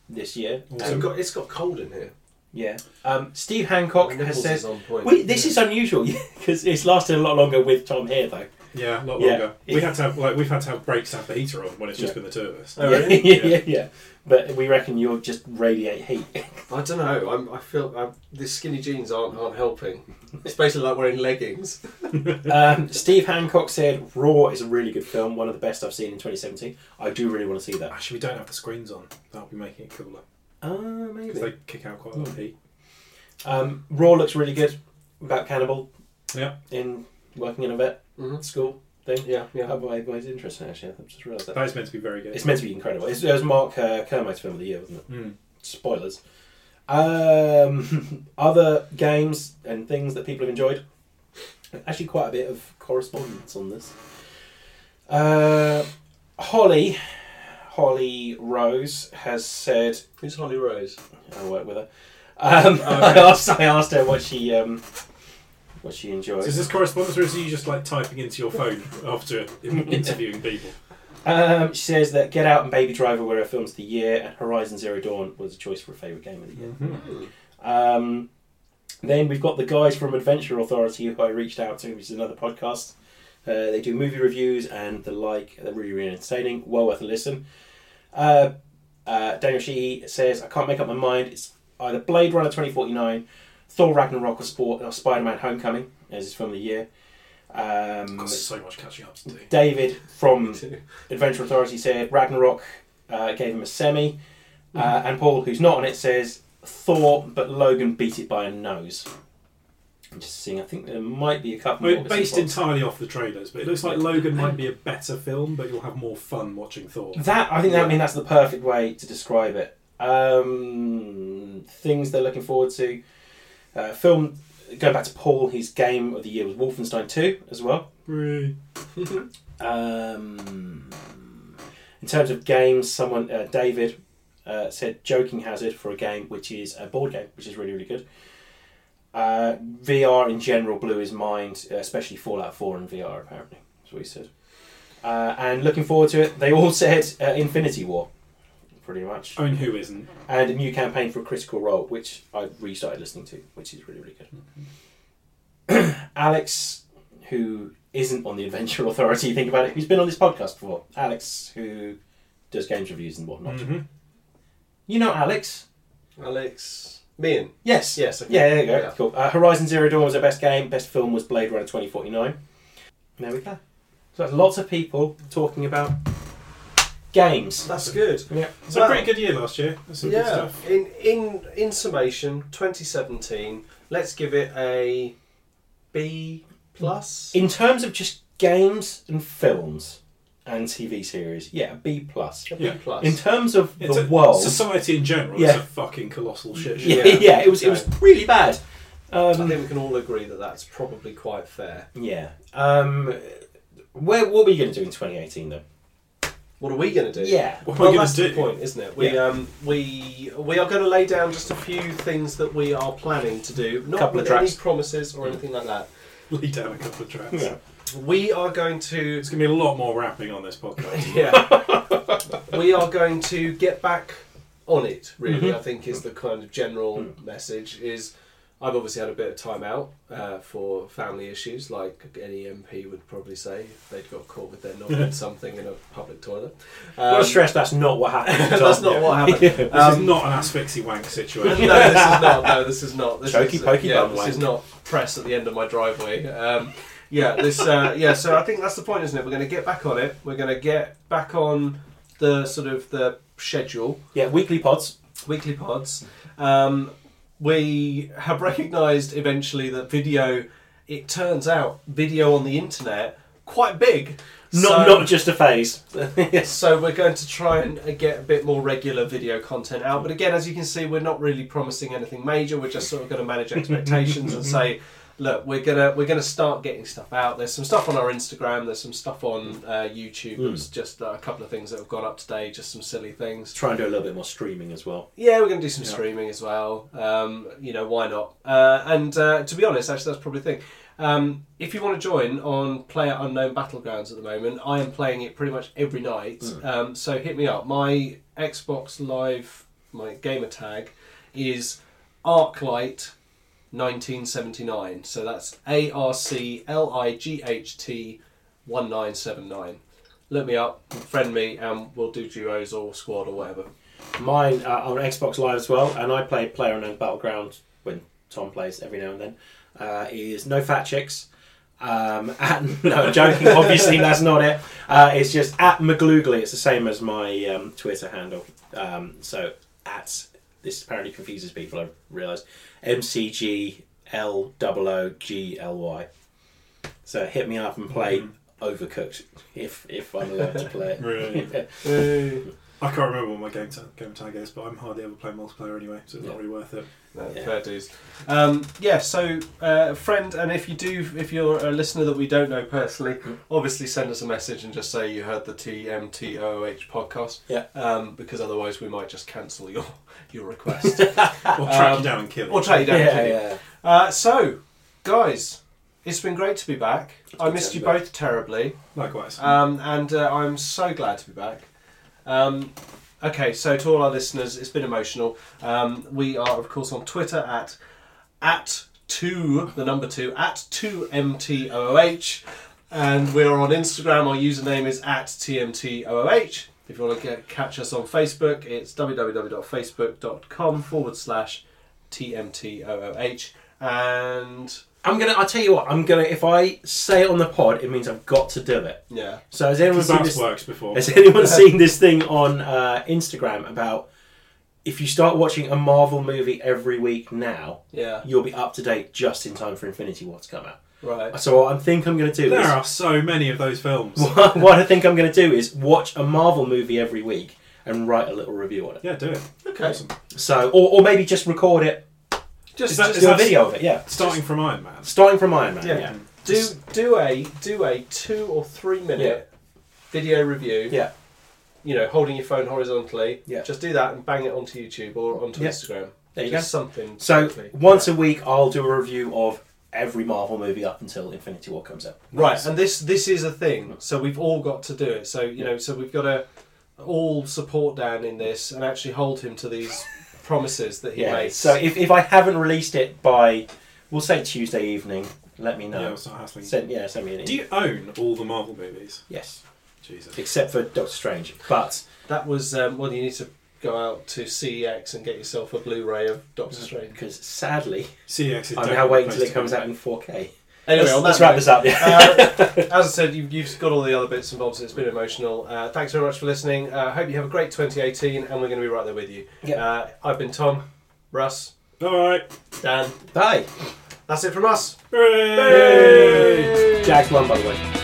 D: this year.
B: Awesome.
A: It's got, it's got cold in here.
D: Yeah. Um, Steve Hancock
A: Nipples
D: has said.
A: is on point.
D: Wait, this is unusual because it's lasted a lot longer with Tom here, though.
B: Yeah, a lot
D: Yeah.
B: longer. We had to have like we've had to have breaks to have the heater on when it's just
D: Yeah.
B: been the two of us.
A: Oh,
D: yeah,
A: really?
D: yeah,
B: Yeah.
D: yeah, yeah. But we reckon you'll just radiate heat.
A: I don't know. I'm, I feel I'm, these skinny jeans aren't aren't helping. It's basically like wearing leggings.
D: um, Steve Hancock said, "Raw is a really good film, one of the best I've seen in 2017. I do really want to see that."
B: Actually, we don't have the screens on. That'll be making it cooler
D: Uh,
B: because
D: maybe.
B: they kick out quite a lot of heat.
D: Hmm. Um, Raw looks really good about cannibal
B: Yeah.
D: in working in a vet
A: Mhm.
D: school thing.
A: Yeah, yeah.
D: Oh, boy, boy, it's interesting actually. I just realised that.
B: That is meant to be very good.
D: It's meant to be incredible. It's, it was Mark uh, Kermode's film of the year, wasn't it?
B: Mm.
D: Spoilers. Um, other games and things that people have enjoyed. Actually, quite a bit of correspondence on this. Uh, Holly, Holly Rose has said,
A: Who's Holly Rose?
D: I work with her.
B: Oh,
D: Um, I, asked, I asked her what she um, what she enjoys.
B: So is this correspondence or is you just like typing into your phone after in- interviewing people?
D: Um, she says that Get Out and Baby Driver were her films of the year, and Horizon Zero Dawn was a choice for a favourite game of the year.
A: Hmm.
D: Um, then we've got the guys from Adventure Authority who I reached out to, which is another podcast. Uh, they do movie reviews and the like. They're really, really entertaining. Well worth a listen. Uh, uh, Daniel Sheehy says, I can't make up my mind. It's either Blade Runner 2049, Thor Ragnarok, or, Sport, or Spider-Man Homecoming as his film of the year. Um,
B: Got so much catching up to do.
D: David from Adventure Authority said Ragnarok uh, gave him a semi, uh, and Paul, who's not on it, says Thor, but Logan beat it by a nose. I'm just seeing. I think there might be a couple.
B: Well,
D: more
B: it's based
D: bits and
B: entirely off the trailers, but it looks like Logan might be a better film, but you'll have more fun watching Thor.
D: bobs. That I think that I mean that's the perfect way to describe it. Um, things they're looking forward to. Uh, film. Going back to Paul, his game of the year was Wolfenstein 2 as well.
B: Really?
D: Um, in terms of games, someone uh, David uh, said Joking Hazard for a game which is a board game, which is really really good. Uh, VR in general blew his mind, especially Fallout Four and VR. Apparently, that's what he said. Uh, and looking forward to it, they all said uh, Infinity War, pretty much,
B: I mean, who isn't?
D: and a new campaign for Critical Role, which I restarted listening to, which is really really good. Alex, who isn't on the Adventure Authority, think about it, who's been on this podcast before. Alex, who does games reviews and whatnot.
B: Mhm.
D: You know Alex?
A: Alex. Meehan.
D: Yes.
A: Yes. Okay.
D: Yeah, there you go.
A: Yeah.
D: Cool. Uh, Horizon Zero Dawn was their best game. Best film was Blade Runner 2049. There we go. So that's lots of people talking about games.
A: That's good.
D: Yeah.
B: It's a pretty good year last year. That's some good
A: yeah.
B: stuff.
A: In in in summation, 2017. Let's give it a B plus.
D: In terms of just games and films and TV series, yeah, B plus.
A: A B
B: Yeah.
A: plus.
D: In terms of
B: It's
D: the
B: a-
D: world,
B: society in general,
D: Yeah.
B: it's a fucking colossal shit show.
D: yeah, yeah, it was it was really bad.
A: I
D: Um,
A: think we can all agree that that's probably quite fair.
D: yeah. Um, where what were you going to do in 2018 though?
A: What are we going to do?
D: Yeah.
B: What
A: Well,
B: are we going
A: that's
B: to do?
A: the point, isn't it? We
D: Yeah.
A: um we we are going to lay down just a few things that we are planning to do, not
D: Couple of
A: with any
D: tracks.
A: promises or anything like that.
B: Lay down a couple of tracks.
D: Yeah.
A: We are going to
B: It's going to be a lot more rapping on this podcast.
A: yeah, we are going to get back on it. Really,
D: Mm-hmm.
A: I think is the kind of general
D: Hmm.
A: message. Is I've obviously had a bit of time out uh, for family issues, like any MP would probably say if they'd got caught with their knob in something in a public toilet.
D: I
A: Um,
D: want to stress that's not what happened.
A: that's not what happened.
B: This is
D: Um,
B: not an asphyxie wank
A: no,
B: situation.
A: this is not. No, this is not. This
D: Chokey
A: is,
D: pokey
A: yeah,
D: bum
A: this
D: wank.
A: is not press at the end of my driveway. Um, yeah, this. Uh, yeah, so I think that's the point, isn't it? We're going to get back on it. We're going to get back on the sort of the schedule,
D: Yeah, weekly pods.
A: weekly pods. Um, we have recognised eventually that video. It turns out video on the internet quite big.
D: Not
A: So-
D: not just a phase.
A: so we're going to try and uh, get a bit more regular video content out. But again, as you can see, we're not really promising anything major. We're just sort of going to manage expectations and say, look, we're gonna we're gonna start getting stuff out. There's some stuff on our Instagram. There's some stuff on uh, YouTube.
D: Hmm.
A: There's just uh, a couple of things that have gone up today. Just some silly things.
D: Try and do a little bit more streaming as well.
A: Yeah, we're going to do some
B: Yeah.
A: streaming as well. Um, you know, why not? Uh, and uh, to be honest, actually, that's probably the thing. Um, if you want to join on Player Unknown Battlegrounds at the moment, I am playing it pretty much every night. Um, so hit me up. My Xbox Live, my gamer tag is ArcLight 1979. So that's A R C L I G H T 1979. Look me up, friend me, and we'll do duos or squad or whatever.
D: Mine uh, on Xbox Live as well, and I play PlayerUnknown's Battleground when Tom plays every now and then. Uh, is no fat chicks. Um, at, no, I'm joking. Obviously, that's not it. Uh, it's just at McGloogly. It's the same as my um, Twitter handle. Um, so at this apparently confuses people. I realised M C G L O O G L Y. So hit me up and play Overcooked if if I'm allowed to play it.
B: Really?
A: Hey.
B: I can't remember what my game tag, game tag is, but I'm hardly ever playing multiplayer anyway, so it's not really worth it.
A: No,
D: Yeah.
A: fair dues. Um, yeah, so uh, friend, and if you do, if you're a listener that we don't know personally, obviously send us a message and just say you heard the TMTOOH podcast.
D: Yeah.
A: Um, because otherwise we might just cancel your your request
B: Or track
A: Um,
B: you down and kill you.
A: or take you down.
D: Yeah,
A: kill you.
D: yeah.
A: Uh, so, guys, it's been great to be back. I
D: been
A: missed you
D: terrible.
A: both terribly,
B: Likewise.
A: um, and uh, I'm so glad to be back. Um, okay, so to all our listeners, it's been emotional. Um, we are, of course, on Twitter at at two the number two at two mtooh, and we're on Instagram. Our username is at tmtooh. If you want to get, catch us on Facebook, it's www.facebook.com forward slash tmtooh. And
D: I'm gonna. I tell you what. I'm gonna. If I say it on the pod, it means I've got to do it.
A: yeah,
D: So has anyone
B: 'Cause
D: seen
B: that's
D: this?
B: works before.
D: Has anyone seen this thing on uh, Instagram about if you start watching a Marvel movie every week now,
A: yeah,
D: you'll be up to date just in time for Infinity War to come out.
A: right.
D: So what I think I'm gonna do
B: There
D: is
B: are so many of those films.
D: what I think I'm gonna do is watch a Marvel movie every week and write a little review on it.
B: Yeah, do it.
A: Okay,
B: Awesome.
D: So or, or maybe just record it,
A: just
B: Is that-
A: just
B: is
D: do a
B: that-
D: video of it. Yeah,
B: Starting from Iron Man.
D: starting from Iron Man.
A: Yeah.
D: Yeah,
A: do do a do a two or three minute video review.
D: Yeah.
A: You know, holding your phone horizontally.
D: Yeah.
A: Just do that and bang it onto YouTube or onto
D: Yeah.
A: Instagram.
D: there you go.
A: Just something.
D: So
A: quickly.
D: once a week, I'll do a review of every Marvel movie up until Infinity War comes out.
A: right, and this this is a thing.
D: Mm.
A: So we've all got to do it. So you know, so we've got to all support Dan in this and actually hold him to these promises that he makes.
D: So if, if I haven't released it by, we'll say Tuesday evening, let me
B: Yeah,
D: know.
B: we'll start hassling.
D: Send yeah, send me an
B: Do
D: email.
B: you own all the Marvel movies?
D: Yes,
B: Jesus.
D: except for Doctor Strange. But
A: that was um, well, you need to go out to CEX and get yourself
D: Mm.
A: a Blu-ray of Doctor Strange.
D: because sadly,
B: CX
D: I'm
B: is definitely
D: now
B: the
D: waiting
B: place
D: till it
B: to
D: comes
B: go.
D: out in 4K.
A: Anyway,
D: let's
A: on
D: let's wrap
A: that note,
D: this up. Yeah.
A: uh, as I said, you've, you've got all the other bits and bobs. and It's been emotional. Uh, thanks very much for listening. Uh, hope you have a great 2018, and we're going to be right there with you.
D: Yep.
A: Uh, I've been Tom, Russ,
B: All right.
A: Dan.
D: Bye.
A: That's it from us.
B: Hooray!
D: Jack's mum, by the way.